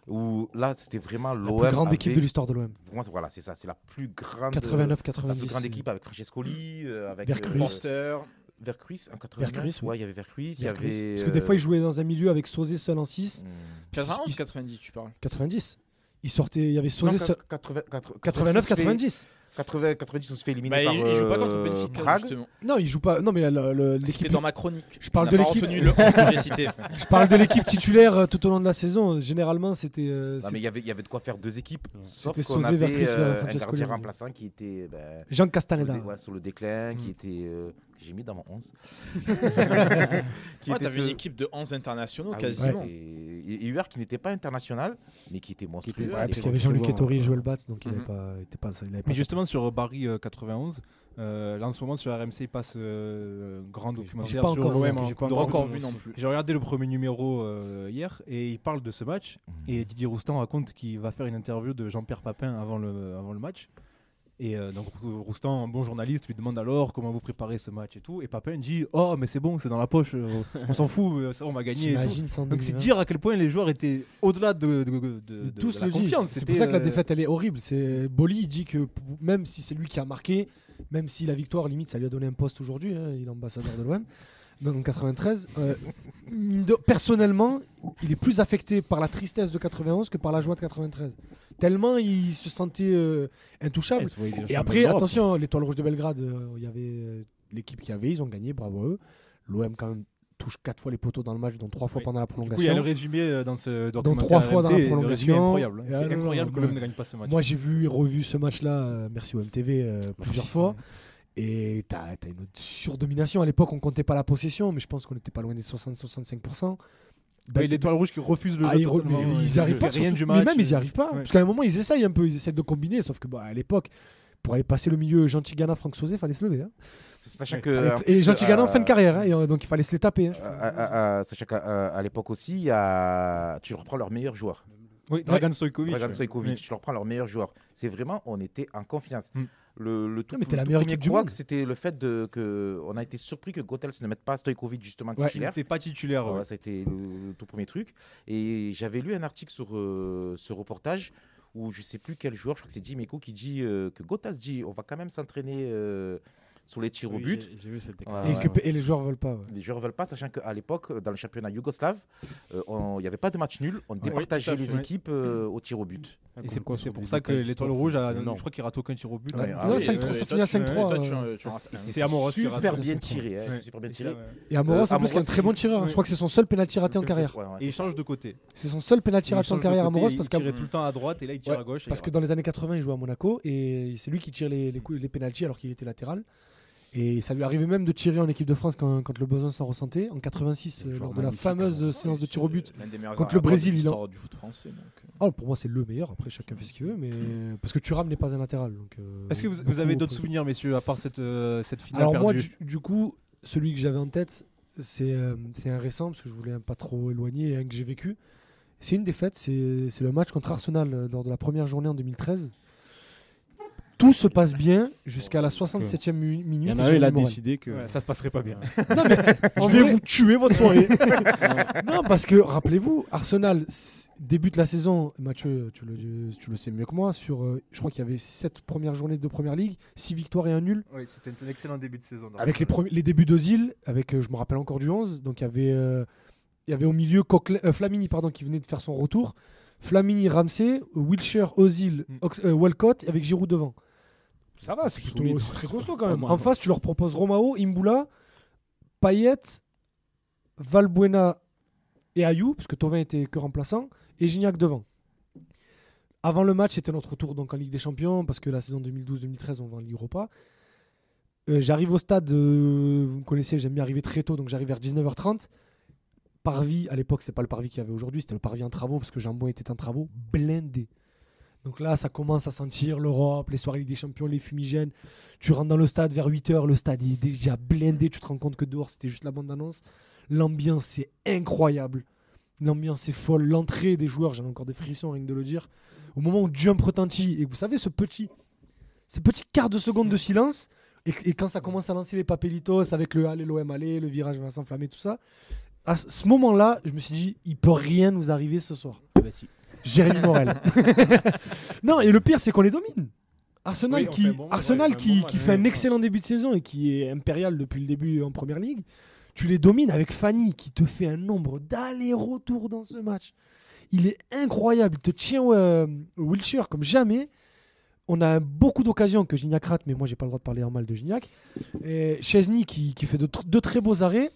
S4: où là, c'était vraiment
S3: La
S4: l'OM.
S3: plus grande
S4: avait-
S3: équipe de l'histoire de l'OM.
S4: Pour moi, c'est- voilà, c'est ça, c'est la plus grande. euh, la plus
S3: 89-90.
S4: grande équipe avec Francescoli, euh, avec
S3: Vercruis.
S6: Forster,
S4: Vercruis en 89.
S3: Vercruis, oui.
S4: ouais, il y avait Vercruis, il y
S3: Vercruis.
S4: avait. euh, hmm.
S3: Parce que des fois, ils jouaient dans un milieu avec Sauzet seul en 6,
S4: jouaient.
S6: 91 90 tu parles.
S3: 90. Ils sortaient, il y avait Sauzet seul.
S4: 89-90.
S3: 89-90.
S4: 90, on se fait
S6: Bah,
S4: éliminer
S6: il,
S4: par.
S6: il joue pas contre
S4: euh,
S6: Benfica
S4: Prague.
S6: justement.
S3: Non, il joue pas. Non, mais la- la-
S6: C'était
S3: l'équipe
S6: dans ma chronique.
S3: Je parle
S6: Tu
S3: de
S6: n'as pas
S3: l'équipe.
S6: retenu le 11 que j'ai cité.
S3: Je parle de l'équipe titulaire euh, tout au long de la saison. Généralement, c'était. euh,
S4: Non,
S3: c'est-
S4: mais il y avait- il y avait de quoi faire deux équipes. Sauf
S3: C'était
S4: qu'on
S3: Sauzet,
S4: avait
S3: Vercruis,
S4: euh, un
S3: Francescoli.
S4: gardien remplaçant qui était. ben,
S3: Jean
S4: sur le,
S3: Castaneda.
S4: dé- ouais, sur le déclin,
S2: Hmm.
S4: qui était. euh, que j'ai mis dans mon Ah 11.
S2: Oh,
S4: qui
S6: Ouais, T'avais
S4: ce-
S6: une équipe de 11 internationaux
S4: Ah oui,
S6: quasiment.
S4: c'était- Et et Huer qui n'était pas international, mais qui était monstrueux.
S5: était-
S4: à
S3: Ouais, parce qu'il y
S4: l'époque.
S3: avait Jean-Luc Ettori et Joël Batz, donc il
S6: Mhm.
S3: n'avait pas, il était pas, il avait pas
S2: Mais
S3: sa
S2: justement
S3: place.
S2: sur Barry euh, 91, euh, là en ce moment sur RMC il passe euh, un grand
S3: J'ai
S2: documentaire
S3: pas
S2: sur hein.
S3: encore vu,
S2: l'OM.
S3: j'ai
S2: en
S3: pas
S2: Coupe
S6: On
S2: d'Europe.
S6: encore vu non plus.
S2: J'ai regardé le premier numéro euh, hier et il parle de ce match
S3: Mhm.
S2: et Didier Roustan raconte qu'il va faire une interview de Jean-Pierre Papin avant le, avant le match. Et euh, donc Roustan, un bon journaliste, lui demande alors comment vous préparez ce match et tout. Et Papin dit Oh, mais c'est bon, c'est dans la poche, euh, on s'en fout, euh, ça, on va gagner. et tout.
S3: T'imagines, sans
S2: Donc c'est
S3: 2020.
S2: dire à quel point les joueurs étaient au-delà de, de, de- de-
S3: Mais
S2: de
S3: tous
S2: la
S3: le disent.
S2: confiance.
S3: C'est
S2: C'était,
S3: pour ça que la
S2: euh,
S3: défaite, elle est horrible. C'est Boli, il dit que p- même si c'est lui qui a marqué, même si la victoire, limite, ça lui a donné un poste aujourd'hui, hein, il est ambassadeur de l'OM. Donc en 93, euh, mine de- personnellement, il est plus affecté par la tristesse de 91 que par la joie de 93. Tellement il se sentait euh, intouchable.
S5: Ouais, c'est vrai, il est
S3: Et
S5: champion
S3: après,
S5: d'Europe.
S3: attention, l'étoile rouge de Belgrade, euh, il y avait euh, l'équipe qui avait, ils ont gagné, bravo à eux. L'OM quand même touche quatre fois les poteaux dans le match, dont trois fois
S2: Oui.
S3: pendant la
S2: Du coup, il y a le
S3: prolongation.
S2: résumé euh, dans ce documentaire.
S3: trois fois dans la
S2: RMC, et le
S3: prolongation.
S2: résumé est incroyable. hein.
S3: Et
S2: C'est
S3: alors,
S2: incroyable que
S3: moi-
S2: l'OM ne gagne pas ce match.
S3: Moi, j'ai vu et revu ce match-là, euh, merci OMTV, euh, plusieurs fois. Et t'as t'as une autre surdomination. À l'époque, on comptait pas la possession, mais je pense qu'on était pas loin des 60-65%.
S2: Bah, et L'étoile rouge qui refuse le
S3: Ah,
S2: jeu.
S3: ils re-
S2: totalement,
S3: mais
S2: euh,
S3: ils arrivent pas.
S2: fait rien
S3: surtout-
S2: du
S3: mais
S2: match,
S3: même, ils y
S2: euh,
S3: arrivent pas.
S2: ouais.
S3: Parce qu'à un moment, ils essayent un peu, ils essayent de combiner. Sauf que, bah, à l'époque, pour aller passer le milieu gentil Ghana, Franck Sauzet, fallait se lever. hein.
S4: Sachant que.
S3: Fallait-
S4: euh,
S3: et gentil Ghana en
S4: euh,
S3: fin de carrière, hein, et, euh, donc il fallait se les taper. hein.
S4: euh, euh, euh, sachant qu'à euh, à l'époque aussi, il y a- tu reprends leur meilleur joueur.
S2: Oui, Dragan Stojkovic.
S4: Dragan
S2: ouais.
S4: Stojkovic,
S2: Oui.
S4: tu leur prends leur meilleur joueur. C'est vraiment, on était en confiance.
S2: Mm.
S4: Le, le tout,
S3: Non, mais t'es la
S4: le tout
S3: meilleure
S4: premier
S3: équipe du
S4: couac,
S3: monde.
S4: C'était le fait de, que on a été surpris que Gotels ne mette pas Stojkovic justement
S3: Ouais.
S2: Il
S4: titulaire.
S2: n'était pas titulaire. Ah ouais.
S4: Ouais, ça a été le, le tout premier truc. Et j'avais lu un article sur euh, ce reportage où je sais plus quel joueur, je crois que c'est Jim Echo qui dit euh, que Gotas dit on va quand même s'entraîner euh, sur les tirs au
S5: Oui,
S4: but.
S5: j'ai- J'ai vu cette
S4: Ouais,
S5: déclaration.
S3: Et,
S4: ouais,
S3: que-
S4: Ah, ouais.
S3: et les joueurs veulent pas. ouais.
S4: Les joueurs veulent pas, sachant qu'à l'époque, dans le championnat yougoslave, euh, on- il n'y avait pas de match nul. On départageait
S6: tout à fait,
S4: les
S6: ouais.
S4: équipes euh, au tir au but.
S2: Et c'est pour, c'est pour ça que l'étoile rouge, a, je crois qu'il rate aucun tir au but.
S3: Ouais,
S2: hein.
S4: ah Non, oui, cinq-
S3: ça
S6: toi,
S3: finit à
S6: tu- ouais,
S3: 5-3,
S6: toi, tu-
S3: euh,
S6: tu en rappelles.
S2: C'est Amoros qui rate.
S4: Super
S3: ça,
S4: bien
S3: c'est
S4: tiré. hein,
S2: Ouais.
S4: c'est super bien
S2: Et ça,
S4: tiré.
S2: ouais.
S3: Et Amoros,
S4: Euh,
S3: en plus, qui est un
S4: Amoros,
S3: très bon tireur. hein.
S2: oui.
S3: Je crois que c'est son seul pénalty raté en carrière.
S4: Ouais, ouais.
S2: Et il change de côté.
S3: C'est son seul pénalty
S2: Il
S3: raté en
S2: change de
S3: carrière,
S2: côté,
S3: Amoros,
S2: il
S3: parce
S2: tirait
S3: qu'après.
S2: tout le temps à droite et là il tire
S3: Ouais,
S2: à gauche. et
S3: Parce
S2: il
S3: que dans les années 80, il jouait à Monaco et c'est lui qui tire les, les, coups- les pénaltys alors qu'il était latéral. Et ça lui arrivait même de tirer en équipe de France quand, quand le besoin s'en ressentait, en 86,
S5: Le
S3: euh,
S5: joueur
S3: lors de la
S5: magnifique,
S3: fameuse
S5: hein.
S3: séance de tir au but.
S6: L'un des meilleurs
S3: Contre le
S6: arrière-droits
S3: Brésil, il
S6: de
S3: en-
S6: l'histoire du foot français. donc, euh.
S3: Ah, pour moi, c'est le meilleur. Après, chacun fait ce qu'il veut, mais parce que Thuram n'est pas un latéral. donc, euh,
S2: rate. Est-ce que vous, vous
S3: beaucoup-
S2: avez d'autres
S3: beaucoup-
S2: souvenirs, messieurs, à part cette, euh, cette finale
S3: Alors moi,
S2: perdue
S3: du, du coup, celui que j'avais en tête, c'est euh, c'est un récent, parce que je voulais pas trop éloigner, et un que j'ai vécu. C'est une défaite, c'est c'est le match contre Arsenal euh, lors de la première journée en 2013. Tout se passe bien jusqu'à la 67e mi-
S5: Il
S3: minute.
S5: y en
S3: et
S5: a un, il a
S3: Jérémy Morel.
S5: décidé que.
S2: Ouais, Ça se passerait pas bien.
S3: En vrai-
S5: tuer votre [LAUGHS] soirée.
S3: Non, parce que rappelez-vous, Arsenal s- débute la saison, Mathieu, tu le, tu le sais mieux que moi, sur, euh, je crois qu'il y avait 7 premières journées de première ligue, 6 victoires et un nul.
S2: Oui, c'était un excellent début de saison.
S3: Avec les, premi- les débuts d'Ozil, avec euh, je me rappelle encore du 11, donc il y avait euh, il y avait au milieu Coquelin- euh, Flamini pardon qui venait de faire son retour, Flamini, Ramsey, Wilshire, Ozil,
S5: Hmm.
S2: Mm.
S3: Ox- euh, Walcott avec Giroud devant. Ça va, c'est
S5: Sous-
S3: plutôt
S5: sous-
S3: c'est très
S5: sous-
S3: costaud quand même.
S5: Au moins,
S3: en face, tu leur proposes Romao, Imboula, Payet, Valbuena et Ayou parce que Tovin était que remplaçant et Gignac devant. Avant le match, c'était notre tour donc en Ligue des Champions parce que la saison 2012-2013, on va en Ligue Europa. Euh, j'arrive au stade, euh, vous me connaissez, j'aime bien arriver très tôt, donc j'arrive vers 19h30. Parvis, à l'époque, c'était pas le parvis qu'il y avait aujourd'hui, c'était le parvis en travaux parce que Jambon était en travaux blindé. Donc là, ça commence à sentir l'Europe, les soirées Ligue des Champions, les fumigènes. Tu rentres dans le stade vers 8h, le stade est déjà blindé, tu te rends compte que dehors, c'était juste la bande-annonce. L'ambiance est incroyable. L'ambiance est folle. L'entrée des joueurs, j'en ai encore des frissons rien que de le dire. Au moment où Jump retentit, et vous savez, ce petit, ce petit quart de seconde de silence, et, et quand ça commence à lancer les papelitos avec le allez, l'OM, allez, le virage va s'enflammer, tout ça, à ce ce moment-là, je me suis dit, il peut rien nous arriver ce soir. Jérémy
S2: [LAUGHS]
S3: Morel. non, et le pire, c'est qu'on les domine. Arsenal
S2: Oui, on
S3: qui,
S2: fait un bon match,
S3: Arsenal
S2: ouais, on fait un
S3: qui,
S2: bon
S3: qui
S2: match,
S3: fait un
S2: ouais.
S3: excellent début de saison et qui est impérial depuis le début en première ligue, tu les domines avec Fanny qui te fait un nombre d'allers-retours dans ce match. Il est incroyable, il te tient euh, Wilshire comme jamais. On a beaucoup d'occasions que Gignac rate, mais moi j'ai pas le droit de parler en mal de Gignac. Et Chesney qui, qui fait de, tr- de très beaux arrêts.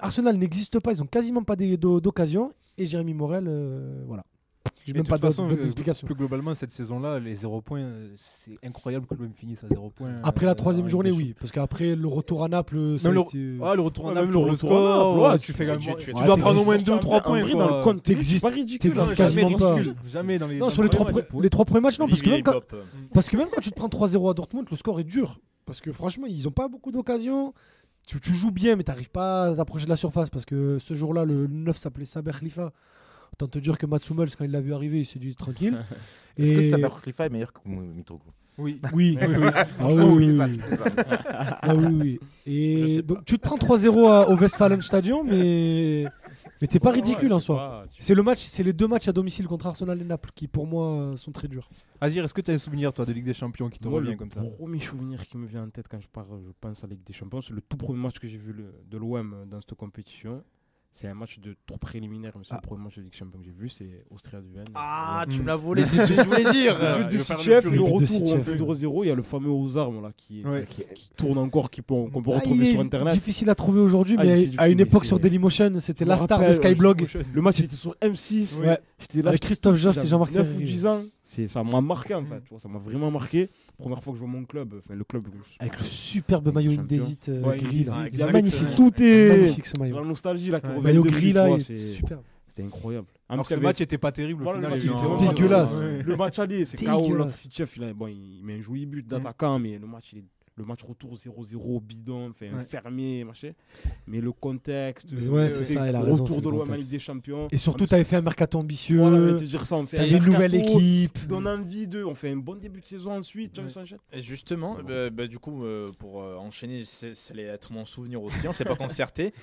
S3: Arsenal n'existe pas, ils ont quasiment pas des- d'o- d'occasion. Et Jérémy Morel, euh, voilà. J'ai
S2: Mais
S3: même
S2: de
S3: pas
S2: toute façon,
S3: d'autres d'autres
S2: euh,
S3: explications.
S2: Plus globalement, cette saison-là, les 0 points, euh, c'est incroyable que l'OM finisse à 0 points.
S3: Après
S2: euh,
S3: la
S2: en
S3: troisième
S2: Ligue
S3: journée,
S2: des Champions.
S3: oui, parce qu'après le retour à Naples, euh, ça
S2: Même
S3: a
S2: le-
S3: été-
S2: Ah, le retour en
S6: Ouais,
S2: Naples,
S6: même
S2: le
S6: le
S2: retour
S6: retour
S2: en
S6: en
S2: Naples,
S6: Naples,
S2: ouais,
S6: tu-
S2: tu fais quand même.
S6: tu- tu-
S2: Tu
S6: tu
S2: dois prendre au moins
S3: t'existes-
S2: 2 ou 3
S3: En
S2: points.
S3: vrai, dans le compte, t'existes,
S2: quasiment
S3: t'existes quasiment pas.
S2: Jamais dans les.
S3: Non,
S2: dans
S3: sur hein. les trois,
S2: matchs.
S3: pre- les trois premiers matchs, non, parce que,
S6: Vivi
S3: même quand,
S6: Leipop, euh,
S3: parce que même quand tu te prends 3-0 à Dortmund, le score est dur. Parce que franchement, ils n'ont pas beaucoup d'occasions. Tu, tu joues bien, mais t'arrives pas à t'approcher de la surface. Parce que ce jour-là, le 9 s'appelait Saber Khalifa. Autant te dire que Mats Hummels, quand il l'a vu arriver, il s'est dit tranquille.
S4: Est-ce que
S3: Et-
S4: Saber Khalifa est meilleur que Mitroglou
S2: Oui.
S3: oui, oui, oui. Ah oui, oui, oui. [LAUGHS] Ah oui, oui.
S6: Je sais
S3: Et
S6: pas.
S3: donc tu te prends 3-0 à- au Westfalenstadion, mais, mais t'es pas ridicule en soi. C'est le match, c'est les deux matchs à domicile contre Arsenal et Naples qui pour moi euh, sont très durs.
S2: Azir, est-ce que tu as un souvenir, toi, de Ligue des Champions qui te
S5: Moi,
S2: revient
S5: le
S2: comme ça
S5: premier souvenir qui me vient en tête quand je, parle, je pense à la Ligue des Champions, c'est le tout premier match que j'ai vu le- de l'OM dans cette compétition. C'est un match de tour préliminaire, mais c'est
S3: Ah.
S5: le premier match de Ligue des Champions que j'ai vu, c'est Austria Duven.
S6: Ah,
S2: Mm.
S6: tu me l'as volé, c'est ce que je voulais dire.
S5: Le but de
S6: Je vais faire
S5: Sitchef,
S6: plus
S5: le
S3: but
S6: gros.
S3: de
S5: retour où on
S3: Sitchef,
S5: fait
S3: oui.
S5: 0-0, il y a le fameux aux armes là, qui, est-
S2: Ouais.
S5: qui- qui tourne encore, qui peut- qu'on peut,
S3: Ah, il
S5: retrouver
S3: est
S5: sur internet.
S3: Difficile à trouver aujourd'hui,
S5: Ah,
S3: mais
S5: c'est
S3: à- à
S5: difficile,
S3: une
S5: mais
S3: époque
S5: c'est-
S3: sur Dailymotion, c'était
S5: Je
S3: la
S5: me
S3: star de
S5: rappelle, ouais,
S3: Skyblog.
S5: Le match était sur M6,
S3: Ouais.
S5: j'étais là,
S3: Avec Christophe Joss et
S5: J'avais
S3: Jean-Marc
S5: 9 ou
S3: Ferreri.
S5: 10 ans, c'est, ça m'a marqué en
S2: Mm.
S5: fait, tu vois, ça m'a vraiment marqué. Première fois que je vois mon club, enfin le club. que je-
S3: Avec le superbe maillot
S5: Champion.
S3: Indesit euh,
S5: Ouais,
S3: gris. là.
S5: Indesit,
S3: Il est
S5: exactement.
S3: magnifique.
S5: Tout est-
S3: magnifique ce
S5: C'est
S3: maillot.
S5: la nostalgie là qui
S2: Ouais.
S5: revient
S3: maillot
S5: depuis,
S3: gris
S5: tu
S3: là, il
S5: vois,
S3: est
S5: c'est-
S3: superbe.
S5: c'était incroyable.
S2: Alors
S5: Même
S2: que
S5: s'il
S2: le
S5: y avait-
S2: match était pas terrible,
S5: Voilà,
S2: au final.
S5: le match
S2: il
S5: était
S2: était
S5: vraiment
S2: vraiment-
S3: dégueulasse.
S2: Ouais.
S5: Le match aller, c'est
S3: Dégueulasse. Mm.
S5: KO. L'autre Sitchef, il, a- bon, il met un joli but d'attaquant, mais le match, il est- le match retour 0-0, bidon, fait un
S2: Ouais.
S5: fermier, machin. Mais le contexte,
S3: Mais ouais, c'est
S5: le
S3: ça, elle a raison, c'est
S5: retour
S3: le
S5: de l'OM en
S3: contexte.
S5: Ligue des Champions.
S3: Et surtout,
S5: tu
S3: t'avais fait un mercato ambitieux.
S5: voilà, dire ça, on fait
S3: T'avais une nouvelle équipe.
S5: donne envie d'eux, on fait un bon début de saison ensuite, tu vois, ça enchaîne.
S6: Et Justement, bah, bah, du coup, euh, pour euh, enchaîner, c'est- ça allait être mon souvenir aussi, on s'est pas concerté.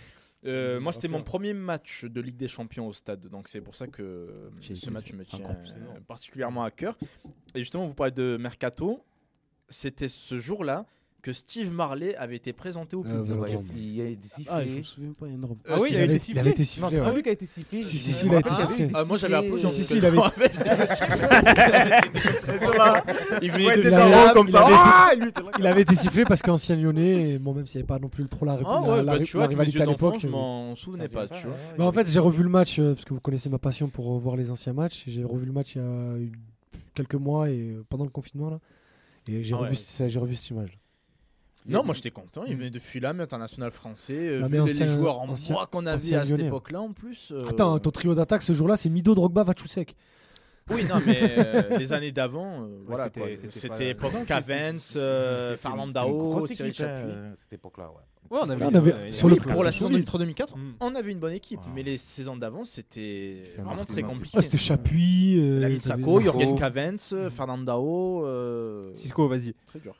S6: Euh, moi, c'était mon premier match de Ligue des Champions au stade, donc c'est pour ça que euh,
S5: J'ai
S6: ce
S5: été-
S6: match me
S5: c'est
S6: tient
S5: encore plus énorme.
S6: euh, particulièrement à cœur. Et justement, vous parlez de Mercato, c'était ce jour-là que Steve Marley avait été présenté au
S3: Euh,
S7: Ah,
S6: public.
S7: voilà.
S4: Ouais, il a été sifflé.
S5: Ah, je me souviens pas, il y a un drop.
S6: Ah
S7: si,
S6: oui, il a été
S7: Il avait
S6: sifflé.
S7: été
S4: Non,
S7: sifflé.
S4: c'est pas
S7: ouais.
S4: lui qui a été sifflé.
S3: Si, si, si, il a été
S6: Ah,
S3: sifflé.
S6: Ah, moi j'avais applaudi.
S4: Si,
S3: si,
S6: en [LAUGHS]
S3: il avait-
S6: fait. Il venait de
S3: il
S6: faire
S3: avait-
S6: un comme
S3: il
S6: ça.
S3: avait-
S6: Ah, il était là.
S3: Il avait été sifflé parce qu'ancien lyonnais, et bon, même s'il n'y avait pas non plus trop la, ré- la-
S6: Ah ouais,
S3: la
S6: bah
S3: ré- la
S6: tu vois, avec mes
S3: rivalité
S6: yeux
S3: à
S6: d'enfant,
S3: l'époque. euh,
S6: je m'en souvenais Bah, pas, tu vois.
S3: Mais Bah, en fait, j'ai revu le match, euh, parce que vous connaissez ma passion pour euh, voir les anciens matchs. J'ai revu le match il y a eu quelques mois et euh, pendant le confinement. Là, et j'ai
S6: Ah ouais.
S3: revu, ça- j'ai revu cette image.
S6: Non, moi j'étais content, il venait de Fulham, international français, euh,
S3: Mm. Non,
S6: vu
S3: mais
S6: les-
S3: ancien-
S6: les joueurs en
S3: ancien-
S6: bois qu'on avait
S3: ancien
S6: à cette
S3: Lyonnais.
S6: époque-là en plus. euh,
S3: Attends, hein, ton trio d'attaque ce jour-là, c'est Mido, Drogba, Vachusek.
S6: Oui, non, mais
S3: [LAUGHS]
S6: euh, les années d'avant, euh, voilà,
S2: c'était-
S6: quoi.
S2: c'était pas-
S6: c'était
S2: Non,
S6: époque
S2: c'était-
S6: Cavens, euh, Farlandao, Cyril Chapuis.
S4: hein, cette époque-là, ouais.
S2: Ouais, on avait,
S3: on avait-
S2: euh,
S3: sur
S6: Ah Oui,
S3: le plan,
S6: pour la
S3: c'est
S6: saison
S3: solide.
S6: 2003-2004,
S2: Mm.
S6: on avait une bonne équipe,
S4: Voilà.
S6: mais les saisons d'avant, c'était
S4: C'est
S6: vraiment
S4: un
S6: très
S4: mardi,
S6: compliqué.
S3: Ah, c'était Chapuis. euh,
S6: Lamine
S3: t'avais- Mm.
S6: Sacco,
S4: Zacco.
S6: Jürgen Cavens, euh, Fernandao, euh,
S2: Cisco, vas-y.
S6: très dur.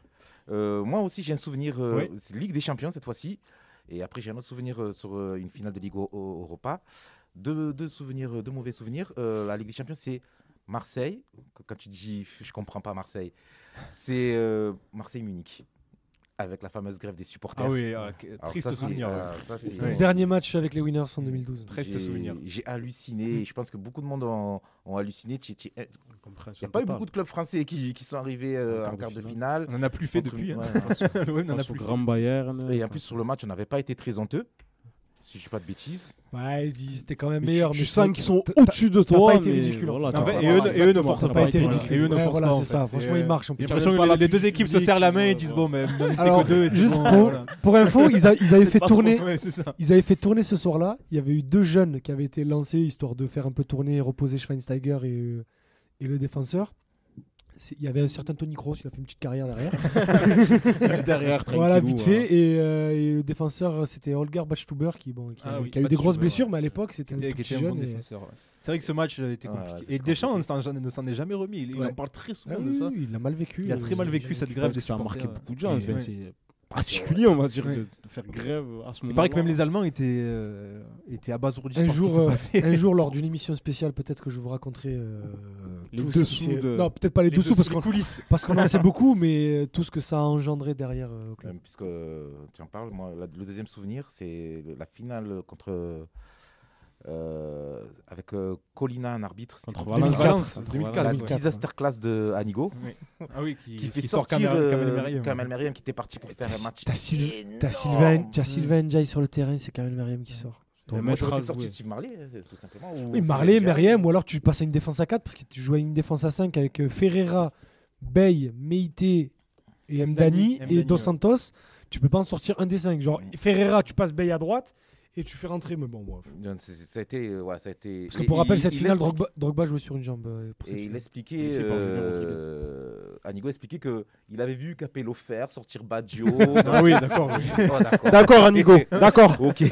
S4: Euh, moi aussi, j'ai un souvenir euh,
S2: Oui.
S4: c'est Ligue des Champions cette fois-ci. Et après, j'ai un autre souvenir euh, sur euh, une finale de Ligue Eu- Eu- Europa. Deux, deux souvenirs, euh, deux mauvais souvenirs. Euh, la Ligue des Champions, c'est Marseille. Qu- Quand tu dis je comprends pas Marseille, c'est euh, Marseille-Munich avec la fameuse grève des supporters.
S2: Ah oui, ah, que-
S4: Alors
S2: triste
S4: ça, c'est-
S2: souvenir. ouais.
S4: ah, ça, c'est-
S3: C'était le dernier match avec les Winners en 2012.
S2: Triste
S4: j'ai-
S2: souvenir. Mhm.
S4: J'ai halluciné. Je pense que beaucoup de monde ont, ont halluciné. eh, Il n'y
S5: Il
S4: a pas eu beaucoup de clubs français qui, qui sont arrivés euh, en quart de finale.
S2: On en a plus fait
S4: Contre-
S2: depuis. hein.
S4: ouais.
S2: L'OM n'en a
S5: Face au
S2: plus.
S5: Grand Bayern. euh,
S4: Et en plus, sur le match, on n'avait pas été très honteux. Si je dis pas de bêtises.
S3: Ouais, ils étaient quand même
S5: Mais tu-
S3: meilleurs.
S5: tu
S3: mais
S5: sens
S3: c'est-
S5: qu'ils sont
S3: t'as-
S5: au-dessus de
S3: t'as
S5: toi.
S3: pas été
S5: mais
S3: ridicule, en
S5: voilà,
S3: fait.
S5: t'as
S2: En fait,
S5: pas-
S2: et eux,
S5: voilà,
S2: et eux ne
S5: exactement,
S2: forcent
S5: t'as
S2: pas,
S3: pas été
S2: été
S5: voilà.
S2: ridicules.
S3: ridicule.
S2: Et eux ne
S3: Ouais,
S2: forcent
S3: voilà,
S2: pas, en
S3: c'est
S2: fait.
S3: ça. Franchement,
S2: Et,
S3: ils
S2: euh,
S3: marchent en
S2: J'ai
S3: plus.
S2: l'impression
S5: pas
S2: que
S5: la
S2: les- les deux
S5: public,
S2: équipes se serrent la main et disent
S5: euh,
S2: bon, mais même
S3: Alors,
S2: que deux. et c'est
S3: juste
S2: bon,
S3: pour-
S2: voilà.
S3: Pour info, ils, a- ils avaient fait
S2: Pas trop-
S3: tourner.
S2: ouais, [LAUGHS] c'est ça.
S3: Ils avaient fait tourner ce soir-là. Il y avait eu deux jeunes qui avaient été lancés histoire de faire un peu tourner, reposer Schweinsteiger et, euh, et le défenseur. C'est- Il y avait un certain Tony Kroos, il a fait une petite carrière
S2: [LAUGHS]
S3: derrière.
S5: Juste derrière,
S3: voilà,
S5: tranquillou,
S3: vite
S2: hein.
S3: fait. Et, euh, et le défenseur, c'était Holger Bachstuber qui, bon, qui,
S2: Ah
S3: avait-
S2: oui,
S3: qui a eu des grosses
S2: Bachstuber,
S3: blessures,
S2: ouais.
S3: mais à l'époque, c'était un
S2: Qui
S3: tout
S2: était- qui
S3: petit
S2: était un bon
S3: jeune. et-
S2: défenseur. ouais. C'est vrai que ce match euh, était
S4: Ouais, ouais,
S2: compliqué.
S4: c'était
S2: Et Deschamps ne
S4: compliqué.
S2: s'en ne s'en est jamais remis. Il il
S3: Ouais.
S2: en parle très
S3: Ah
S4: Euh,
S2: souvent de
S3: oui,
S2: ça.
S3: oui, il l'a mal vécu.
S2: Il a
S3: euh,
S2: très mal
S3: j'ai-
S2: vécu
S3: j'ai-
S2: cette
S5: Je
S2: grève
S5: pense
S2: des
S5: que ça a marqué
S2: supporters.
S5: beaucoup de gens. enfin,
S2: Ouais.
S5: C'est particulier, on va dire,
S2: Ouais.
S5: de de faire grève à ce moment-là.
S2: Il paraît que même les Allemands étaient, euh, étaient abasourdis.
S3: Un
S2: par ce qui
S3: jour,
S2: s'est
S3: euh,
S2: passé.
S3: [LAUGHS] un jour, lors d'une émission spéciale, peut-être que je vous raconterai euh,
S5: Les
S3: tout ce qui
S5: dessous
S3: s'est-
S5: de-
S3: Non, peut-être pas les,
S2: Les
S3: dessous, parce
S2: dessous,
S3: qu'on
S2: les coulisses.
S3: parce qu'on en
S2: [LAUGHS]
S3: sait beaucoup, mais euh, tout ce que ça a engendré derrière euh, au club.
S4: Euh, puisque euh, tu en parles, moi, la- le deuxième souvenir, c'est le- la finale contre. euh, avec euh, Colina, un arbitre. c'était
S5: Contre
S4: contre
S5: Valence.
S3: 2004,
S5: Valence,
S2: hein,
S5: contre
S2: 2004,
S4: La
S5: Valence.
S3: ouais.
S4: disaster class de Anigo
S2: Ah oui, qui,
S4: qui fait
S2: qui sort
S4: sortir
S2: Kamel,
S4: euh,
S2: Kamel Meriem.
S4: Kamel Meriem, qui était parti pour faire
S3: T'as
S4: un
S3: Sy-
S4: match.
S3: T'as Syl-
S4: énorme.
S3: t'as Sylvain, t'as Sylvain Ndiaye sur le terrain, c'est Kamel Meriem qui sort.
S5: Ton
S4: Moi,
S5: maître
S4: j'aurais
S5: à
S4: fait sortir
S5: jouer.
S4: Steve Marley, euh, tout simplement. ou
S3: Oui,
S4: Sylvain
S3: Marley,
S4: Jack.
S3: Meriem, ou alors tu passes à une défense à 4 parce que tu jouais à une défense à 5 avec euh, Ferreira, Bey, Meite et Mdani
S2: Mdani,
S3: et
S2: ouais.
S3: Dos Santos. Tu peux pas en sortir un des 5. Genre Ferreira, tu passes Bey à droite et tu fais rentrer. Mais bon, bref.
S4: Non, c'est- c'est- Ça a été. euh, ouais, ça a été-
S3: Parce que
S4: et
S3: pour
S4: il-
S3: rappel, cette
S4: il
S3: finale,
S4: explique-
S3: Drogba, Drogba jouait sur une jambe. euh, pour cette
S4: Et il
S3: finale.
S4: expliquait,
S2: Laissé par Julien
S4: euh, Anigo expliquait que il avait vu Capello faire
S3: [LAUGHS]
S4: sortir Baggio.
S2: Ah oui, d'accord. oui.
S4: Oh, d'accord.
S7: D'accord,
S2: [LAUGHS]
S7: Anigo. D'accord.
S4: Ok.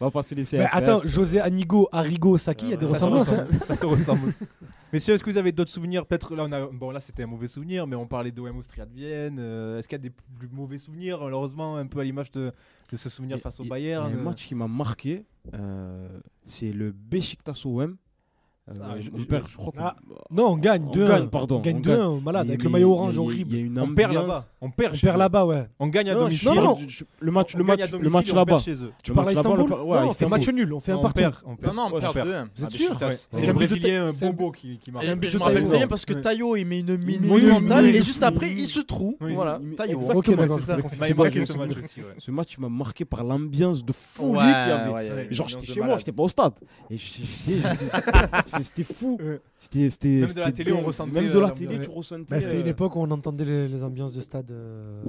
S5: On va passer les CFR.
S3: Mais attends, José Anigo, Arrigo, Saki, il y a des
S2: Ça se
S3: ressemblances. hein.
S2: ressemble, Ça se ressemble. [LAUGHS] Messieurs, est-ce que vous avez d'autres souvenirs Peut-être là, on a... bon, là c'était un mauvais souvenir, mais on parlait d'OM Austria de Vienne. Euh, est-ce qu'il y a des plus mauvais souvenirs Malheureusement, un peu à l'image de... de ce souvenir
S5: Il-
S2: face au
S5: il-
S2: Bayern.
S5: Il y a
S2: euh,
S5: un match qui m'a marqué, euh, c'est le Beşiktaş OM. Euh,
S2: Ah, je-
S5: on perd, je crois qu'on
S3: Ah, Non, on gagne
S5: on
S3: 2-1.
S5: gagne, pardon.
S3: On gagne
S5: on
S3: 2-1, malade,
S5: Mais-
S3: avec
S5: mais
S3: le maillot
S5: il y a-
S3: orange
S5: il y a-
S3: horrible.
S5: Il y a une
S2: On perd
S5: ambiance.
S2: là-bas. On perd
S3: On
S2: chez
S3: perd
S2: eux.
S3: là-bas, ouais.
S2: On gagne à
S5: Non,
S2: domicile.
S5: je-
S3: non, non.
S5: je- je- le match, le
S2: On gagne
S5: match,
S2: à
S5: le
S2: domicile,
S5: match
S2: on
S5: là-bas.
S2: perd chez eux.
S3: Tu parles à
S5: Le match là-bas,
S3: Istanbul
S5: le- ouais,
S3: Non,
S5: il
S3: on
S5: se
S3: fait un
S5: fait
S3: match
S5: sauter.
S3: nul, on fait un
S2: Non, on
S3: partout.
S2: perd, on
S6: Non,
S2: perd.
S6: non, on
S2: Ouais,
S6: perd hein. Ah, 2-1.
S3: Vous êtes sûr
S2: Ah C'est
S3: Ouais.
S2: un
S3: Ouais.
S2: Brésilien
S3: C'est un-
S2: bobo qui, qui marque.
S3: c'est un but
S6: euh, Je
S3: de
S6: me rappelle
S3: Taillot.
S6: très bien parce que
S2: Ouais.
S6: Tayo, il met une mine
S2: Oui, oui,
S6: monumentale
S2: oui.
S6: et juste après, il se troue.
S2: Oui.
S6: Voilà, Tayo.
S5: Exactement,
S3: Ok, d'accord,
S5: c'est
S3: je
S5: ça.
S3: voulais
S2: Il m'a
S5: C'est
S2: marqué
S5: moi
S2: ce
S5: qui me
S2: match
S5: souviens.
S2: aussi. ouais.
S5: Ce match m'a marqué par l'ambiance de folie
S6: Ouais,
S5: qu'il y avait.
S6: ouais, ouais,
S5: Genre,
S6: une
S5: j'étais
S6: ambiance
S5: chez
S6: de
S5: moi,
S6: malade.
S5: j'étais pas au stade. Et j'étais- j'étais- j'étais- c'était fou.
S2: Ouais.
S5: C'était, c'était,
S2: Même de
S5: c'était
S2: la télé, on
S5: dingue.
S2: ressentait,
S5: Même de la
S2: euh,
S5: télé,
S2: l'ambiance.
S5: tu ressentais.
S3: Bah, c'était
S5: euh,
S3: une époque où on entendait les, les ambiances de stade euh,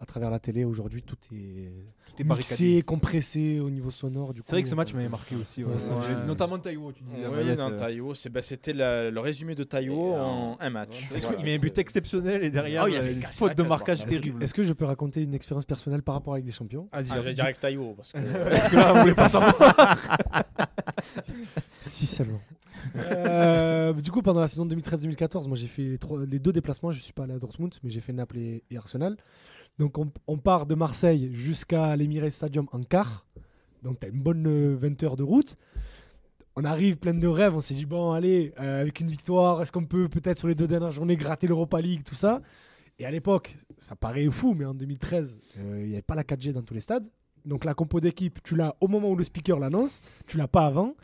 S3: à travers la télé. Aujourd'hui, tout est
S2: T'es barricadé.
S3: mixé, compressé au niveau sonore. Du coup,
S2: C'est vrai que ce match
S3: euh,
S2: m'avait marqué aussi. ouais.
S3: Ouais, ça,
S2: Ouais.
S6: j'ai-
S2: Notamment Taïwo, tu disais.
S6: Oui,
S2: Amaïs,
S6: non,
S2: euh,
S6: Taillot, c'est- bah, c'était la- le résumé de Tayo
S4: Et, euh,
S6: en un match.
S2: Est-ce
S6: Voilà,
S2: qu'il met un
S6: c'est-
S2: but exceptionnel et derrière
S6: Ah, il a fait
S2: euh, une
S6: casse
S2: faute
S6: la
S2: de
S6: cage,
S2: marquage
S6: par
S3: Est-ce que,
S2: terrible
S3: est-ce que je peux raconter une expérience personnelle par rapport à la Ligue des Champions
S2: Vas-y,
S6: Ah, j'allais dire
S2: arrête.
S6: avec Tayo parce que
S2: Parce que là, [LAUGHS] on voulait pas savoir.
S3: Si seulement. [LAUGHS] Euh, du coup, pendant la saison 2013-2014, moi j'ai fait les, trois- les deux déplacements. Je suis pas allé à Dortmund, mais j'ai fait Naples et, et Arsenal. Donc on, on part de Marseille jusqu'à l'Emirates Stadium en car. Donc t'as une bonne euh, 20 heures de route. On arrive plein de rêves. On s'est dit bon, allez, euh, avec une victoire, est-ce qu'on peut peut-être sur les deux dernières journées gratter l'Europa League, tout ça. Et à l'époque, ça paraît fou, mais en 2013, euh, il n'y avait pas la 4G dans tous les stades. Donc la compo d'équipe, tu l'as au moment où le speaker l'annonce, tu l'as pas avant.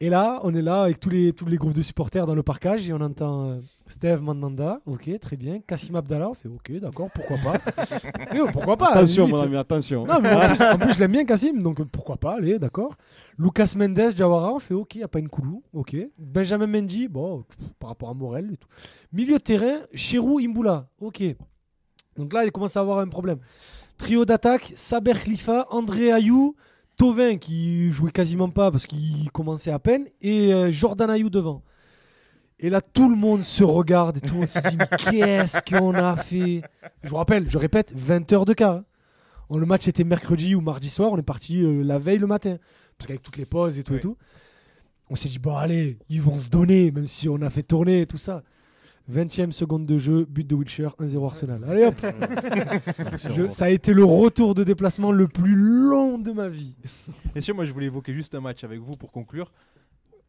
S3: Et là, on est là avec tous les, tous les groupes de supporters dans le parcage et on entend euh, Steve Mandanda, ok, très bien. Kassim Abdallah, on fait ok, d'accord, pourquoi
S5: [LAUGHS]
S3: pas. Et, euh, pourquoi pas
S5: Attention,
S3: limite.
S5: mon ami, attention.
S3: Non, mais en plus, en plus, je l'aime bien, Kassim, donc euh, pourquoi pas, allez, d'accord. Lucas Mendes, Jawara, on fait OK, il a pas une coulou, OK. Benjamin Mendy, bon, pff, par rapport à Morel et tout. Milieu de terrain, Cherou Imboula, OK. Donc là, il commence à avoir un problème. Trio d'attaque, Saber Khalifa, André Ayou, Tovin qui jouait quasiment pas parce qu'il commençait à peine, et euh, Jordan Ayou devant. Et là, tout le monde se regarde et tout le monde se dit [LAUGHS] Mais qu'est-ce qu'on a fait Je vous rappelle, je répète, 20 heures de cas. hein. On- Le match était mercredi ou mardi soir, on est parti euh, la veille le matin. Parce qu'avec toutes les pauses et tout et
S2: Oui.
S3: tout, on s'est dit Bon, allez, ils vont se donner, même si on a fait tourner et tout ça. 20 e seconde de jeu, but de Wilshire, 1-0 Arsenal. Allez
S2: [LAUGHS]
S3: hop
S5: Merci,
S3: Je-
S5: au revoir.
S3: Ça a été le retour de déplacement le plus long de ma vie.
S2: Messieurs, moi je voulais évoquer juste un match avec vous pour conclure.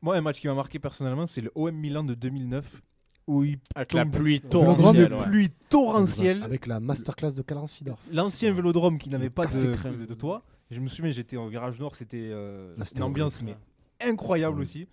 S2: Moi, un match qui m'a marqué personnellement, c'est le OM Milan de 2009, où il
S6: Avec la pluie
S2: torrentielle,
S6: torrentielle.
S2: de
S6: ouais.
S2: pluie torrentielle.
S7: Avec la masterclass de Calencidorf.
S2: L'ancien vélodrome qui n'avait pas
S5: café
S2: de,
S5: crème.
S2: de, de toit. Je me souviens, j'étais au garage nord, c'était euh,
S7: Ah, c'était
S2: une ambiance mais
S7: horrible.
S2: incroyable
S7: Ouais.
S2: aussi.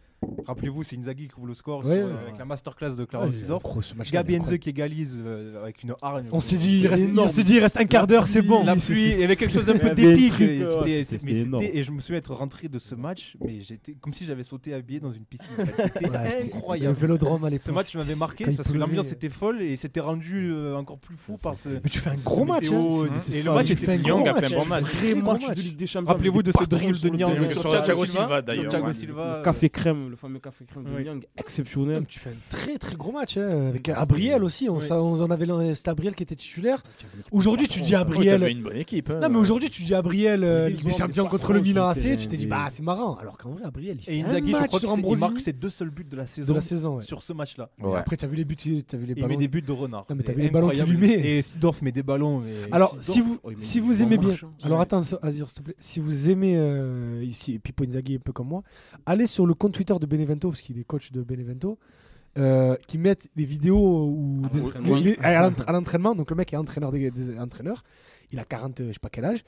S2: Rappelez-vous, c'est Inzaghi qui ouvre le score
S7: Ouais,
S2: sur-
S7: ouais,
S2: avec
S5: ouais.
S2: la masterclass de Clarence Seedorf.
S7: Gros, ce match
S2: Gabi
S7: incroyable.
S2: Enze qui égalise euh, avec une hargne.
S3: On s'est dit, il reste,
S2: Énorme.
S3: on s'est dit, il reste un quart d'heure, c'est bon.
S2: La
S3: Oui, c'est-
S2: pluie, il y avait quelque chose d'un
S5: Il y
S2: peu
S5: avait un
S2: d'épique.
S5: truc,
S2: et
S5: ouais,
S2: c'était-
S5: c'était-
S2: mais
S5: c'était
S2: c'était-
S5: énorme.
S2: Et je me souviens être rentré de ce match, mais j'étais comme si j'avais sauté habillé dans une piscine. en fait. C'était
S7: Ouais, c'était-
S3: Le
S2: incroyable.
S3: vélodrome à l'époque.
S2: Ce match m'avait
S3: c'était-
S2: marqué
S3: quand
S2: c'est
S3: il
S2: parce que
S3: pleuvait,
S2: l'ambiance
S3: euh,
S2: était folle et c'était rendu euh, encore plus fou par ce.
S3: Mais tu fais un
S2: ce
S3: gros match. hein.
S2: météo,
S6: hein.
S2: et
S6: C'est
S2: le
S5: ça,
S2: match
S5: il
S2: était
S3: fait un
S2: grand.
S6: Nyang a
S3: gros
S6: fait un bon match.
S5: Très
S3: gros
S5: match
S3: match.
S5: de Ligue des Champions.
S2: Rappelez-vous de ce drill de Niang
S6: terrain.
S2: sur
S6: Sur
S2: Thiago
S6: Thiago
S2: Silva.
S6: Silva,
S2: Sur
S6: d'ailleurs,
S2: Thiago
S6: ouais.
S2: Silva.
S5: Le
S2: euh,
S5: café crème, le fameux café crème de
S2: Oui.
S5: Niang,
S3: Ouais,
S5: exceptionnel.
S3: mais Tu fais un très très gros match hein, avec Abriel aussi. On,
S2: Ouais.
S3: s'a- on en avait l'un- c'était Abriel qui était titulaire. Aujourd'hui, tu dis Abriel.
S6: T'avais une bonne équipe. hein.
S3: Non, mais aujourd'hui, tu dis Abriel, euh,
S5: Mais
S3: Ligue
S5: ils
S3: des
S5: ont-
S3: Champions
S5: mais
S3: contre
S5: par
S3: le
S5: contre,
S3: Milan
S5: c'était-
S3: AC, tu t'es dit,
S5: mais-
S3: bah c'est marrant. Alors qu'en vrai, Abriel, il fait
S2: Et
S3: un
S2: Inzaghi, je
S3: match
S2: crois
S3: sur
S2: qu'il
S3: Ambrosini
S2: marque ses deux seuls buts de la
S3: de
S2: saison
S3: la saison. ouais.
S2: sur ce match-là.
S4: Ouais.
S3: Après, t'as vu les buts, t'as vu les
S2: Il
S3: ballons.
S2: met des buts de renard.
S3: Non, mais t'as
S2: C'est
S3: vu les ballons qu'il lui
S2: incroyable.
S3: met.
S2: Et Sidorf met des ballons. mais-
S3: Alors,
S5: Sidorf,
S3: si vous,
S5: oh, il met
S3: si
S5: des
S3: vous aimez bien,
S5: marches, hein.
S3: alors attends, so- Azir, s'il te plaît, si vous aimez euh, ici Pipo Inzaghi un peu comme moi, allez sur le compte Twitter de Benevento, parce qu'il est coach de Benevento, euh, qui mettent les vidéos où
S6: Ah,
S5: À
S3: des-
S5: l'entraînement.
S3: les- les- à
S6: [LAUGHS]
S3: l'entra- à l'entraînement. Donc le mec est entraîneur des, des entraîneurs. Il a 40, euh, je sais pas quel âge.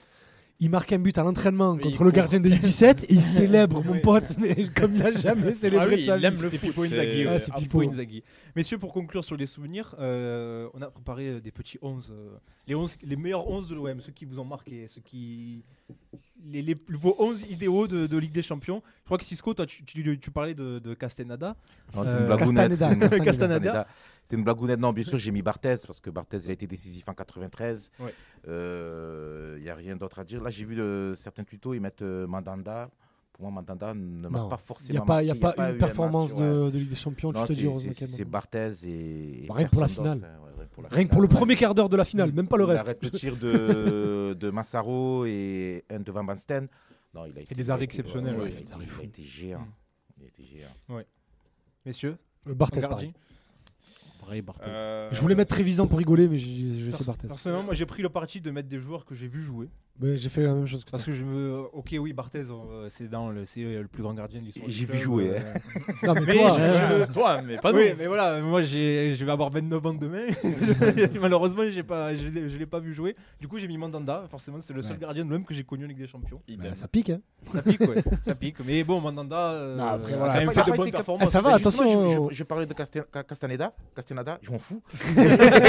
S3: Il marque un but à l'entraînement
S6: il
S3: contre le
S6: court.
S3: gardien
S6: [LAUGHS]
S3: des U17 et il célèbre mon
S2: Oui.
S3: pote, [LAUGHS] mais comme il a jamais
S6: Ah
S3: célébré
S6: oui,
S3: de sa
S6: il
S3: vie.
S6: aime le
S2: C'est
S6: foot,
S2: Pippo
S6: c'est-
S2: Inzaghi.
S3: Ah,
S2: ouais,
S3: c'est
S2: à
S3: Pippo.
S2: Pippo Inzaghi. Messieurs, pour conclure sur les souvenirs, euh, on a préparé euh, des petits 11. euh, les, 11 les meilleurs 11 de l'OM, ceux qui vous ont marqué, ceux qui. Les, les- vos 11 idéaux de, de Ligue des Champions. Je crois que Cisco, toi, tu, tu- tu parlais de, de Castanada.
S4: Non, c'est
S2: Euh,
S4: une blagounette.
S3: Castaneda,
S4: [LAUGHS] c'est une-
S3: Castaneda.
S2: Castaneda.
S4: C'est une blagounette. Non, bien sûr, j'ai mis Barthez parce que Barthez, il a été décisif en 93. Il
S2: Ouais.
S4: n'y a rien d'autre à dire. Là, j'ai vu euh, certains tutos, ils mettent euh, Mandanda. Pour moi, Mandanda ne m'a
S3: Non. Il n'y
S4: pas
S3: a
S4: forcément.
S3: pas, il y a
S4: marqué.
S3: pas
S4: eu
S3: une performance
S4: match, ouais.
S3: de, de Ligue des Champions,
S4: Non,
S3: tu te
S4: c'est-
S3: dis heureusement
S4: c'est-
S3: qu'il y a
S4: C'est
S3: Mandanda.
S4: Barthez et. et
S3: Bah, rien que pour la
S4: personne d'autre,
S3: finale.
S4: hein, ouais, rien que pour la
S3: Rien que pour le
S4: finale, ouais.
S3: premier quart d'heure de la finale, même pas le
S4: Il
S3: reste.
S4: arrête le tir de, de Massaro et un de Van Basten. Non, il a été-
S2: des
S4: il a
S2: arrêts
S4: été-
S2: exceptionnels,
S4: ouais,
S2: ouais.
S4: il a été-
S2: Des arrêts
S4: il
S2: fous.
S4: a été géant.
S2: Mm.
S4: Il a été géant.
S2: Messieurs,
S3: Barthez,
S2: Angardi.
S3: pareil.
S5: Pareil, Barthez.
S6: Euh,
S3: Je voulais mettre Trévisan pour rigoler, mais j'ai j'ai laissé
S2: Perso-
S3: Barthez.
S2: Personnellement, moi j'ai pris le parti de mettre des joueurs que j'ai vu jouer.
S3: Mais J'ai fait la même chose que toi.
S2: Parce que je me. Ok, oui, Barthez, euh, c'est dans le, c'est euh, le plus grand gardien de l'histoire. du
S4: J'ai vu
S2: club,
S4: jouer,
S2: euh,
S3: Non, mais
S2: Mais
S3: toi,
S2: je-
S3: hein.
S2: [LAUGHS] je-
S6: Toi, mais pas nous.
S2: oui, mais voilà, moi j'ai, je vais avoir 29 ans demain. [LAUGHS] Malheureusement, j'ai pas, je, l'ai- je l'ai pas vu jouer. Du coup, j'ai mis Mandanda. Forcément, c'est le seul
S7: Ouais.
S2: gardien de l'OM que j'ai connu en Ligue des Champions.
S6: Idem.
S7: Bah, ça pique, hein.
S2: Ça pique, ouais. ça pique. Mais bon, Mandanda, euh,
S7: Non, après,
S2: a
S7: voilà,
S2: quand
S7: ça
S2: même
S4: va,
S2: fait de
S4: il a
S2: bonnes
S4: été cap-
S2: performances.
S7: Ah, ça va,
S4: Et
S7: attention,
S4: justement, Je,
S7: on-
S4: je- je parlais de Castel- Ca- Castaneda. Castaneda, je m'en fous. [LAUGHS]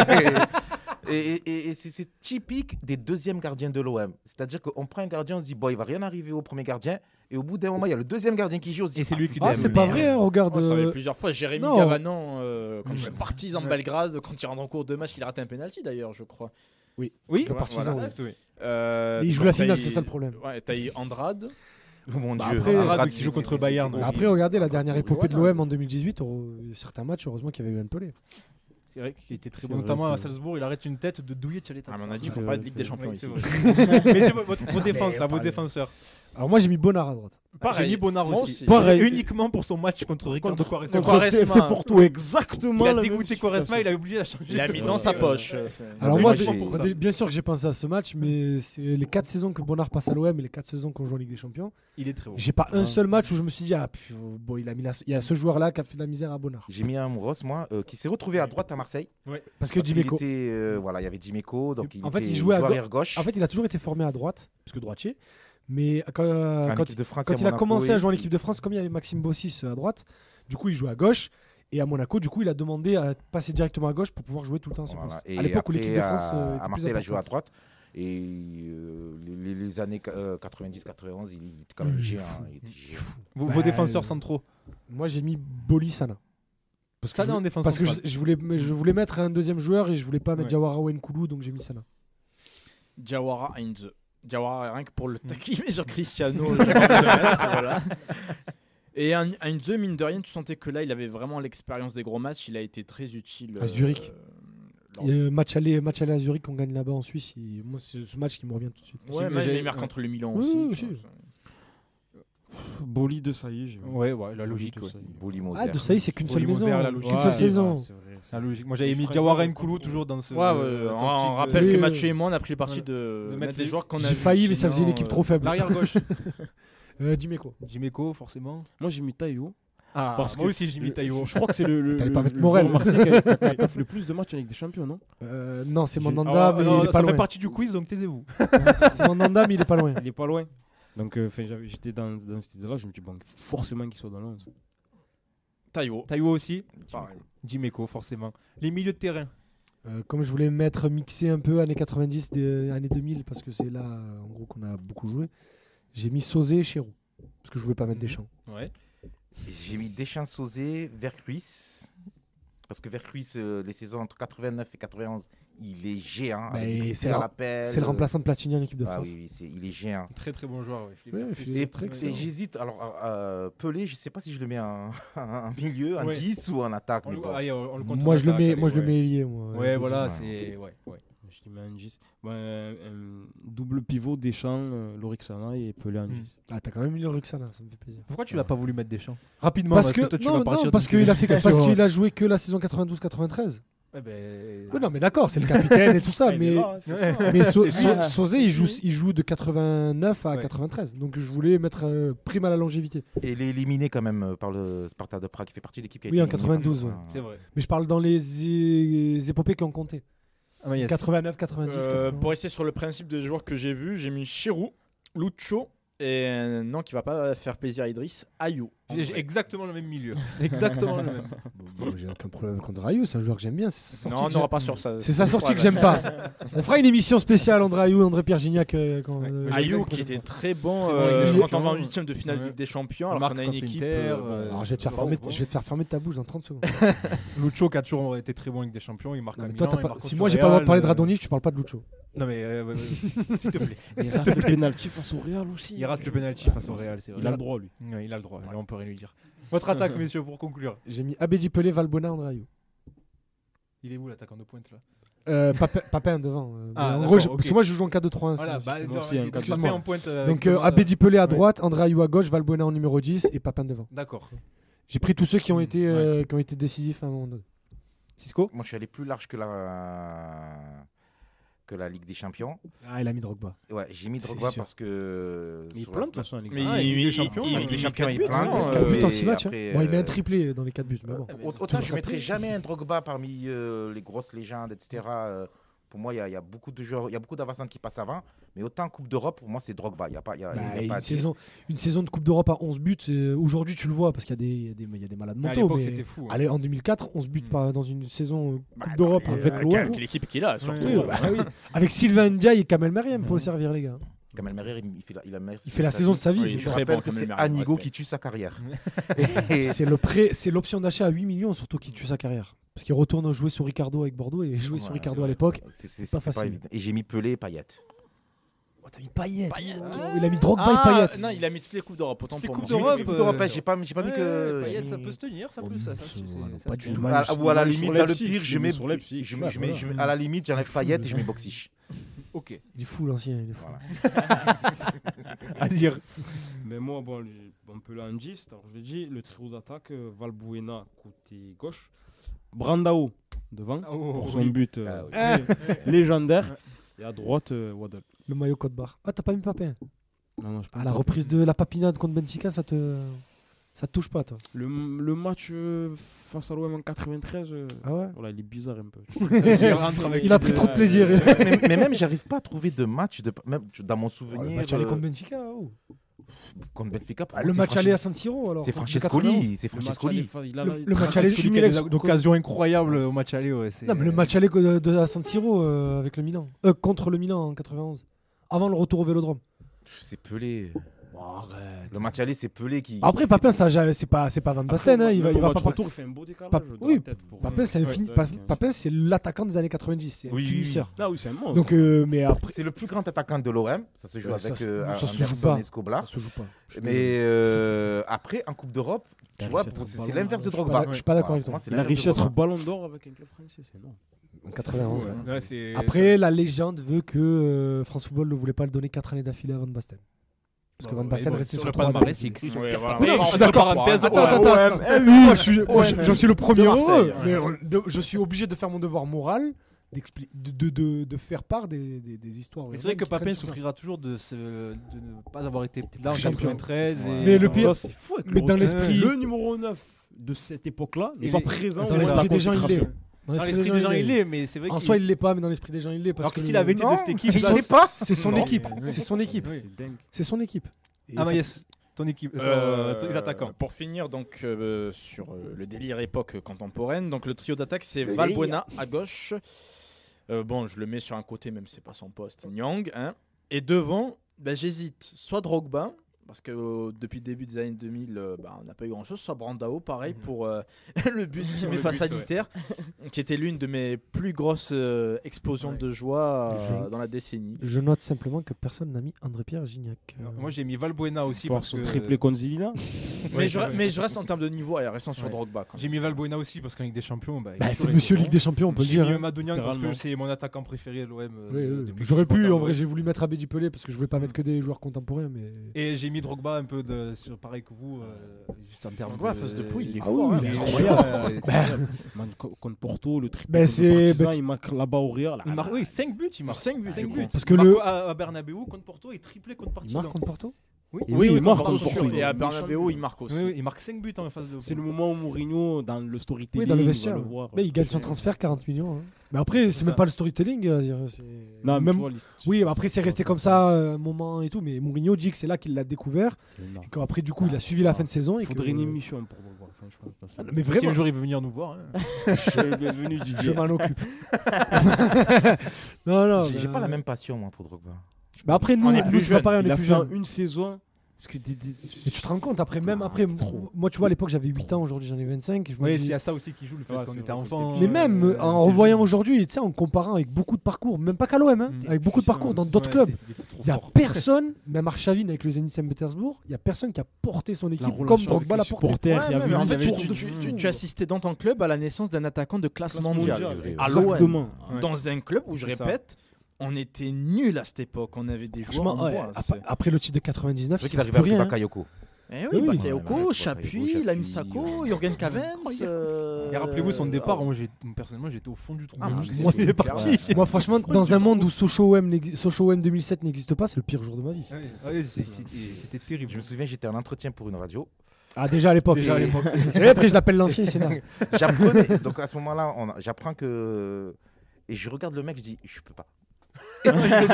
S4: et et- et- et c'est c'est typique des deuxièmes gardiens de l'OM. C'est-à-dire qu'on prend un gardien, on se dit, bon, il va rien arriver au premier gardien. Et au bout d'un moment, il y a le deuxième gardien qui joue. on se dit,
S2: Et c'est lui qui
S3: Ah,
S2: donne.
S3: c'est pas vrai, hein, regarde.
S6: Oh, ça
S3: euh,
S6: avait plusieurs fois. Jérémy
S3: non.
S6: Gavanon, euh, quand il est
S2: Mm.
S6: parti dans
S2: Ouais.
S6: Belgrade, quand il rentre en cours de match, il a raté un penalty d'ailleurs, je crois.
S2: Oui,
S6: Le partisan,
S2: voilà.
S6: ouais.
S2: Oui.
S6: Euh,
S7: Mais il joue
S6: donc
S7: la
S6: t'as
S7: finale,
S6: eu-
S7: c'est ça le problème.
S6: Ouais, t'as eu Andrade.
S4: oh mon
S3: Bah,
S4: Dieu.
S3: après,
S4: Andrade,
S2: Andrade qui
S4: c'est-
S2: joue
S4: c'est-
S2: contre
S4: c'est- c'est
S2: Bayern.
S4: horrible.
S3: Après, regardez la dernière
S4: c'est-
S3: épopée de
S4: voilà.
S3: l'OM en 2018. heureux- oh, Certains matchs, heureusement qu'il y avait eu un pelé.
S2: C'est vrai qu'il était très
S5: C'est
S2: bon.
S5: vrai,
S2: Notamment
S5: c'est
S2: à
S5: vrai.
S2: Salzbourg, il arrête une tête de douillet
S6: Ah, mais on a dit
S5: C'est
S6: qu'on
S5: vrai,
S6: parlait de Ligue
S5: c'est
S6: des
S5: vrai.
S2: [LAUGHS]
S6: Champions ici.
S2: Mais c'est votre, vos défenses,
S7: Ah, on
S2: là, vos
S7: parle-
S2: défenseurs.
S3: Alors moi j'ai mis Bonnard à droite.
S2: J'ai mis Bonnard
S6: Moi
S2: aussi.
S6: aussi.
S2: Pareil.
S3: Pareil.
S2: Uniquement pour son match contre Ricardo Quaresma.
S6: Contre- Quaresma.
S3: C'est c'est pour tout exactement.
S2: Il a
S3: la même
S2: dégoûté
S3: chose.
S2: Quaresma, il a oublié de la changer.
S6: Il l'a mis dans sa poche. euh, c'est-
S3: Alors
S4: Mais
S3: moi,
S4: moi, j'ai-
S3: bien- bien- bien sûr que j'ai pensé à ce match, mais c'est les 4 saisons que Bonnard passe à l'OM et les 4 saisons qu'on joue en Ligue des Champions,
S2: Il est très bon.
S3: j'ai pas un seul match où je me suis dit ah puis, euh, bon il a mis la- il y a ce joueur là qui a fait de la misère à Bonnard.
S4: J'ai mis un Mouros, moi, euh, qui s'est retrouvé à droite à Marseille.
S3: Parce que
S4: Parce qu'il
S3: Dimeco.
S4: était, euh, voilà, il y avait Dimeco, donc il
S3: En fait,
S4: était
S3: il jouait à
S4: joueur
S3: gau-
S4: arrière gauche.
S3: En fait il a toujours été formé à droite parce que droitier, mais quand,
S4: En
S3: euh, quand,
S4: équipe de France,
S3: quand
S4: à
S3: il a
S4: Monaco,
S3: commencé à jouer en
S4: et-
S3: équipe de France, comme il y avait Maxime Bossis euh, à droite, du coup il jouait à gauche. Et à Monaco, du coup, il a demandé à passer directement à gauche pour pouvoir jouer tout le temps à son
S4: Voilà.
S3: poste.
S4: Et
S3: à l'époque où
S4: après,
S3: l'équipe de France
S4: à-
S3: euh, était
S4: à
S3: plus
S4: Marseille, il a joué à
S3: importante.
S4: droite. Et euh, les- les, les années euh, 90-91, il il était quand même
S3: Il est
S4: géant. hein.
S3: fou.
S4: il était géant.
S2: Vos,
S3: Bah,
S2: vos défenseurs centraux.
S3: Moi, j'ai mis Boli Sana. Parce
S2: Sana
S3: je-
S2: en défense
S3: Parce que je,
S2: centrale.
S3: je voulais, mais je voulais mettre un deuxième joueur et je voulais pas mettre
S2: Ouais.
S3: Jawara ou Nkoulou, donc j'ai mis Sana.
S6: Jawara in the. Jawara rien que pour
S3: Hmm.
S6: le taquiner, genre Cristiano. [LAUGHS] je pense, le reste, voilà. Et un, in the, mine de rien, tu sentais que là, il avait vraiment l'expérience des gros matchs. Il a été très utile.
S3: À
S6: euh,
S3: Zurich.
S6: lors-
S3: Et, euh, match, aller, match aller à Zurich qu'on gagne là-bas en Suisse, il- moi, c'est ce match qui me revient tout de suite.
S6: Ouais,
S2: J'ai-
S6: mais
S2: j'ai-
S6: il marque contre le Milan
S3: Oui,
S6: aussi.
S3: oui,
S6: tu
S3: oui.
S6: vois, ça-
S5: Boli de Saïd, j'ai mis.
S2: Ouais, ouais, la logique.
S5: Boli de
S2: ouais.
S5: Saïd.
S4: Bouli Moser.
S3: Ah, de ça, y est, c'est qu'une
S2: Oli
S3: seule maison.
S2: Moser, la
S3: hein,
S2: logique.
S3: Qu'une
S5: Ouais,
S3: seule
S5: c'est
S3: saison.
S5: vrai, c'est vrai, c'est
S2: La
S5: vrai.
S2: logique. Moi, j'avais
S5: Il
S2: mis
S5: ferait
S2: Diawara
S5: pas
S2: Nkoulou
S5: beaucoup.
S2: toujours dans ce.
S6: Ouais, ouais,
S2: dans
S6: on,
S2: cette
S6: on
S2: optique
S6: rappelle
S2: de-
S6: que
S3: Oui,
S6: Mathieu
S3: oui.
S6: et moi, on a pris le parti
S2: Voilà.
S6: de,
S2: De
S6: mettre
S2: mettre
S6: des
S2: les-
S6: joueurs qu'on a
S3: J'ai failli, mais ça faisait une équipe trop faible.
S2: L'arrière [LAUGHS] gauche.
S3: Euh, Dimeco.
S2: Jiméco, forcément.
S5: Moi, j'ai mis Taïo.
S2: Ah,
S5: Parce
S2: moi
S5: que-
S2: aussi, j'ai mis
S5: Le-
S2: Taïwo.
S5: Euh, Je crois que c'est [LAUGHS] le, le,
S3: T'allais
S5: le,
S3: pas mettre
S5: le
S3: Morel.
S5: joueur marseillais qui a- qui a- qui a fait le plus de matchs en Ligue des Champions, non
S3: Euh, non, c'est
S5: J'ai-
S3: Mandanda, mais il est pas
S2: Ah, ça fait
S3: loin.
S2: partie du quiz, donc taisez-vous.
S3: [LAUGHS] C'est Mandanda, mais il est pas loin.
S5: Il est pas loin. Donc euh, 'fin, j'avais- j'étais dans, dans cette idée-là, je me dis bon, forcément qu'il soit dans l'11.
S6: Taïwo.
S2: Taïwo aussi.
S6: euh, pareil.
S2: Jiméco, forcément. Les milieux de terrain.
S3: Euh, comme je voulais mettre mixé un peu années 90, des, années 2000, parce que c'est là, euh, en gros, qu'on a beaucoup joué, j'ai mis Sauzé et Chéroux. Parce que je voulais pas mettre
S2: Mhm.
S3: des champs.
S2: Ouais.
S4: J'ai mis Deschamps Sauzé, Vercruis. Parce que Vercruis, euh, les saisons entre 89 et 91, il est géant.
S3: Bah,
S4: avec des
S3: et
S4: coups
S3: c'est
S4: de
S3: le-
S4: rappel,
S3: C'est le
S4: euh,
S3: remplaçant de Platini en équipe
S2: bah
S3: de
S4: Ah
S3: France.
S4: oui, oui, c'est- il est géant.
S2: Très très bon joueur. Ouais, Philippe
S3: Ouais,
S2: Vercruis.
S3: C'est
S4: Et,
S3: très
S4: et
S3: excellent.
S4: j'hésite, alors euh, Pelé, je sais pas si je le mets en, [LAUGHS] en milieu, en
S2: Ouais.
S4: 10 ou en attaque.
S2: On
S4: mais
S2: le-
S4: bon.
S2: allez, on- on le compte
S3: Moi,
S2: en
S3: je le
S2: attaque,
S3: mets,
S2: allez,
S3: moi, je le
S2: ouais.
S3: mets lié. Moi,
S2: Ouais,
S3: euh,
S2: voilà,
S4: Ouais.
S2: c'est. Ouais, ouais.
S5: Je t'ai mis un 10. Ouais, euh, double pivot Deschamps, euh, Lorixana et Pelé en
S2: Hmm.
S5: 10.
S3: Ah, t'as quand même eu le Ruxana, ça me fait plaisir.
S2: Pourquoi tu
S5: l'as
S2: l'as
S5: pas
S2: pas voulu mettre des champs Rapidement,
S3: Ah. parce que, non, non, parce qu'il a fait, parce qu'il a joué que la saison 92-93.
S2: Eh ben,
S3: Ouais, non, mais d'accord, c'est le capitaine et tout ça, mais mais So- So- Sauzet, il joue, il joue de 89 à
S2: Ouais.
S3: 93. Donc je voulais mettre euh, prime à la longévité.
S4: Et il est éliminé quand même euh, par le Sparta de Prague, qui fait partie de l'équipe qui a
S3: Oui,
S4: été
S3: en
S4: éliminée par le
S3: 92, ouais.
S4: Sparta.
S2: C'est vrai.
S3: Mais je parle dans les, é- épopées qui ont compté.
S2: Ah,
S3: 89, 90,
S6: Euh,
S3: 91.
S6: pour rester sur le principe des joueurs que j'ai vus, j'ai mis Chirou, Lucho et un nom qui va pas faire plaisir à Idriss, Ayou. En
S2: J'ai
S6: vrai.
S2: exactement le même milieu.
S3: [LAUGHS]
S2: Exactement le même.
S7: Bon, j'ai aucun problème.
S3: Problème contre Ayou, c'est un joueur que j'aime bien. C'est sa sortie,
S6: Non, on
S3: que
S6: n'aura
S3: j'aime-
S6: pas sur ça.
S3: c'est sa sortie que j'aime pas. On fera une émission spéciale André Ayou, André Pierre Gignac. euh, quand, euh,
S6: Ayou
S3: la
S6: qui
S3: prochaine
S6: était très bon,
S2: Très bon
S6: euh,
S3: avec
S6: quand on va en
S2: Lyon.
S6: huitième de finale de
S2: Ouais.
S6: Ligue des Champions, alors
S2: Marc
S6: qu'on a une
S2: Carpenter,
S6: équipe.
S2: euh,
S6: bon,
S3: Alors, je vais te faire
S2: Bon,
S3: fermer,
S2: bon.
S3: je vais te faire fermer ta bouche dans 30 secondes.
S2: Lucho qui a toujours été très bon avec des champions, il marque
S3: Non,
S2: à
S3: mais toi,
S2: Milan,
S3: t'as
S2: il
S3: pas-
S2: marque
S3: si
S2: contre
S3: moi j'ai pas le droit de
S2: Real,
S3: parler de
S2: euh,
S3: Radonjic, tu parles pas de Lucho.
S2: Non mais euh, ouais, ouais, ouais. [LAUGHS] s'il te plaît.
S5: Il
S2: [LAUGHS]
S5: rate le penalty face au Real aussi.
S2: Il rate le penalty face au Real, c'est vrai.
S5: Il a le droit, lui.
S2: Ouais, il a le droit, là, on peut rien lui
S3: [LAUGHS]
S2: dire. Votre attaque messieurs pour conclure.
S3: J'ai mis Abedi Pelé, Valbona, André Ayou.
S2: Il est où l'attaquant de pointe là
S3: Euh, Papin- Papin devant. euh,
S2: Ah,
S3: en
S2: d'accord,
S3: gros, je-
S2: ok.
S3: parce que moi je joue en 4-2-3-1.
S2: Voilà,
S3: ça,
S2: bah
S3: c'est-
S2: attends,
S5: moi aussi,
S2: vas-y,
S5: hein,
S2: donc
S5: excuse-moi.
S2: Mbappé en pointe euh,
S3: Donc
S2: avec
S3: euh,
S2: Demande,
S3: Abedi Pelé à
S2: ouais.
S3: droite, André Ayou à gauche, Valbuena en numéro 10 et Papin devant.
S2: D'accord.
S3: J'ai pris tous ceux qui ont été, euh, qui ont été décisifs à un moment donné.
S2: Cisco
S4: Moi, je suis allé plus large que la, que la Ligue des Champions.
S3: Ah, il a mis Drogba.
S4: Ouais, j'ai mis
S3: C'est
S4: Drogba
S3: sûr.
S4: parce que.
S5: Mais il
S4: sur
S5: plante, de
S4: la-
S5: toute façon, en Ligue
S6: Mais
S5: des
S2: Ah, il
S6: il,
S2: est
S6: il,
S2: champion,
S6: il,
S2: il
S6: il met
S4: champion,
S6: quatre
S4: il
S6: buts,
S4: plante,
S6: non,
S4: quatre
S6: euh,
S4: buts.
S3: but en
S4: Ah, et
S3: 6 matchs. hein.
S4: après,
S3: Bon, il met
S4: euh,
S3: un triplé dans les 4 buts, Ah, mais bon.
S4: Au- Autant
S3: toujours
S4: je
S3: ça
S4: ne mettrai
S3: plaît.
S4: jamais un Drogba parmi euh, les grosses légendes, etc. Euh, pour moi, il y, a- il y a beaucoup de joueurs, il y a beaucoup d'avancées qui passent avant. Mais autant Coupe d'Europe, pour moi, c'est Drogba. Il y a pas, il y a, il y a
S3: Bah,
S4: pas à
S3: une,
S4: dire.
S3: saison, une saison de Coupe d'Europe à 11 buts, euh, aujourd'hui tu le vois parce qu'il y, a des- il y a des- il y a des malades
S2: À
S3: mentaux.
S2: l'époque
S3: mais-
S2: c'était fou. hein.
S3: Allez, en 2004, 11 buts
S2: Mm.
S3: par, dans une saison euh,
S6: Bah,
S3: Coupe d'Europe
S6: non, mais
S3: avec
S6: avec,
S3: l'OM.
S6: avec l'équipe qu'il a, surtout.
S4: hein.
S3: Oui,
S4: Ah
S3: bah oui. [LAUGHS] Avec Sylvain Ndiaye et Kamel Meriem pour le
S4: Mmh.
S3: servir, les gars.
S4: Kamel Merrier, il, il fait la, il a meilleure
S3: Il fait la saison de sa vie.
S6: Oui,
S4: Je
S6: Très
S4: rappelle
S6: bon,
S4: que
S6: Kamel
S4: c'est
S6: Merrier,
S4: Anigo
S6: respect.
S4: qui tue sa carrière.
S3: Et
S4: Et-
S3: C'est le prêt, c'est l'option d'achat à 8 millions surtout qui tue sa carrière. Parce qu'il retourne jouer sur Ricardo avec Bordeaux et jouer sur
S4: Ouais,
S3: Ricardo
S4: c'est
S3: à
S4: vrai.
S3: l'époque.
S4: C'est- c'est-
S3: pas
S4: c'est
S3: facile.
S4: évident. Et j'ai mis Pelé et Payet.
S3: Oh, t'as mis Payet. oh, il a mis Drogba et
S6: Ah,
S3: Payet.
S6: non, il a mis toutes les Coupes d'Europe, autant
S2: Toutes les
S6: pour
S2: Coupes
S6: moi.
S2: d'Europe.
S4: Coupe d'Europe,
S2: euh,
S4: j'ai pas, j'ai pas mis que. j'ai
S2: Payet,
S4: mis-
S2: ça peut se tenir, ça
S7: Oh,
S2: peut. ça-
S7: mais
S2: ça-
S7: c'est-
S2: c'est-
S7: voilà, pas
S2: ça se Ah,
S7: du
S2: tient.
S7: tout.
S4: À, à- ou à la
S5: Même sur
S4: limite, dans le
S5: Leipzig,
S4: pire, je
S5: même
S4: mets,
S5: sur Leipzig.
S4: je mets- je
S7: Ouais,
S4: mets- je mets- à
S3: [LAUGHS]
S4: la limite, j'enlève Payet et je mets Boxic.
S2: Ok.
S3: Il est fou l'ancien. il est fou.
S4: Voilà.
S2: à dire.
S5: Mais moi, bon, j'ai un peu là en gist. Alors, je l'ai dit, le trio d'attaque, euh, Valbuena côté gauche, Brandao devant
S2: Ah, oh,
S5: pour son but euh, [LAUGHS] lé- légendaire. Et à droite, euh, Waddle.
S3: Le maillot code barre. Ah, t'as pas mis Papin
S5: Non, non, je peux
S3: Ah,
S5: pas
S3: la
S5: dire.
S3: reprise de la papinade contre Benfica, ça te. Ça te touche pas, toi.
S5: le, le match euh, face à l'OM en 93, euh,
S3: Ah ouais
S5: voilà, il est bizarre
S3: [LAUGHS]
S5: un peu.
S3: Il a pris trop de
S5: euh,
S3: plaisir. il-
S4: mais, mais même, j'arrive pas à trouver de match, de, même dans mon souvenir.
S3: Le match aller
S4: euh,
S3: contre Benfica. oh.
S4: contre Benfica, pour
S3: Ah,
S4: moi,
S3: Le
S4: bah, c'est
S3: match
S4: Franchi-
S3: aller à San Siro, alors.
S4: C'est
S3: contre
S4: Francescoli. C'est
S5: Le match
S4: Francescoli.
S5: aller, fa- il a-
S3: Le-
S5: il
S3: le
S5: a-
S3: match aller,
S2: Francescoli qui a
S3: Jumelec
S2: des
S3: contre-
S2: occasions incroyables au match aller. ouais,
S3: 80.
S2: c'est-
S3: Non, mais le match aller de, de- à San Siro euh, avec le Milan. Euh, contre le Milan en 91. Avant le retour au Vélodrome.
S4: C'est Pelé.
S3: arrête.
S4: Le match aller, c'est Pelé qui.
S3: Après, Papin, ça, j'a- c'est pas, c'est pas Van
S5: Après,
S3: Basten. hein, il va,
S5: même
S3: il
S5: au
S3: va
S5: Ah, match
S3: pas
S5: retour, il fait un beau décalage.
S3: Pap-
S5: dans
S3: oui,
S5: la tête pour-
S3: Papin, c'est un
S5: Ouais,
S3: fini-
S5: ouais,
S3: Pa-
S5: ouais.
S3: Papin, c'est l'attaquant des années 90. C'est un
S4: Oui, oui, oui.
S3: finisseur.
S5: Ah oui, c'est un monstre.
S3: Donc, euh, mais après,
S4: C'est le plus grand attaquant de l'OM. Ça se joue
S3: Ouais, ça
S4: avec
S3: se-
S4: euh,
S3: ça se joue
S4: Anderson
S3: pas.
S4: et Scobla.
S3: ça se joue pas. Je suis désolé.
S4: Ah. Mais euh, après, en Coupe d'Europe, tu
S5: La
S4: vois,
S5: richesse
S4: pour-
S5: de
S4: c'est
S5: ballon,
S4: c'est l'inverse
S3: je
S4: de
S3: suis pas
S4: Drogba.
S3: d'ac- je suis pas d'accord
S4: Voilà,
S3: avec
S4: pour
S3: toi.
S4: moi, c'est
S5: la
S4: l'inverse de
S5: richesse
S4: Drogba.
S5: ballon d'or avec un club français, c'est non.
S7: En 91. ouais.
S2: Ouais, c'est-
S3: Après, la légende veut que euh, France Football ne voulait pas le donner 4 années d'affilée à Van Basten. Parce que Van Basten restait sur
S2: le
S3: 3
S2: palmarès, c'est écrit.
S6: Ouais, voilà.
S3: Mais non,
S6: Entre
S3: je suis d'accord.
S6: parenthèses,
S3: Attends, attends,
S6: OM.
S3: attends. eh Moi, je suis, moi, je-
S6: OM.
S3: j'en suis le premier
S6: De Marseille,
S3: heureux, mais on- de- je suis obligé de faire mon devoir moral, d'expli- de, de, de- de faire part des, des- des histoires.
S8: Mais c'est vrai que Papin
S3: Papin
S8: souffrira toujours de, ce- de ne pas avoir été là en
S3: Champion.
S8: 93. et-
S3: Mais le pire,
S5: c'est fou avec
S3: mais dans l'esprit-
S5: Le numéro 9 de cette époque-là n'est
S8: Il
S5: pas
S8: est-
S5: présent.
S3: dans
S5: au
S3: l'esprit
S5: moment de
S3: des
S5: la
S3: gens, il est.
S5: convocation.
S8: Dans l'esprit des gens, il est, mais c'est vrai
S3: En
S8: qu'il-
S3: soi, il l'est pas, mais dans l'esprit des gens, il l'est. parce
S8: Alors que
S3: que
S8: s'il
S3: le-
S8: avait été de cette équipe,
S3: c'est
S8: là,
S3: son,
S8: c'est-
S3: c'est son
S8: Non.
S3: équipe. C'est son équipe.
S5: Ah C'est dingue.
S3: C'est son équipe. Et
S2: Ah,
S3: ça-
S2: Maïs, ton équipe, euh,
S6: Euh,
S2: ton- les attaquants.
S6: Pour finir donc euh, sur euh, le délire époque contemporaine, donc le trio d'attaque c'est Valbuena à gauche. Euh, bon, je le mets sur un côté même si c'est pas son poste. Nyang, hein. Et devant, ben, j'hésite. Soit Drogba parce que euh, depuis le début des années 2000, euh, ben, on n'a pas eu grand-chose. Soit Brandao, pareil
S2: Mhm.
S6: pour euh, [LAUGHS] le but qui met face à l'Inter, qui était l'une de mes plus grosses euh, explosions de joie euh,
S3: Je-
S6: dans la décennie.
S3: Je note simplement que personne n'a mis André-Pierre Gignac. euh.
S2: Non, Moi j'ai mis Valbuena aussi
S5: Pour
S2: parce
S5: ce
S2: que
S5: triplé contre Zilina.
S6: mais, je, mais je reste en termes de niveau, allez, restons sur
S2: Ouais.
S6: Drogba. Quand même.
S2: j'ai mis Valbuena aussi parce qu'en Ligue des Champions, bah, il
S3: Bah,
S2: est
S3: c'est
S2: sur les
S3: monsieur
S2: côtés.
S3: Ligue des Champions, on peut le
S2: J'ai
S3: dire.
S2: mis
S3: hein.
S2: Madonian parce que
S5: Littéralement.
S2: c'est mon attaquant préféré de l'OM.
S3: Oui,
S2: euh,
S3: oui.
S2: depuis que
S3: J'aurais
S2: je suis
S3: pu, en
S2: pantalon.
S3: vrai, j'ai voulu mettre Abedi Pelé parce que je voulais pas mettre que des joueurs contemporains, mais.
S2: Et j'ai mis Drogba un peu de, sur pareil que vous. euh, juste en termes
S6: Drogba, face de poule, il est
S2: Ah
S6: fort,
S2: oui, euh,
S6: hein.
S2: il est
S3: incroyable.
S2: incroyable.
S5: Man, co- contre Porto, le triplé.
S3: Ben,
S5: contre
S3: c'est-
S5: Partizan,
S3: ben,
S5: il marque là-bas au rire. là,
S2: Il
S5: là,
S2: marque
S5: là.
S2: oui, 5 buts, il marque.
S6: 5 buts,
S2: Cinq
S6: du
S2: buts.
S6: coup.
S3: Parce que
S2: Marco
S3: le.
S2: à, à Bernabeu contre Porto et triplé contre
S3: Il
S2: Partizan.
S3: marque contre Porto
S5: Et
S6: Oui,
S5: lui,
S6: il marque
S5: contre Porto,
S6: Et à
S5: il est
S6: Bernabeu, il marque
S2: Oui,
S6: aussi.
S2: oui, il marque 5 buts en face de.
S5: C'est le moment où Mourinho, dans le storytelling,
S3: Oui, dans le
S5: on va
S3: vestiaire.
S5: le voir.
S3: Mais il gagne son transfert 40 millions. hein. Mais après, c'est
S2: ça.
S3: même pas le storytelling. euh, c'est-
S5: Non, mais
S3: même-
S5: tu vois, l'histoire-
S3: Oui, après, c'est resté comme ça euh, un moment et tout. Mais Mourinho dit que c'est là qu'il l'a découvert.
S5: C'est énorme.
S3: Et qu'après, du coup, il a suivi la fin de saison. Et
S5: Il faudrait
S3: que-
S5: une émission pour le voir. Enfin, je pense pas ça.
S3: Ah non, Mais
S2: Si
S3: vraiment,
S2: un jour il veut venir nous voir. hein.
S5: Je suis
S3: [LAUGHS]
S5: venu
S3: je
S5: Didier.
S3: m'en occupe. non, non.
S4: J'ai j'ai
S3: mais-
S4: pas la même passion, moi, pour Drogba.
S3: Mais après, nous,
S6: est
S3: nous,
S6: plus
S3: c'est pas
S6: jeune.
S3: pareil, on
S5: Il
S3: est
S5: a
S3: plus
S5: fait en
S3: jeune.
S5: une saison. Parce que des- des-
S3: Mais tu te rends compte, après, même
S4: Ah,
S3: après,
S4: c'est trop.
S3: moi, tu vois, à l'époque, j'avais 8 ans, aujourd'hui, j'en ai 25. je me
S2: Oui,
S3: dis-
S2: il y a ça aussi qui joue le fait
S5: Ouais,
S2: qu'on
S5: c'est
S2: était
S5: vrai.
S2: enfant.
S3: Mais même euh, en revoyant aujourd'hui, tu sais, en comparant avec beaucoup de parcours, même pas qu'à l'OM, hein,
S2: Mm.
S3: avec beaucoup de parcours dans d'autres clubs, il y a personne, même Archavine avec le Zenit Saint-Pétersbourg, il y a personne qui a porté son équipe comme
S5: relation
S3: Drogba
S5: avec
S3: l'a
S5: les
S3: porté.
S5: supporters, il y
S6: Ouais,
S5: avait
S6: mais en
S5: une
S6: fait, tu,
S5: histoire
S6: tu,
S5: de
S6: tu-
S5: fou.
S6: tu- tu assistais dans ton club à la naissance d'un attaquant de classe,
S5: Classe
S6: mondiale.
S5: mondiale.
S4: mondiale.
S6: À l'OM.
S5: Exactement.
S6: Dans un club où, je
S2: C'est ça.
S6: répète, on était nuls à cette époque. On avait des joueurs.
S3: Franchement,
S6: en
S3: ouais,
S6: bois,
S3: ap-
S6: c'est-
S3: après le titre de 99,
S4: C'est vrai
S3: il
S4: qu'il
S3: ne plus
S4: arrive avec
S3: rien. hein.
S4: Bakayoko.
S6: Eh
S3: Oui,
S6: oui,
S3: oui.
S4: Ouais,
S6: Bakayoko,
S4: ouais,
S6: Chapuis,
S4: Chapuis,
S6: Laim Sacco, Jurgen Cavens. euh,
S2: Et rappelez-vous son départ,
S6: ah,
S2: moi, j'ai- personnellement j'étais au fond du trou.
S6: Ah,
S2: Moi,
S6: mais
S2: j'étais-
S6: c'est-
S2: moi,
S6: c'est
S2: j'étais
S6: clair.
S2: parti.
S3: [LAUGHS]
S6: Ouais.
S3: Moi, franchement, dans un monde où Sochaux OM, n'exi- Sochaux OM 2007 n'existe pas, c'est le pire jour de ma vie.
S2: Ouais, ouais, c'est- C'était c'était terrible.
S4: Je me souviens, j'étais en entretien pour une radio.
S3: Ah, déjà à l'époque.
S2: Déjà à l'époque.
S3: [LAUGHS] Tu vois, Après, je l'appelle l'ancien, c'est dingue.
S4: J'apprenais. [LAUGHS] Donc à ce moment-là, on a- j'apprends que. Et je regarde le mec, je dis, je peux pas.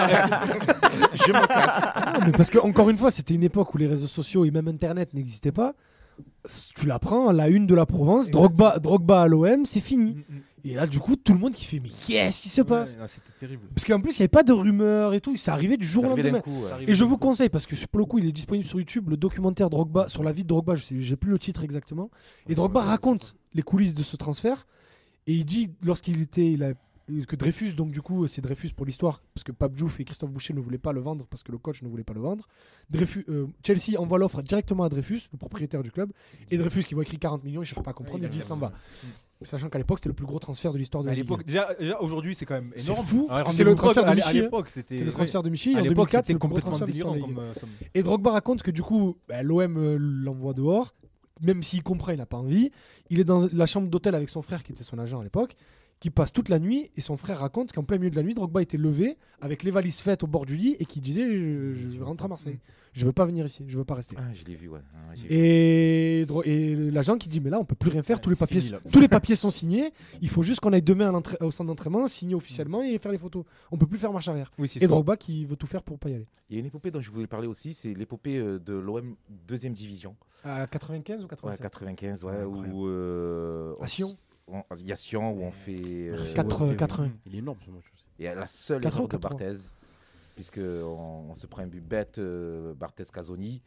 S4: je me casse.
S3: Non, Ah, mais parce que encore une fois, c'était une époque où les réseaux sociaux et même Internet n'existaient pas. S- Tu l'apprends à la une de la Provence, Drogba, Drogba à l'OM, c'est fini. Et là, du coup, tout le monde qui fait mais qu'est-ce qui se passe
S2: Mm, Ouais, non, C'était terrible.
S3: Parce qu'en plus, il n'y avait pas de rumeurs et tout, ça arrivait du jour
S4: Ça
S3: au
S4: arrivait d'un
S3: lendemain.
S4: coup. ouais.
S3: Et je vous conseille, parce que pour le coup, il est disponible sur YouTube, le documentaire Drogba sur la vie de Drogba, je sais j'ai plus le titre
S2: Ah,
S3: exactement. Et Drogba raconte les coulisses de ce transfert. Et il dit, lorsqu'il était, il a- euh, que Dreyfus, donc du coup, c'est Dreyfus pour l'histoire, parce que Pape Diouf et Christophe Boucher ne voulaient pas le vendre, parce que le coach ne voulait pas le vendre. Dreyfus, euh, Chelsea envoie l'offre directement à Dreyfus, le propriétaire du club, et Dreyfus qui voit écrit 40 millions, il cherche pas à
S2: Ah,
S3: comprendre, il dit il s'en va. Sachant qu'à l'époque, c'était le plus gros transfert de l'histoire de
S2: À
S3: la Ligue.
S2: l'époque, déjà, déjà, aujourd'hui, c'est quand même
S3: C'est
S2: énorme.
S3: fou,
S2: Ah,
S3: parce que
S2: rendez-vous
S3: c'est le
S2: compte,
S3: transfert de
S2: à l'-
S3: Michi,
S2: À l'époque, c'était.
S3: C'est le
S2: ouais.
S3: transfert de Michi, et
S2: À
S3: en
S2: l'époque,
S3: 2004,
S2: c'était
S3: c'est le plus gros
S2: complètement
S3: transfert de l'histoire
S2: délirant
S3: de la Ligue.
S2: comme euh, somme.
S3: Et Drogba raconte que du coup, bah, l'OM euh, l'envoie dehors, même s'il comprend, il n'a pas envie. Il est dans la chambre d'hôtel avec son frère, qui était son agent à l'époque, qui passe toute la nuit, et son frère raconte qu'en plein milieu de la nuit, Drogba était levé, avec les valises faites au bord du lit, et qui disait Je, je rentre à Marseille, je veux pas venir ici, je veux pas rester.
S4: Ah, je l'ai vu, ouais. Ah, j'ai vu.
S3: Et, Dro- et l'agent qui dit mais là on peut plus rien faire, tous les
S2: Ah, c'est
S3: papiers,
S2: fini, là.
S3: tous les papiers sont signés. Il faut juste qu'on aille demain à l'entra- au centre d'entraînement, signer officiellement et faire les photos. On peut plus faire marche arrière.
S2: Oui, c'est
S3: Et Drogba qui veut tout faire pour pas y aller.
S4: Il y a une épopée dont je voulais parler aussi, c'est l'épopée euh, de l'OM deuxième division.
S3: À 95 ou 96
S4: Ouais, 95, ouais,
S3: Incroyable.
S4: où. euh, on
S3: À Sion.
S4: s- on- Il y a Sion où on fait. euh,
S5: Merci.
S3: 80, 80.
S5: Il est énorme ce match aussi.
S4: Et à la seule
S3: Quatre
S4: erreur
S3: ou
S4: de
S3: quatre trois
S4: Barthez, puisque on, on se prend un but bête, euh, Barthez Casoni.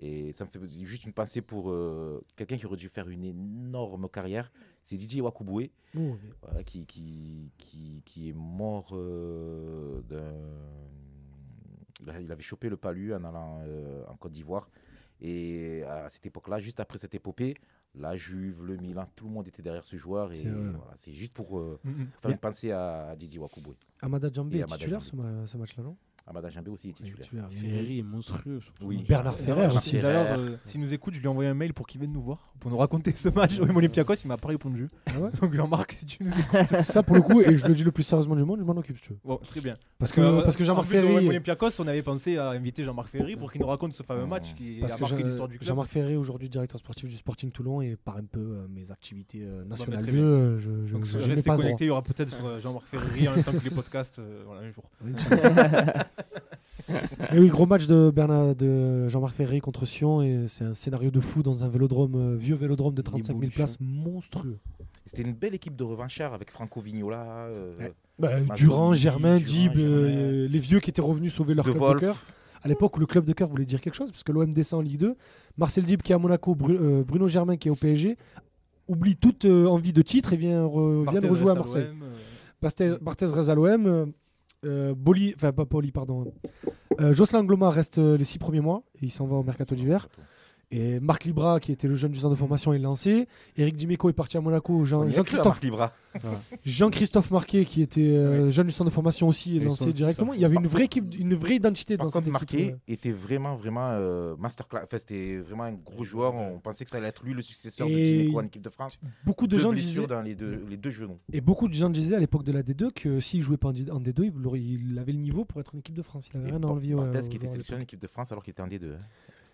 S4: Et ça me fait juste une pensée pour euh, quelqu'un qui aurait dû faire une énorme carrière. C'est Didier Wakuboué,
S3: Bon, Oh, mais
S4: voilà, qui, qui, qui, qui est mort euh, d'un- d'un- Il avait chopé le palu en allant euh, en Côte d'Ivoire. Et à cette époque-là, juste après cette épopée, la Juve, le Milan, tout le monde était derrière ce joueur. Et
S3: C'est vrai.
S4: voilà, c'est juste pour euh,
S2: Mm, mm.
S4: faire
S3: Mais-
S4: une pensée à, à Didier Wakuboué.
S3: Amada Djambé
S4: Et
S3: est
S4: Amada
S3: titulaire
S4: Djambé.
S3: ce, ma- ce match-là, non
S4: Amada Djambé aussi est titulaire.
S3: Titulaire, mais-
S5: Ferreri est monstrueux. sur ce
S4: Oui.
S5: match.
S3: Bernard Ferrer
S2: Ferrer,
S3: aussi.
S2: si d'ailleurs, euh, s'il nous écoute, je lui ai envoyé un mail pour qu'il vienne nous voir, pour nous raconter ce match. Oui, Olympiakos, il m'a pas répondu.
S3: Ah ouais
S2: [LAUGHS] Donc Jean-Marc, si tu nous écoutes.
S3: Ça pour le coup, et je le dis le plus sérieusement du monde, je m'en occupe si tu veux.
S2: Bon, très bien.
S3: Parce que,
S2: Euh,
S3: parce que Jean-Marc
S2: en vue de
S3: Ferry.
S2: Olympiakos, on avait pensé à inviter Jean-Marc Ferry pour qu'il nous raconte ce fameux
S4: Mmh.
S2: match qui
S3: Parce
S2: a
S3: que
S2: marqué
S3: Jean-
S2: l'histoire du club.
S3: Jean-Marc Ferré, aujourd'hui directeur sportif du Sporting Toulon, et par un peu euh, mes activités euh, nationales
S2: très
S3: 2,
S2: bien.
S3: euh, je, je,
S2: Donc
S3: je n'ai
S2: restez
S3: pas ce droit.
S2: connectés, il y aura peut-être sur, euh, Jean-Marc Ferry en même temps que les podcasts euh, voilà, un jour.
S3: Mais oui, gros match de, Bernard, de Jean-Marc Ferré contre Sion, et c'est un scénario de fou dans un vélodrome, euh, vieux vélodrome de 35 000
S4: L'évolution.
S3: places, monstrueux.
S4: C'était une belle équipe de revanchards avec Franco Vignola, euh,
S3: Ouais.
S4: Mazzoni,
S3: Bah, Durand, Germain,
S4: Durand,
S3: Dib, euh,
S4: Germain.
S3: les vieux qui étaient revenus sauver leur
S4: De
S3: club
S4: Wolf.
S3: de cœur. À l'époque où le club de cœur voulait dire quelque chose, parce que l'OM descend en Ligue 2, Marcel Dib qui est à Monaco, Bru- euh, Bruno Germain qui est au PSG, oublie toute euh, envie de titre et vient, re- vient
S2: Barthez
S3: rejouer à
S2: reste
S3: Marseille.
S2: l'OM, euh,
S3: Barthez Barthez reste à l'OM. euh, euh, Boli, enfin pas Boli, pardon. Euh, Jocelyn Gloma reste euh, les six premiers mois et il s'en va au mercato d'hiver. Et Marc Libra, qui était le jeune du centre de formation, est lancé. Eric Dimeco est parti à Monaco.
S4: On
S3: Jean-
S4: y a cru à
S3: Euh, Jean-Christophe
S4: Marc Libra.
S3: Jean christophe Marquet, qui était euh, jeune du centre de formation aussi, est
S5: Et ils sont-
S3: lancé directement. Il y avait une vraie équipe, une vraie identité
S4: Par
S3: dans
S4: contre,
S3: cette équipe.
S4: Marqué
S3: euh.
S4: était vraiment, vraiment euh, masterclass. Enfin, c'était vraiment un gros joueur. On pensait que ça allait être lui le successeur de
S3: Et
S4: Dimeco en équipe de France.
S3: euh. Beaucoup de
S4: Deux
S3: gens
S4: blessures
S3: disaient,
S4: dans les deux, les deux genoux.
S3: et beaucoup de gens disaient à l'époque de la D2 que s'il jouait pas en D- en D2, il, aurait- il avait le niveau pour être en équipe de France. Il avait
S4: Et
S3: rien à
S4: Bar-
S3: enlever. ouais,
S4: Barthez
S3: aux
S4: qui était
S3: joueurs de
S4: sélectionné en équipe de France alors qu'il était en D2. hein.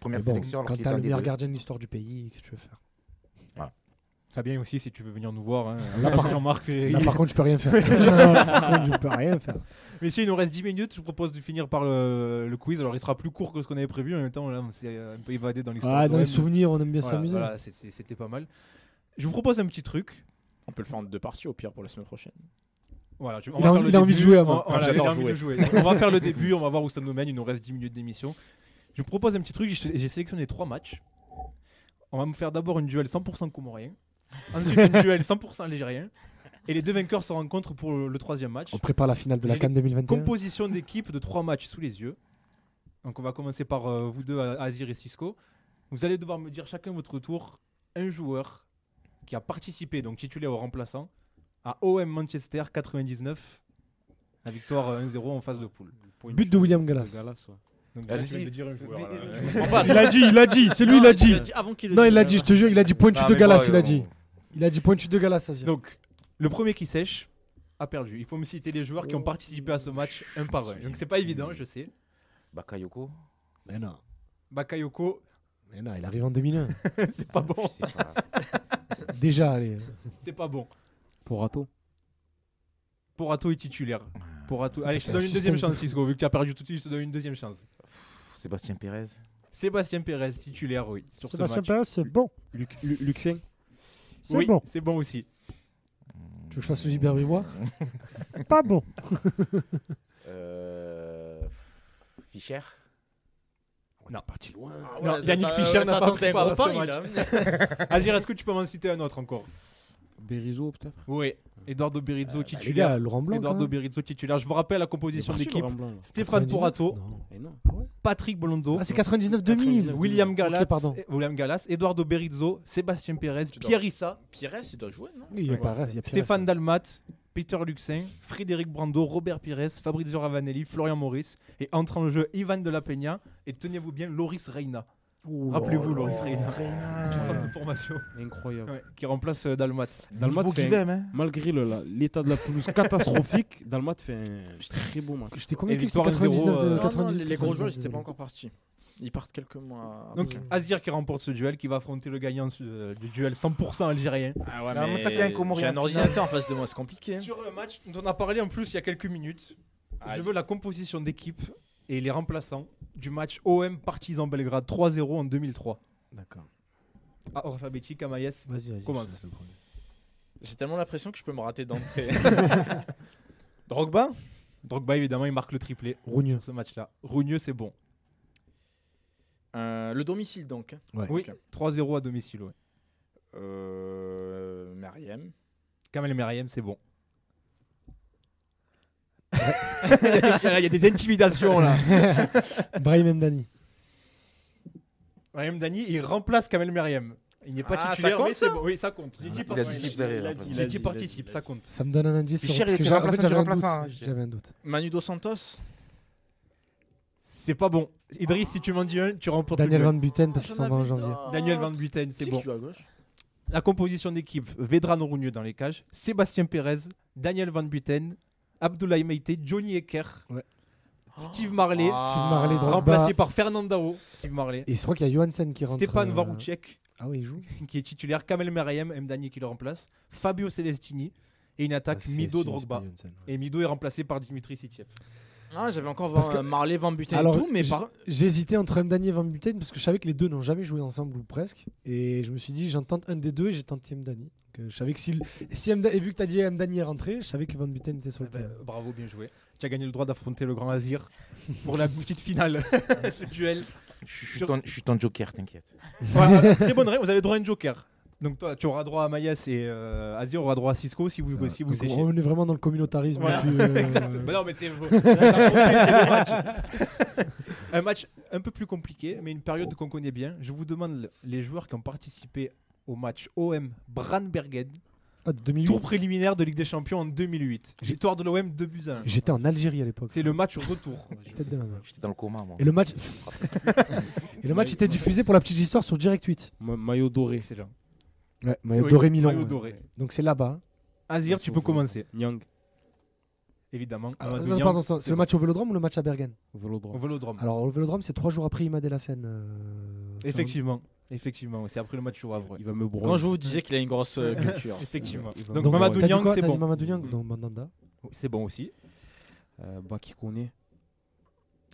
S3: Mais
S4: Première
S3: bon,
S4: sélection alors
S3: quand
S4: qu'il
S3: t'as
S4: était en
S3: le meilleur
S4: D2.
S3: gardien de l'histoire du pays, qu'est-ce que tu veux faire
S2: Fabien aussi, si tu veux venir nous voir. hein, en
S3: Là,
S2: tant
S3: par-
S2: que Jean-Marc Ferry.
S3: Là, par contre, je peux rien faire. Là, par contre, je peux rien faire.
S2: Messieurs, il nous reste 10 minutes. Je vous propose de finir par le, le quiz. Alors, il sera plus court que ce qu'on avait prévu. En même temps, là, on s'est euh, un peu évadé dans l'histoire.
S3: Ah,
S2: de
S3: dans les
S2: l'OM.
S3: souvenirs, on aime bien
S2: Voilà,
S3: s'amuser.
S2: voilà, c'est- c'est- c'était pas mal. Je vous propose un petit truc.
S6: On peut le faire en deux parties au pire pour la semaine prochaine.
S2: Voilà, je- on
S3: Il
S2: va
S3: a-
S2: faire le
S3: il a envie de
S2: début.
S3: jouer, avant.
S2: On- voilà, il a
S6: J'adore
S2: envie de jouer. on va faire le début, on va voir où ça nous mène. Il nous reste 10 minutes d'émission. Je vous propose un petit truc. J'ai j'ai sélectionné trois matchs. On va me faire d'abord une duel 100% comorien. Ensuite, une duel 100% algérien. Et les deux vainqueurs se rencontrent pour le, le troisième match.
S3: On prépare la finale de la
S2: J'ai
S3: Cannes 2021.
S2: Composition d'équipe de trois matchs sous les yeux. Donc on va commencer par euh, vous deux, euh, Azir et Cisco. Vous allez devoir me dire chacun votre tour un joueur qui a participé, donc titulaire ou remplaçant, à OM Manchester 99, la victoire euh, 1-0 en phase de poule.
S5: Pour une
S3: But de
S5: chance
S3: William Gallas.
S5: ouais.
S2: Donc
S4: Allez-y.
S2: je viens de dire un joueur. là.
S3: Il a dit, il a dit, c'est lui, il a dit.
S6: avant qu'il le
S3: Non,
S6: dise.
S3: il l'a dit, je te jure, il a dit pointu
S4: Ah,
S3: de
S4: mais
S3: Galas,
S4: bon,
S3: il a
S4: on-
S3: dit. Il a dit pointu de Galas, Azir.
S2: Donc le premier qui sèche a perdu. Il faut me citer les joueurs qui ont participé à ce match un par un. Donc c'est pas évident, je sais.
S3: [LAUGHS]
S4: Bakayoko
S7: Mais non,
S2: Bakayoko,
S7: mais non, il arrive en 2001.
S2: [LAUGHS] c'est pas
S4: Je
S2: bon.
S4: sais pas.
S3: [LAUGHS] Déjà, allez. euh,
S2: C'est pas bon.
S5: Porato.
S2: Porato est titulaire. Porato. Allez, je te
S3: Ah, fait
S2: donne
S3: un
S2: une deuxième
S3: suspense de
S2: chance, Cisco. Vu que tu as perdu tout de suite, je te donne une deuxième chance.
S4: Sébastien Pérez.
S2: Sébastien Pérez, titulaire, oui. Sur ce match.
S3: Perez, c'est bon.
S5: Luc- Lu- Luxem.
S3: C'est
S2: oui,
S3: bon.
S2: C'est bon aussi.
S3: Tu veux que je fasse le Gilbert Bribois Pas bon.
S4: Euh, Fischer.
S2: Non.
S7: parti loin. [LAUGHS]
S2: Non, Yannick Fischer n'a pas pris part à ce match. Azir, est-ce que tu peux m'en citer un autre encore
S5: Berizzo peut-être
S2: Oui, Eduardo
S7: Ah,
S2: Berizzo
S7: bah, les gars,
S2: titulaire.
S7: Laurent Blanc. quand
S2: Eduardo
S7: même.
S2: Berizzo titulaire. Je vous rappelle la composition de
S5: Il est parti,
S2: l'équipe.
S5: Laurent Blanc, là.
S2: Stéphane
S3: 99,
S2: Porato,
S3: non.
S5: Et non.
S2: Patrick Bolondo,
S3: Ah, c'est 99-2000.
S2: William Gallas,
S3: pardon.
S2: eh, William Gallas, Eduardo Berizzo, Sébastien Pérez,
S6: Tu dois-
S2: Pierre Issa,
S6: Pires, il doit jouer,
S3: Euh,
S6: non
S7: Il y a pas- il y a Pires.
S2: Stéphane Dalmat, Peter Luxin, Frédéric Brando, Robert Pires, Fabrizio Ravanelli, Florian Maurice et entre en jeu Ivan de la Peña et tenez-vous bien Loris Reina.
S7: Ouh oh, là
S2: Rappelez-vous
S7: là.
S2: Loris Reina du centre de formation
S5: Incroyable.
S2: ouais, qui remplace euh, Dalmat.
S5: Dalmat
S4: Niveau
S5: fait un-
S4: Guilhem, hein.
S5: Malgré le- la- l'état de la pelouse catastrophique, [LAUGHS] Dalmat fait un très beau match.
S3: J'étais convaincu que c'était
S2: victoire
S3: 99
S2: 1-0, euh,
S3: de
S2: Non,
S6: non,
S3: 99.
S6: les gros joueurs, ils
S3: c'était
S6: n'étaient pas encore partis. Ils partent quelques mois. après.
S2: Donc Asdir qui remporte ce duel, qui va affronter le gagnant euh, du duel 100% algérien.
S6: ah ouais,
S4: Non, mais t'as qu'il y a un
S6: mais
S4: Comorien
S6: j'ai un
S4: qui
S6: ordinateur en face de moi, c'est compliqué. hein. Ah,
S2: Sur le match dont on a parlé en plus il y a quelques minutes, je veux la composition d'équipe et les remplaçants du match OM Partizan Belgrade 3-0 en 2003.
S7: D'accord.
S2: Ah, Orphabétique à Maïs.
S7: Vas-y, vas-y.
S2: Commence.
S7: fais le premier.
S6: J'ai tellement l'impression que je peux me rater d'entrée. Drogba
S2: Drogba évidemment il marque le triplé
S3: Rougneux.
S2: sur ce match-là. Rougneux c'est bon.
S6: Euh, Le domicile, donc.
S2: Oui,
S6: Ok.
S2: 3-0 à domicile. Ouais.
S6: Euh, Meriem.
S2: Kamel Meriem c'est bon. [LAUGHS] il y a des intimidations là.
S3: [LAUGHS] Brahim Mdani.
S2: Meriem Dani il remplace Kamel Meriem. Il n'est pas
S6: Ah, ça
S2: titulaire
S6: compte,
S2: mais c'est
S6: ça
S2: bon. Oui ça compte. J'ai dit
S4: Il a
S2: participe.
S4: dit chiffres derrière. en fait.
S2: J'ai dit participe, ça compte.
S3: Ça me donne un indice
S4: C'est
S3: sur
S4: cher, il
S3: parce que
S4: était
S3: j'ai- en fait,
S4: remplaçant,
S3: j'avais un doute.
S4: remplaçant, hein, je-
S3: J'avais un doute.
S6: Manu Dos Santos.
S2: C'est pas bon. Idriss, si tu m'en dis un, tu remportes
S3: Daniel
S2: le
S3: Van
S2: duel.
S3: Buten parce qu'il s'en va en janvier.
S6: Ah.
S2: Daniel Van Buten, c'est bon.
S6: à gauche
S2: La composition d'équipe, Vedrano Rougneux dans les cages, Sébastien Pérez, Daniel Van Buten, Abdoulaye Meite, Johnny Ecker,
S7: Ouais.
S2: Steve Marley,
S3: Steve Marley, Drogba.
S2: remplacé par Fernandao, Steve Marley,
S7: Et je crois qu'il y a Johansen qui rentre.
S2: Stéphane
S7: euh,
S2: Varouchek,
S7: Ah oui, il joue.
S2: [LAUGHS] qui est titulaire, Kamel Merayem, M. Dani qui le remplace, Fabio Celestini, et une attaque
S7: Ah, c'est- c'est-
S2: Mido
S7: c'est pas
S2: Drogba.
S7: Johansen, ouais.
S2: Et Mido est remplacé par Dimitri Sitiev.
S6: Ah, j'avais encore
S3: Parce
S6: Van-
S3: que-
S6: Marley, Van Buten
S3: Alors,
S6: et tout, mais
S3: j'ai-
S6: par...
S3: J'hésitais entre Mdani et Van Buten parce que je savais que les deux n'ont jamais joué ensemble ou presque. Et je me suis dit, j'en tente un des deux et j'ai tenté Mdani. Donc, euh, je savais que si, si Mda- et vu que t'as dit euh, Mdani est rentré, je savais que Van Buten était sur le
S2: Eh ben,
S3: terrain.
S2: bravo, bien joué. Tu as gagné le droit d'affronter le
S7: [LAUGHS]
S2: Grand Azir pour la petite finale. [LAUGHS] Ce duel.
S4: Je suis ton- je suis ton joker, t'inquiète.
S2: Voilà, très bonne règle. Vous avez droit à une joker. Donc toi, tu auras droit à Mayas et euh, Azir aura droit à Cisco si vous
S7: Ça va.
S2: si vous
S3: Donc,
S2: séchez.
S3: on est vraiment dans le communautarisme.
S2: Voilà. [LAUGHS]
S3: le plus, euh,
S2: Exact. Bah non, mais [LAUGHS] c'est c'est le match. [LAUGHS] un match un peu plus compliqué, mais une période qu'on connaît bien. Je vous demande le- les joueurs qui ont participé au match OM Brandbergen,
S3: ah, de 2008.
S2: tour préliminaire de Ligue des Champions en 2008. Victoire de l'OM 2 buts à 1.
S3: J'étais en Algérie à l'époque.
S2: C'est le match
S3: [LAUGHS]
S2: retour.
S3: Tête de ma mère.
S4: J'étais dans le coma, moi.
S3: Et
S2: [LAUGHS]
S3: le match. [LAUGHS] et le match était diffusé pour la petite histoire sur Direct 8.
S5: Ma- Maillot doré.
S2: Excellent.
S7: Ouais, maillot
S2: Oui,
S7: doré Milan.
S2: maillot
S7: ouais.
S2: doré.
S7: Donc c'est là-bas. hein.
S2: Azir, tu peux commencer,
S5: Nyang,
S2: évidemment.
S7: Ah,
S2: Amadou
S3: Non,
S2: Niang,
S3: pardon, c'est
S2: c'est
S3: le
S2: bon.
S3: match au Vélodrome ou le match à Bergen
S5: au
S2: au
S5: Vélodrome.
S2: Vélodrome.
S3: Alors au Vélodrome, c'est trois jours après Imad El Hassan. euh, c'est
S2: Effectivement, effectivement, c'est après le match au Havre.
S5: Il va me bronzer.
S6: Quand je vous disais qu'il a une grosse euh, culture.
S2: Effectivement.
S5: Il va-
S3: un-
S2: Donc,
S3: Donc
S2: Mamadou
S3: t'as dit
S2: Niang,
S3: quoi
S2: c'est
S3: T'as dit
S2: bon.
S3: Mamadou Niang
S2: Mm.
S3: dans Mandanda.
S2: C'est bon aussi.
S5: Euh, Bakikone.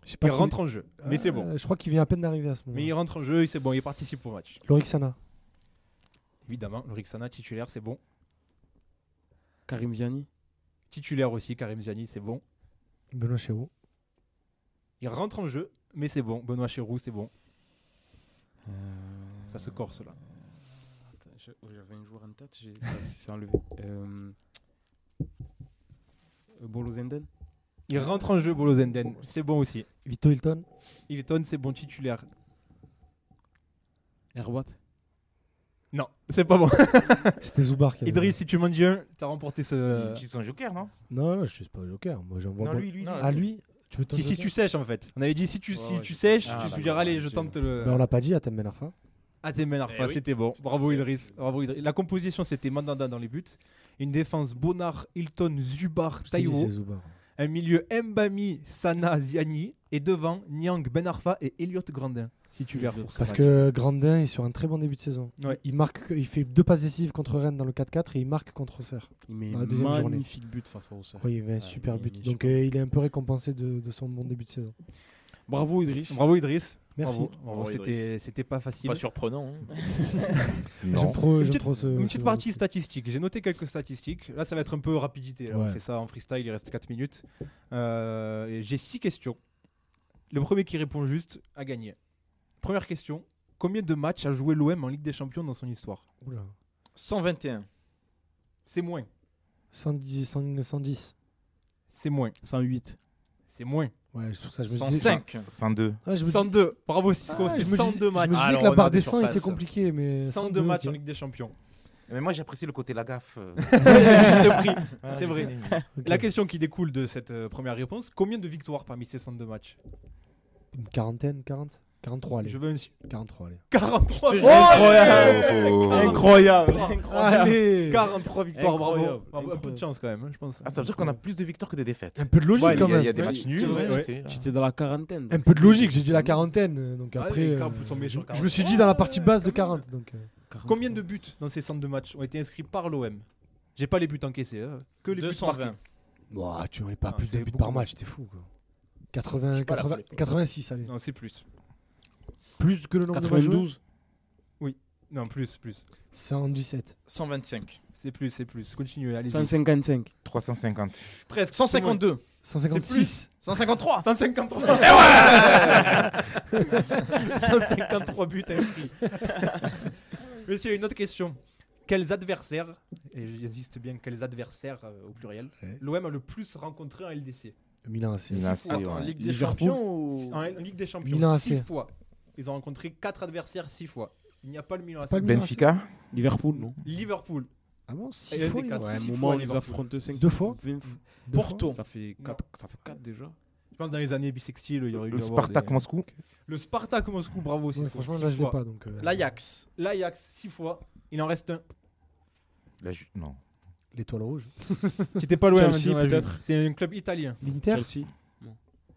S3: Je
S2: Il
S3: sais
S7: Ah,
S3: si-
S2: rentre en jeu, mais c'est bon.
S3: Euh, Je crois qu'il vient à peine d'arriver à ce
S2: Mais il
S3: moment.
S2: rentre en jeu, et c'est bon, il participe au match.
S3: Lorixana.
S2: Évidemment, Lorixana titulaire, c'est bon.
S5: Karim Viani.
S2: Titulaire aussi, Karim Ziani, c'est bon.
S3: Benoît Chéreau.
S2: Il rentre en jeu, mais c'est bon. Benoît Chéroux, c'est bon.
S5: Euh,
S2: Ça se corse là.
S5: attends, je- oh, J'avais un joueur en tête, j'ai- ça s'est enlevé. Euh... Bolo Zenden.
S2: Il rentre en jeu, Bolo Zenden, c'est bon aussi.
S3: Vito Hilton.
S2: Hilton, c'est bon titulaire.
S5: Erbat.
S2: Non, c'est pas bon.
S3: C'était Zoubar qui avait-
S2: Idriss, si tu m'en dis un, t'as remporté
S3: euh,
S2: ce.
S4: Ils sont joker, non
S7: Non, non, je suis pas joker. Moi, j'envoie.
S4: Non,
S7: Bon-
S4: lui, lui.
S6: Non,
S3: Ah lui Tu veux ton
S2: Si, si
S3: joker
S2: tu sèches en fait. On avait dit si tu, si
S5: ouais,
S2: tu
S5: je-
S2: sèches,
S5: Ah,
S2: tu
S5: d'accord,
S2: me diras, allez, je
S5: j'ai-
S2: tente
S3: Bah,
S2: le.
S7: Mais on l'a pas dit, Atem Ben Arfa.
S2: Atem Ben Arfa,
S6: Eh oui.
S2: c'était bon. Bravo Idriss. Bravo Idriss. La composition, c'était Mandanda dans les buts. Une défense Bonnard, Hilton, Zubar,
S7: Je t'ai dit,
S2: Taiwo.
S7: c'est Zubar.
S2: Un milieu Mbami, Sana, Ziani. Et devant, Niang, Ben Arfa et Elliot Grandin. Si tu verras pour ce
S7: Parce
S2: match.
S7: que Grandin est sur un très bon début de saison.
S2: Ouais.
S7: Il marque, il fait deux passes décisives contre Rennes dans le 4-4 et il marque contre Auxerre.
S5: Il met
S7: Dans la
S5: un
S7: deuxième journée.
S5: magnifique but face à Auxerre.
S7: Oui, il met un
S5: Ouais,
S7: super
S5: il
S7: but.
S5: est
S7: Donc
S5: super.
S7: euh, il est un peu récompensé de, de son bon début de saison.
S5: Bravo Idriss.
S2: Bravo Idriss.
S7: Merci.
S2: Bravo. Bravo,
S6: Bravo,
S2: c'était-
S6: Idriss.
S2: C'était pas facile.
S6: Pas surprenant. hein.
S7: J'aime trop,
S2: Une
S7: j'aime
S2: petite,
S7: trop ce. ce
S2: une petite
S9: Euh,
S7: genre de
S2: partie statistique. J'ai noté quelques statistiques. Là, ça va être un peu rapidité. là. On
S7: Ouais.
S2: fait ça en freestyle, il reste 4 minutes. Euh, et J'ai 6 questions. Le premier qui répond juste a gagné. Première question. Combien de matchs a joué l'OM en Ligue des Champions dans son histoire
S7: foot. Oula.
S6: 121.
S2: C'est moins.
S9: 110, 100, 110.
S2: C'est moins.
S5: 108.
S2: C'est moins.
S9: Ouais, c'est pour ça que je me disais.
S6: 105.
S4: 102.
S9: Ah, je me dis-
S2: 102. Bravo Cisco,
S9: Ah,
S2: c'est
S9: je me dis-
S2: 102
S9: Je
S2: matchs.
S9: me disais
S6: Alors,
S9: que la
S6: on a
S9: barre
S6: des
S9: des 100 était
S6: surfaces.
S9: compliquée, mais.
S2: 102 matchs en
S9: ok.
S2: Ligue des [LAUGHS] Champions.
S4: Mais moi, j'apprécie le côté la gaffe.
S3: [LAUGHS]
S4: euh.
S2: C'est vrai.
S9: Ok.
S2: La question qui découle de cette euh, première réponse, combien de victoires parmi ces 102 matchs
S3: Une quarantaine, 40 43, allez.
S2: Je veux un su-
S3: 43, allez.
S2: 43
S6: Je te jure. Incroyable.
S2: Incroyable
S9: Allez
S2: 43 victoires, bravo.
S5: Incroyable.
S2: bravo. Un peu de chance quand même, hein, je pense.
S4: Ah, ça veut dire qu'on a plus de victoires que de défaites.
S9: Un peu de logique
S4: Ouais, Il
S9: quand
S4: y a-
S9: même.
S4: il y a des
S5: Oui,
S4: matchs
S5: c'est
S4: nuls.
S5: vrai,
S4: ouais,
S5: ouais.
S4: c'est-
S5: J'étais dans la quarantaine.
S9: Un
S5: donc
S9: peu de logique, j'ai dit la quarantaine. euh, Donc
S2: Ah,
S9: après.
S2: les
S9: euh,
S2: gars, vous tombez sur
S9: je me suis dit dans la partie basse de 40. Donc, euh,
S2: Combien de buts dans ces 102 matchs ont été inscrits par l'OM J'ai pas les buts encaissés, hein, que les
S6: 220.
S2: buts
S3: Ouah, tu n'aurais pas
S2: Ah,
S3: plus de
S2: c'est
S3: buts
S2: beaucoup
S3: par
S2: moins.
S3: match, t'es fou quoi. 80,
S6: suis pas la
S3: 80,
S6: folie, quoi.
S3: 86, allez.
S2: marqués. Non, c'est plus.
S9: Plus que le nombre de matchs.
S5: 92.
S2: Non, plus, plus.
S3: 117.
S6: 125.
S2: C'est plus, c'est plus. Continuez, allez
S5: 155.
S4: 350.
S2: Presque.
S6: 152.
S3: 156.
S6: 153.
S2: 153 Eh 153 buts inscrits. [LAUGHS] Monsieur, une autre question. Quels adversaires, et j'insiste bien, quels adversaires euh, au pluriel,
S3: Ouais.
S2: l'OM a le plus rencontré en LDC
S3: Milan AC.
S4: Milan AC,
S6: Attends,
S4: ouais.
S6: Ligue des
S5: Liverpool.
S6: Champions ou.
S2: En, en Ligue des
S3: Milan
S2: Champions,
S3: AC.
S2: 6 fois. Ils ont rencontré 4 adversaires 6 fois. Il n'y a pas le Milan AC.
S3: Pas le Milan AC.
S4: Benfica.
S5: Liverpool, non
S2: Liverpool,
S3: Ah bon
S2: Et
S3: 6
S2: un
S3: fois
S2: des
S3: Milan
S2: quatre.
S5: Ouais, à un
S2: Six
S5: moment,
S2: fois,
S5: ils
S2: Liverpool.
S5: affrontent 5
S3: Deux fois Deux fois
S6: Porto.
S5: Ça fait 4 ça fait quatre déjà.
S2: je pense dans les années bisextiles, il y aurait eu
S4: Le Spartak Moscou.
S2: Le Spartak Moscou, bravo.
S3: Ouais,
S2: six fois,
S3: franchement,
S2: six
S3: là, je l'ai
S2: fois.
S3: pas. Donc, euh,
S6: L'Ajax.
S2: L'Ajax, 6 fois. Il en reste un.
S4: La Ju- Non.
S3: L'étoile rouge.
S2: Qui était pas loin,
S5: Chelsea,
S2: hein, dans la vue.
S5: peut-être.
S2: C'est un club italien.
S3: L'Inter.
S5: Chelsea.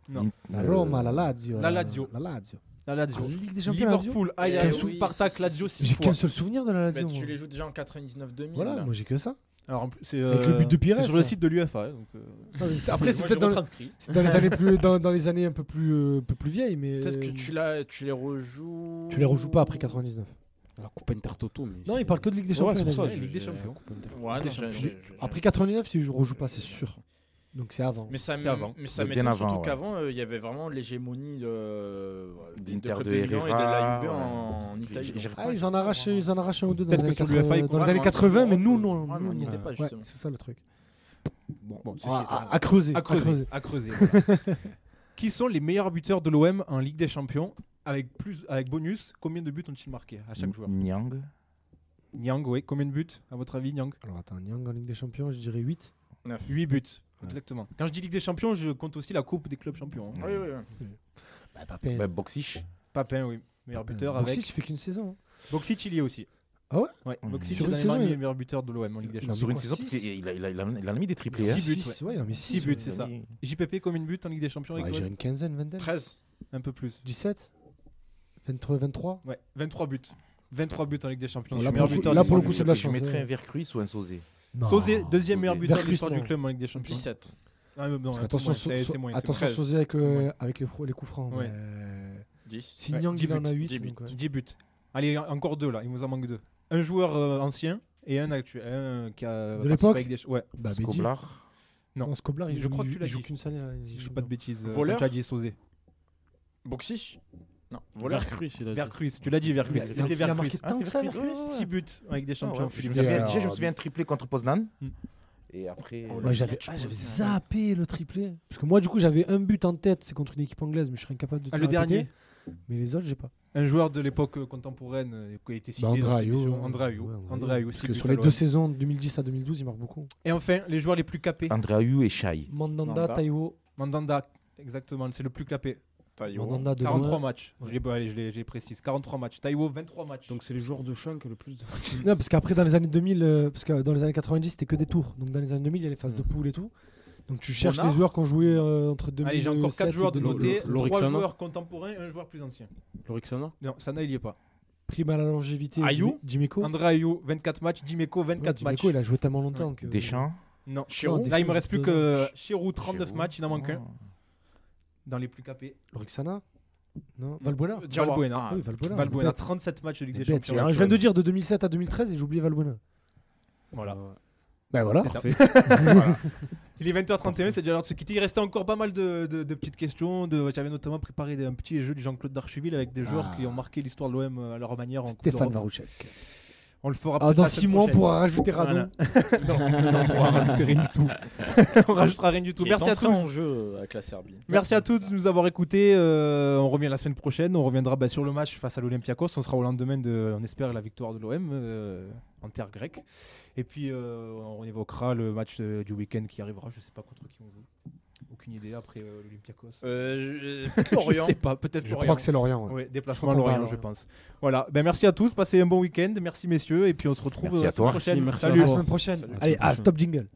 S2: Non.
S3: La
S4: Euh,
S3: Roma, la Lazio.
S2: la Lazio.
S3: La Lazio.
S2: La Lazio.
S3: Ah, Ligue des Champions, la Lazio.
S2: Liverpool,
S6: Lazio
S2: Ajax,
S6: Eh oui,
S2: Spartak,
S6: si, si,
S2: Lazio,
S6: si,
S2: 6
S3: J'ai
S2: fois.
S3: qu'un seul souvenir de la
S6: Mais
S3: Lazio. moi.
S6: tu les joues déjà en 99-2000.
S3: Voilà, moi j'ai que ça.
S2: Alors, en plus, c'est, euh,
S3: Avec le but de Pires,
S2: c'est sur le
S3: là.
S2: site de l'UFA. donc, euh,
S3: Après, c'est
S2: moi,
S3: peut-être
S2: j'ai
S3: dans,
S2: retranscrit.
S3: c'est dans les années plus, dans, dans les années un peu plus, euh, un peu plus vieilles, mais
S6: Peut-être que tu, l'as- tu les rejoues.
S3: tu les rejoues pas après 99.
S5: La Coupe Intertoto. Mais
S3: Non,
S5: c'est-
S3: il parle que de Ligue des
S5: Ouais,
S3: Champions.
S5: c'est pour ça.
S3: là,
S5: je-
S3: il-
S2: Ligue des
S5: j'ai-
S2: Champions.
S5: Coupe Inter-
S6: Ouais, non, j'ai- j'ai- j'ai-
S3: Après 89, tu ne rejoues pas, c'est sûr. Donc c'est avant.
S6: Mais ça, m-
S2: C'est avant.
S6: mais ça
S4: Bien
S6: m'étonne
S4: avant,
S6: surtout
S4: ouais.
S6: qu'avant, euh, il y avait vraiment l'hégémonie de, euh, des-
S4: D'Inter
S6: de Club
S4: de
S6: de Milan et de
S4: Herrera,
S6: la Juve
S4: ouais.
S6: en, en Italie.
S4: J'ai-
S3: Ah, ils en arrachent, ils en arrachent un ou deux dans
S2: Peut-être
S3: les
S2: que
S3: années
S2: sur le
S3: 80,
S2: FA, ils Ah,
S3: dans les
S6: comprennent.
S3: années 80 mais nous, non.
S6: Ouais, mais
S3: nous,
S6: on n'y
S3: non.
S6: était pas,
S3: Ouais,
S6: justement.
S3: c'est ça le truc.
S2: Bon, ceci
S3: à,
S2: étant-
S3: à- à creuser.
S2: Ah, à creuser. à creuser, voilà.
S3: [LAUGHS]
S2: Qui sont les meilleurs buteurs de l'OM en Ligue des Champions avec, plus, avec bonus, combien de buts ont-ils marqué à
S3: Mm.
S2: chaque joueur
S4: Niang.
S2: Nyang, oui, combien de buts à votre avis, Nyang
S3: Alors attends, Niang en Ligue des Champions, je dirais 8.
S2: 8 buts,
S3: Ouais.
S2: exactement. Quand je dis Ligue des Champions, je compte aussi la Coupe des clubs champions. hein.
S6: Oui, oui, oui.
S3: Bah, Papin.
S4: Bah, Boxish.
S2: Papin, oui, meilleur buteur avec.
S3: tu fais qu'une saison. hein.
S2: Boxic, il y est aussi.
S3: Ah ouais
S2: Ouais,
S4: Mmh.
S2: Boxic est
S3: Sur une
S2: dans les
S3: saison,
S2: parmi
S3: il-
S2: les meilleurs buteurs de l'OM en Ligue des
S3: Il a
S2: Champions.
S4: Sur
S3: mis
S4: une
S3: quoi,
S4: saison, parce
S3: six
S4: qu'il a, il a, il a, il en a mis des triplés. hein.
S2: Six buts,
S3: Six, ouais, il en met 6.
S2: Six buts,
S3: ouais.
S2: c'est ça.
S4: Il-
S2: JPP, combien de buts en Ligue des Champions
S3: Ouais,
S2: avec
S3: j'ai
S2: l'OM
S3: une quinzaine, vingtaine.
S6: 13.
S2: Un peu plus.
S3: 17 23, 23
S2: Ouais, 23 buts. 23 buts en Ligue des Champions.
S3: Là,
S2: C'est le
S3: pour
S2: meilleur
S3: le coup-
S2: buteur
S3: là,
S2: de
S3: pour
S2: l'histoire
S3: le coup,
S2: du
S3: c'est de la
S2: club.
S4: Je
S3: chance, hein. Bah,
S4: mettrais
S3: ouais.
S4: un Vercruis ou un Sauzé.
S2: Sauzet, deuxième meilleur buteur de
S3: Vercruze,
S2: l'histoire du
S3: non.
S2: club en Ligue des Champions.
S6: 17.
S2: Ah, mais non,
S3: Parce
S2: un peu
S3: qu'attention,
S2: moins,
S3: so-
S2: c'est-
S3: so-
S2: c'est moins, c'est
S3: attention,
S2: moins.
S3: Sosé avec, le-
S2: C'est moins.
S3: avec les, fro- les coups francs.
S2: Ouais.
S3: mais- euh,
S6: 10.
S3: Si
S2: Ouais,
S3: Nyang,
S2: dix
S3: il en
S2: buts,
S3: a 8.
S6: dix buts.
S3: donc, ouais.
S2: 10 buts. Allez, encore deux là, il vous en manque deux. Un joueur euh, ancien et un actuel. Un qui a participé
S3: l'époque
S2: avec des ch- Ouais,
S3: Bah, Beji.
S4: Skoblar.
S2: Non.
S3: Non, Scoblar, il
S2: Je
S3: joue-
S2: crois que tu
S3: il
S2: l'as
S3: joue
S2: dit.
S3: qu'une saison. là, il
S2: si je
S3: joue
S2: dis pas de
S3: bien.
S2: bêtises. euh,
S6: Voleur
S2: comme tu as dit Sauzet.
S6: Boxish Non, voleur.
S5: Vercruis, il a dit.
S2: Vercruis, tu l'as dit Vercruis.
S3: Il a-
S2: C'était Ah,
S3: il a marqué
S2: Vercruis.
S3: tant que ça,
S4: Vercruis,
S3: Vercruis,
S4: ouais, ouais.
S2: 6 buts avec des
S4: Ah ouais,
S2: champions.
S4: je me
S2: Philippe
S4: souviens-
S2: Vercruis.
S4: Déjà, je me souviens un triplé contre Poznan.
S2: Hmm.
S4: Et après.
S6: Oh
S4: euh,
S6: là
S3: Ouais, j'avais
S6: Ah,
S3: ah,
S6: j'avais
S3: j'avais
S6: zappé.
S3: zappé le triplé. Parce que moi, du coup, j'avais un but en tête, c'est contre une équipe anglaise, mais je serais incapable de te
S2: Ah, le
S3: répéter.
S2: dernier.
S3: Mais les autres, j'ai pas.
S2: Un joueur de l'époque euh, contemporaine euh, qui a été cité.
S3: Bah,
S2: dans cette
S3: Andrayo,
S2: émission.
S3: ouais.
S2: Andrayo.
S3: Ouais, Andrayo.
S2: Andrayo,
S3: Parce
S2: six
S3: que
S2: buts
S3: sur
S2: à
S3: les
S2: l'OM.
S3: deux saisons, 2010 à 2012, il marque beaucoup.
S2: Et enfin, les joueurs les plus capés.
S4: Andraou et Shai.
S3: Mandanda,
S6: Mandanda.
S3: Taiwo.
S2: Mandanda, exactement, c'est le plus capé.
S6: Taillot.
S3: Mandanda de
S2: 43
S3: loin.
S2: matchs.
S3: Ouais.
S2: Je l'ai- bon, allez, je l'ai je l'ai précise. 43 matchs. Taïwo, 23 matchs.
S5: Donc c'est le joueur de Chun qui a le plus de.
S3: Non, parce qu'après, dans les années 2000, euh, parce que dans les années 90, c'était que des tours. Donc dans les années 2000, il y a les phases de poule et tout. Donc tu cherches
S6: Renard.
S3: les joueurs qui ont joué euh, entre 2000
S2: allez, j'ai encore 4 joueurs de noter.
S5: l'autre, l'autre,
S2: 3
S5: Sana.
S2: joueurs contemporains, un joueur plus ancien.
S5: Lorixana
S2: Non, Sana, il y est pas.
S3: Prime à la longévité.
S6: Ayou.
S3: Jimé- Jiméco.
S2: André Ayou, 24 matchs. Dimeco,
S3: Ouais,
S2: 24 matchs.
S3: Jiméco, il a joué tellement longtemps que.
S4: Deschamps.
S2: Non,
S3: Giroud.
S2: Là, il me reste plus que Chirou, 39
S4: Giroud.
S2: matchs. Il en manque un
S4: Oh.
S2: dans les plus capés.
S3: Lorixana Non. Valbuena
S6: Valbuena.
S3: Ah oui, Valbuena.
S2: Valbuena,
S3: Bête.
S2: 37 matchs de Ligue des
S3: Bête, il y a-
S2: Champions.
S3: Je viens de dire de 2007 à 2013 et j'oublie Valbuena.
S2: Voilà.
S3: Bah voilà.
S2: C'est
S5: Parfait.
S3: [LAUGHS]
S2: Il est 20h31, c'est déjà l'heure de se quitter. Il restait encore pas mal de, de- de petites questions. de- J'avais notamment préparé des- un petit jeu de Jean-Claude Darcheville avec des joueurs
S3: Ah.
S2: qui ont marqué l'histoire de l'OM à leur manière en Coupe
S3: Stéphane
S2: d'Europe.
S3: Varouchek.
S2: On le fera
S3: Ah,
S2: peut-être
S3: dans
S2: la semaine
S3: 6 mois, on
S2: prochaine.
S3: pourra rajouter Radon.
S2: Non, non, [LAUGHS] non, on pourra rajouter rien du
S3: [LAUGHS]
S2: tout. on rajoutera rien du tout.
S6: Qui est
S2: Merci à
S6: entré
S2: tous.
S6: en jeu avec la Serbie.
S2: Merci à tous de nous avoir écoutés. Euh, on revient la semaine prochaine. On reviendra bah, sur le match face à l'Olympiakos. On sera au lendemain de, on espère, la victoire de l'OM euh, en terre grecque. Et puis, euh, on évoquera le match euh, du week-end qui arrivera. Je sais pas contre qui on joue. Aucune idée après euh, l'Olympiakos.
S3: [LAUGHS]
S6: Euh, je-
S2: je
S6: Lorient.
S2: sais pas. Peut-être
S3: Je
S2: Lorient.
S3: crois que c'est Lorient. ouais.
S2: Ouais, déplacement
S3: Je
S2: à
S3: crois qu'on va à
S2: Lorient, je pense. Voilà. Ben, merci à tous. Passez un bon week-end. Merci, messieurs. Et puis, on se retrouve euh,
S4: Merci
S2: la
S4: à
S2: semaine
S4: toi.
S2: prochaine.
S5: Merci, merci à
S2: Salut.
S5: toi.
S3: À la semaine prochaine.
S5: Salut.
S3: Allez, ah, stop jingle.